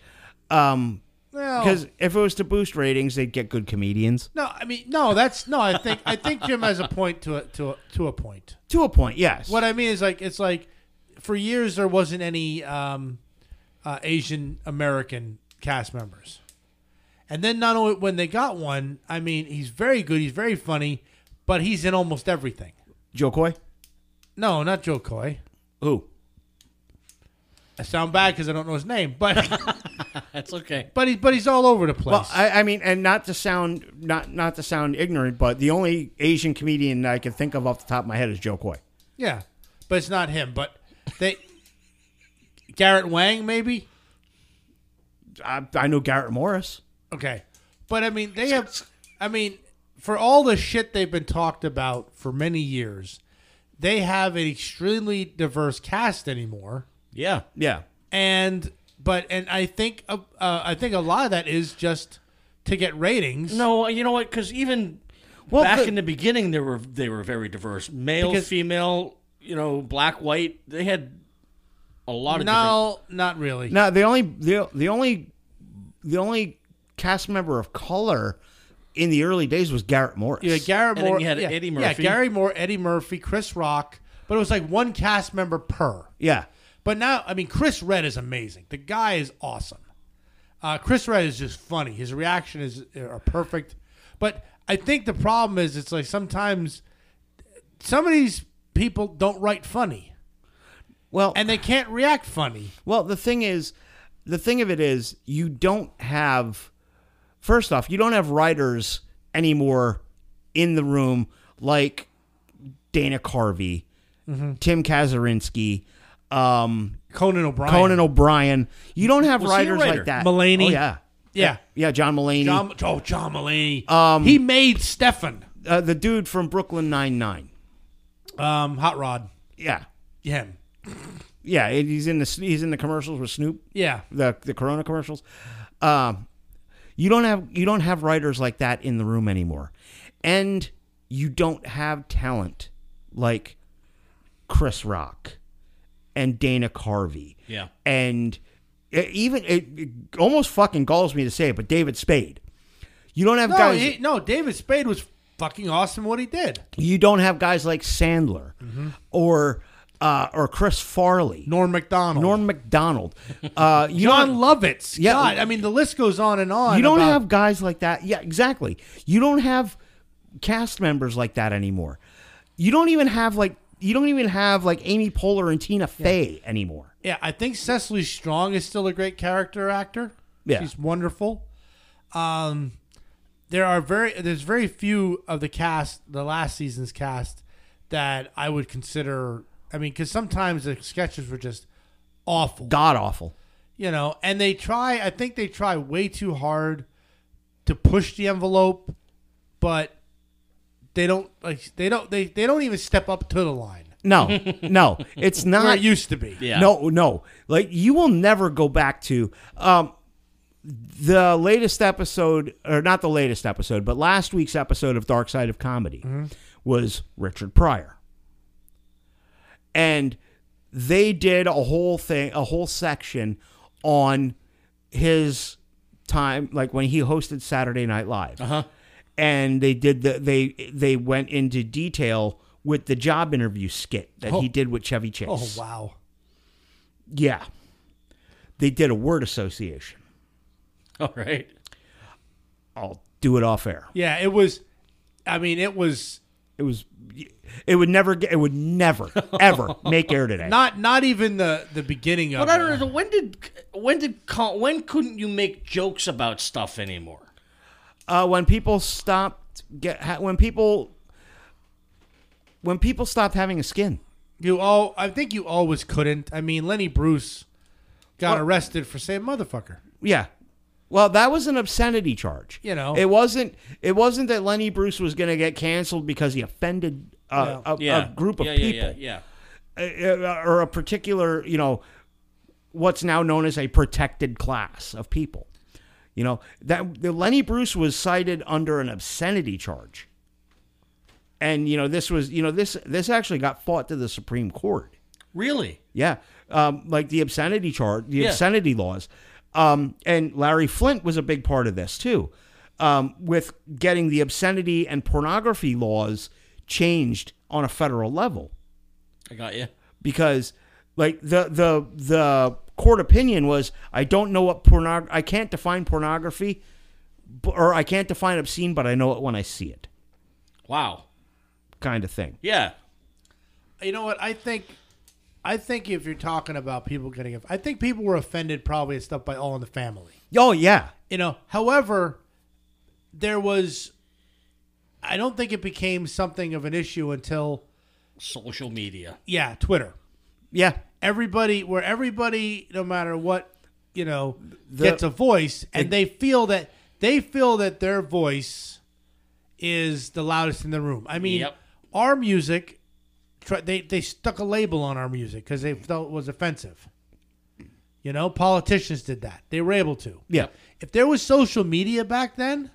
A: Um,
C: Well,
A: because if it was to boost ratings, they'd get good comedians.
C: no, I mean, no. That's no. I think I think Jim has a point to a, to a, to a point.
A: To a point, yes.
C: What I mean is like it's like for years there wasn't any um, uh, Asian American cast members, and then not only when they got one, I mean he's very good, he's very funny, but he's in almost everything.
A: Joe Coy?
C: No, not Joe Coy.
A: Who?
C: I sound bad because I don't know his name, but
B: That's okay.
C: but he's but he's all over the place.
A: Well, Oh, I, I mean, and not to sound not not to sound ignorant, but the only Asian comedian I can think of off the top of my head is Joe Coy.
C: yeah, but it's not him. But they Garrett Wang maybe
A: I, I know Garrett Morris.
C: okay, but I mean they have. I mean for all the shit they've been talked about for many years, they have an extremely diverse cast anymore.
B: Yeah.
A: Yeah,
C: and but and I think uh, uh, I think a lot of that is just to get ratings.
B: No, you know what? Because even
A: Well,
B: back
A: the-
B: in the beginning, they were they were very diverse, male,
C: Because-
B: female, you know, black, white. They had a lot of
C: no, not really.
A: Now the only the the only the only cast member of color in the early days was Garrett Morris.
C: Yeah, Gary
B: then
C: Moore.
B: you had
C: yeah,
B: Eddie
C: Yeah,
B: Murphy.
C: Gary Moore, Eddie Murphy, Chris Rock, but it was like one cast member per.
A: yeah,
C: But now, I mean, Chris Red is amazing. The guy is awesome. Uh, Chris Red is just funny. His reaction is are perfect. But I think the problem is it's like sometimes some of these people don't write funny
A: Well,
C: and they can't react funny.
A: well, the thing is, the thing of it is, you don't have. First off, you don't have writers anymore in the room like Dana Carvey,
B: Mm-hmm.
A: Tim Kazurinsky, um,
C: Conan O'Brien.
A: Conan O'Brien. You don't have
B: he a
A: writers
B: writer?
A: like that.
C: Mulaney?
A: Oh, yeah,
C: Yeah.
A: yeah, John Mulaney,
C: John, oh, John Mulaney. Um, he made Stefan.
A: Uh, the dude from Brooklyn Nine Nine.
C: Um, Hot Rod.
A: Yeah.
C: Him.
A: Yeah, and he's in the he's in the commercials with Snoop,
C: Yeah.
A: the the Corona commercials. Um, you don't have you don't have writers like that in the room anymore, and you don't have talent like Chris Rock and Dana Carvey.
B: Yeah.
A: and it, even it, it almost fucking galls me to say it, but David Spade. You don't have
C: No,
A: guys.
C: he- no, David Spade was fucking awesome what he did.
A: you don't have guys like Sandler
C: Mm-hmm.
A: or uh, or Chris Farley.
C: Norm McDonald.
A: Norm McDonald. Uh, you
C: John
A: don't-
C: Lovitz.
A: Yeah.
C: God, I mean, the list goes on and on.
A: You don't
C: about-
A: have guys like that. Yeah, exactly. You don't have cast members like that anymore. You don't even have like you don't even have like Amy Poehler and Tina Fey anymore.
C: Yeah, I think Cecily Strong is still a great character actor.
A: Yeah.
C: she's wonderful. Um, there are very there's very few of the cast, the last season's cast, that I would consider. I mean, because sometimes the sketches were just awful,
A: God awful.
C: you know. And they try. I think they try way too hard to push the envelope, but they don't like they don't they they don't even step up to the line
A: No, no, it's
C: where
A: not.
C: it used to be.
B: Yeah.
A: No, no. Like you will never go back to um the latest episode or not the latest episode, but last week's episode of Dark Side of Comedy was Richard Pryor. And they did a whole thing, a whole section on his time like when he hosted Saturday Night Live. Uh-huh. And they did the they they went into detail with the job interview skit that he did with Chevy Chase.
C: Oh wow.
A: Yeah. They did a word association.
B: different. All right.
A: I'll do it off air.
C: Yeah, it was. I mean, it was
A: It was it would never get it would never ever make air today.
C: not not even the the beginning of.
B: But I don't
C: it.
B: know. When did when did co- when couldn't you make jokes about stuff anymore?
A: uh, when people stopped get ha- when people when people stopped having a skin.
C: You all, I think you always couldn't. I mean, Lenny Bruce got arrested for saying motherfucker.
A: Yeah. Well, that was an obscenity charge.
C: You know.
A: it wasn't. It wasn't that Lenny Bruce was going to get canceled because he offended uh, a,
B: Yeah.
A: a group of
B: yeah,
A: people.
B: Yeah, yeah, yeah.
A: uh, or a particular, you know, what's now known as a protected class of people. You know that the Lenny Bruce was cited under an obscenity charge, and you know this was you know this this actually got fought to the Supreme Court.
B: Really?
A: Yeah, um, like the obscenity charge, the
B: Yeah.
A: obscenity laws, um, and Larry Flint was a big part of this too, um, with getting the obscenity and pornography laws changed on a federal level
B: I got you.
A: because like the the the court opinion was I don't know what pornog I can't define pornography b- or I can't define obscene but I know it when I see it.
B: Wow.
A: kind of thing.
B: Yeah.
C: You know what? I think, I think if you're talking about people getting, off- I think people were offended probably at stuff by All in the Family.
A: Oh yeah,
C: You know, however, there was, I don't think it became something of an issue until
B: Social media.
C: yeah, Twitter.
A: yeah.
C: Everybody, where everybody, no matter what, you know, gets a voice, and they feel that they feel that their voice is the loudest in the room. I mean,
B: Yep.
C: our music, tr- they they stuck a label on our music because they felt it was offensive. You know, politicians did that; they were able to.
A: Yeah.
C: If there was social media back then,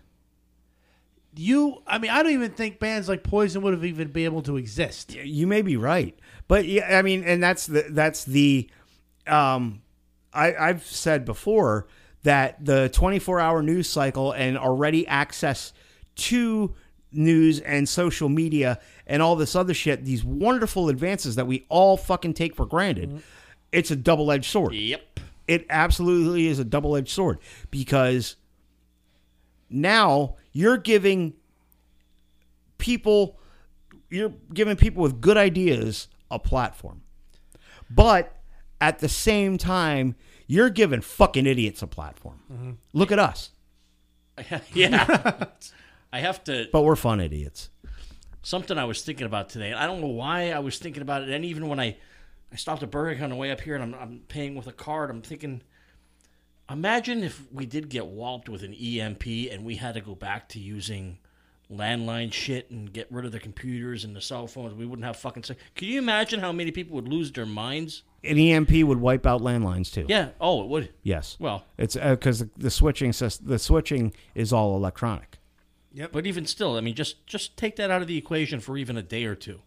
C: you, I mean, I don't even think bands like Poison would have even been able to exist.
A: you may be right, but yeah, I mean, and that's the that's the, um, I I've said before that the twenty four hour news cycle and already access to news and social media and all this other shit, these wonderful advances that we all fucking take for granted, it's a double edged sword
B: Yep.
A: it absolutely is a double edged sword because now you're giving people you're giving people with good ideas a platform. But at the same time, you're giving fucking idiots a platform. Look at us.
B: yeah. I have to.
A: But we're fun idiots.
B: something I was thinking about today. And I don't know why I was thinking about it. And even when I, I stopped at Burger King on the way up here and I'm, I'm paying with a card, I'm thinking, imagine if we did get walloped with an EMP and we had to go back to using landline shit and get rid of the computers and the cell phones. We wouldn't have fucking. se- Can you imagine how many people would lose their minds?
A: An EMP would wipe out landlines too.
B: Yeah. Oh, it would.
A: Yes.
B: Well,
A: It's because the, the switching sys- the switching is all electronic.
B: but even still, I mean, just just take that out of the equation for even a day or two.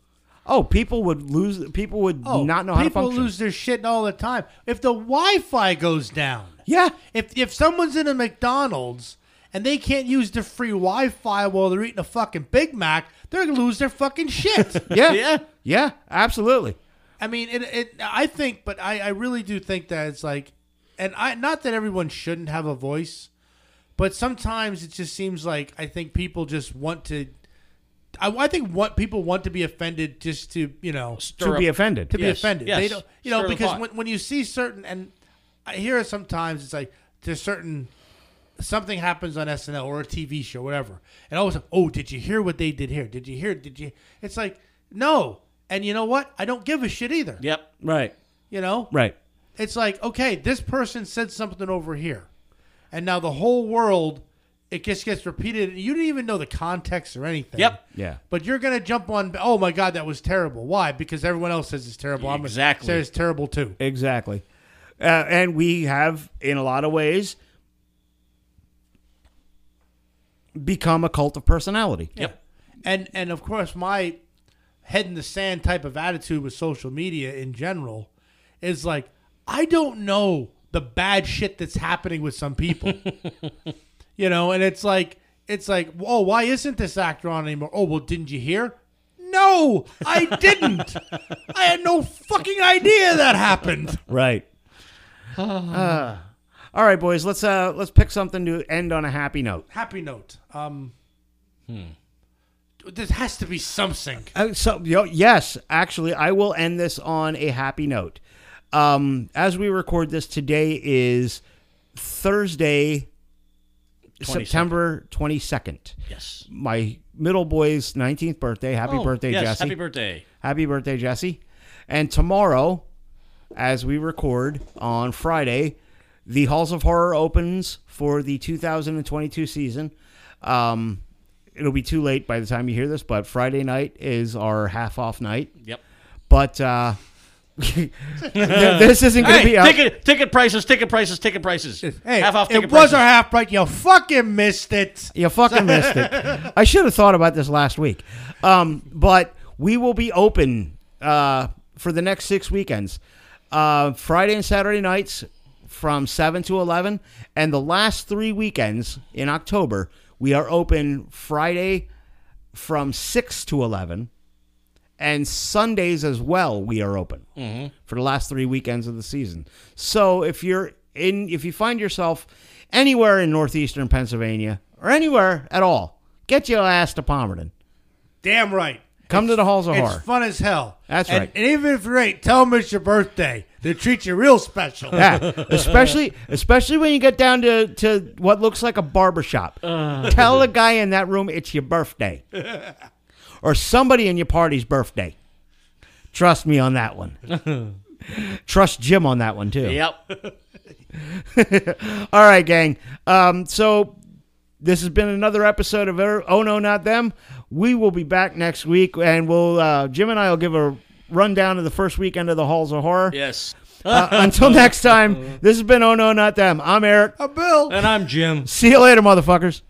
A: Oh, people would lose. People would not know how to
C: Oh, people
A: function.
C: lose their shit all the time. If the Wi-Fi goes down,
A: yeah,
C: if if someone's in a McDonald's and they can't use the free Wi-Fi while they're eating a fucking Big Mac, they're gonna lose their fucking shit.
A: yeah,
B: Yeah.
A: yeah. Absolutely.
C: I mean, it, it. I think, but I, I really do think that it's like, and I not that everyone shouldn't have a voice, but sometimes it just seems like I think people just want to. I, I think what people want to be offended just to you know
A: to
B: Stir
A: be
B: up-
A: offended.
C: to be
B: Yes,
C: offended. They
B: yes.
C: don't, you know,
B: Stir the
C: because
B: pot.
C: when, when you see certain, and I hear it sometimes, it's like there's certain something happens on SNL or a TV show, whatever, and all of a sudden, oh, did you hear what they did here? Did you hear? Did you? It's like no, and you know what? I don't give a shit either.
B: Yep.
A: Right.
C: You know,
A: Right.
C: it's like okay, this person said something over here, and now the whole world. It just gets repeated. You didn't even know the context or anything.
B: Yep.
A: Yeah.
C: But you're gonna jump on. Oh my God, that was terrible. Why? Because everyone else says it's terrible. I'm gonna
B: Exactly.
C: Say it's terrible too.
A: Exactly. Uh, and we have, in a lot of ways, become a cult of personality.
B: Yep.
C: And and of course, my head in the sand type of attitude with social media in general is like, I don't know the bad shit that's happening with some people. you know, and it's like it's like, oh, why isn't this actor on anymore? Oh, well, didn't you hear? No, I didn't. I had no fucking idea that happened.
A: Right. Uh, all right, boys. Let's uh let's pick something to end on a happy note.
C: happy note. Um, There has to be something.
A: Uh, so yo, yes, actually, I will end this on a happy note. Um, as we record this, today is Thursday,
B: 22nd.
A: September twenty second.
B: Yes.
A: my middle boy's 19th birthday. Happy
B: Oh,
A: birthday,
B: yes,
A: Jesse.
B: Happy birthday.
A: Happy birthday, Jesse. And tomorrow, as we record on Friday, the Halls of Horror opens for the 2022 season. Um, it'll be too late by the time you hear this, but Friday night is our half off night.
B: Yep.
A: But uh, th- this isn't going to be
B: Hey,
A: up.
B: ticket, ticket prices, ticket prices, ticket prices.
C: Hey,
B: half off
C: it
B: ticket
C: was
B: prices.
C: our half break. You fucking missed it.
A: You fucking missed it. I should have thought about this last week. Um, but we will be open uh, for the next six weekends uh, Friday and Saturday nights from 7 to 11. And the last three weekends in October, we are open Friday from 6 to 11. And Sundays as well, we are open for the last three weekends of the season. So if you're in, if you find yourself anywhere in northeastern Pennsylvania or anywhere at all, get your ass to Palmerton.
C: Damn right.
A: Come to the halls of
C: It's
A: horror.
C: fun as hell.
A: That's
C: And-
A: right.
C: And even if you ain't, tell them it's your birthday. They treat you real special.
A: Yeah, especially especially when you get down to, to what looks like a barber shop. Tell the guy in that room it's your birthday, or somebody in your party's birthday. Trust me on that one. Trust Jim on that one too.
B: Yep.
A: All right, gang. Um, so this has been another episode of Er- Oh No Not Them. We will be back next week, and we'll uh, Jim and I will give a rundown of the first weekend of the Halls of Horror.
B: Yes.
A: Uh, until next time, this has been Oh No Not Them. I'm Eric.
C: Uh, Bill.
B: And I'm Jim.
A: See you later, motherfuckers.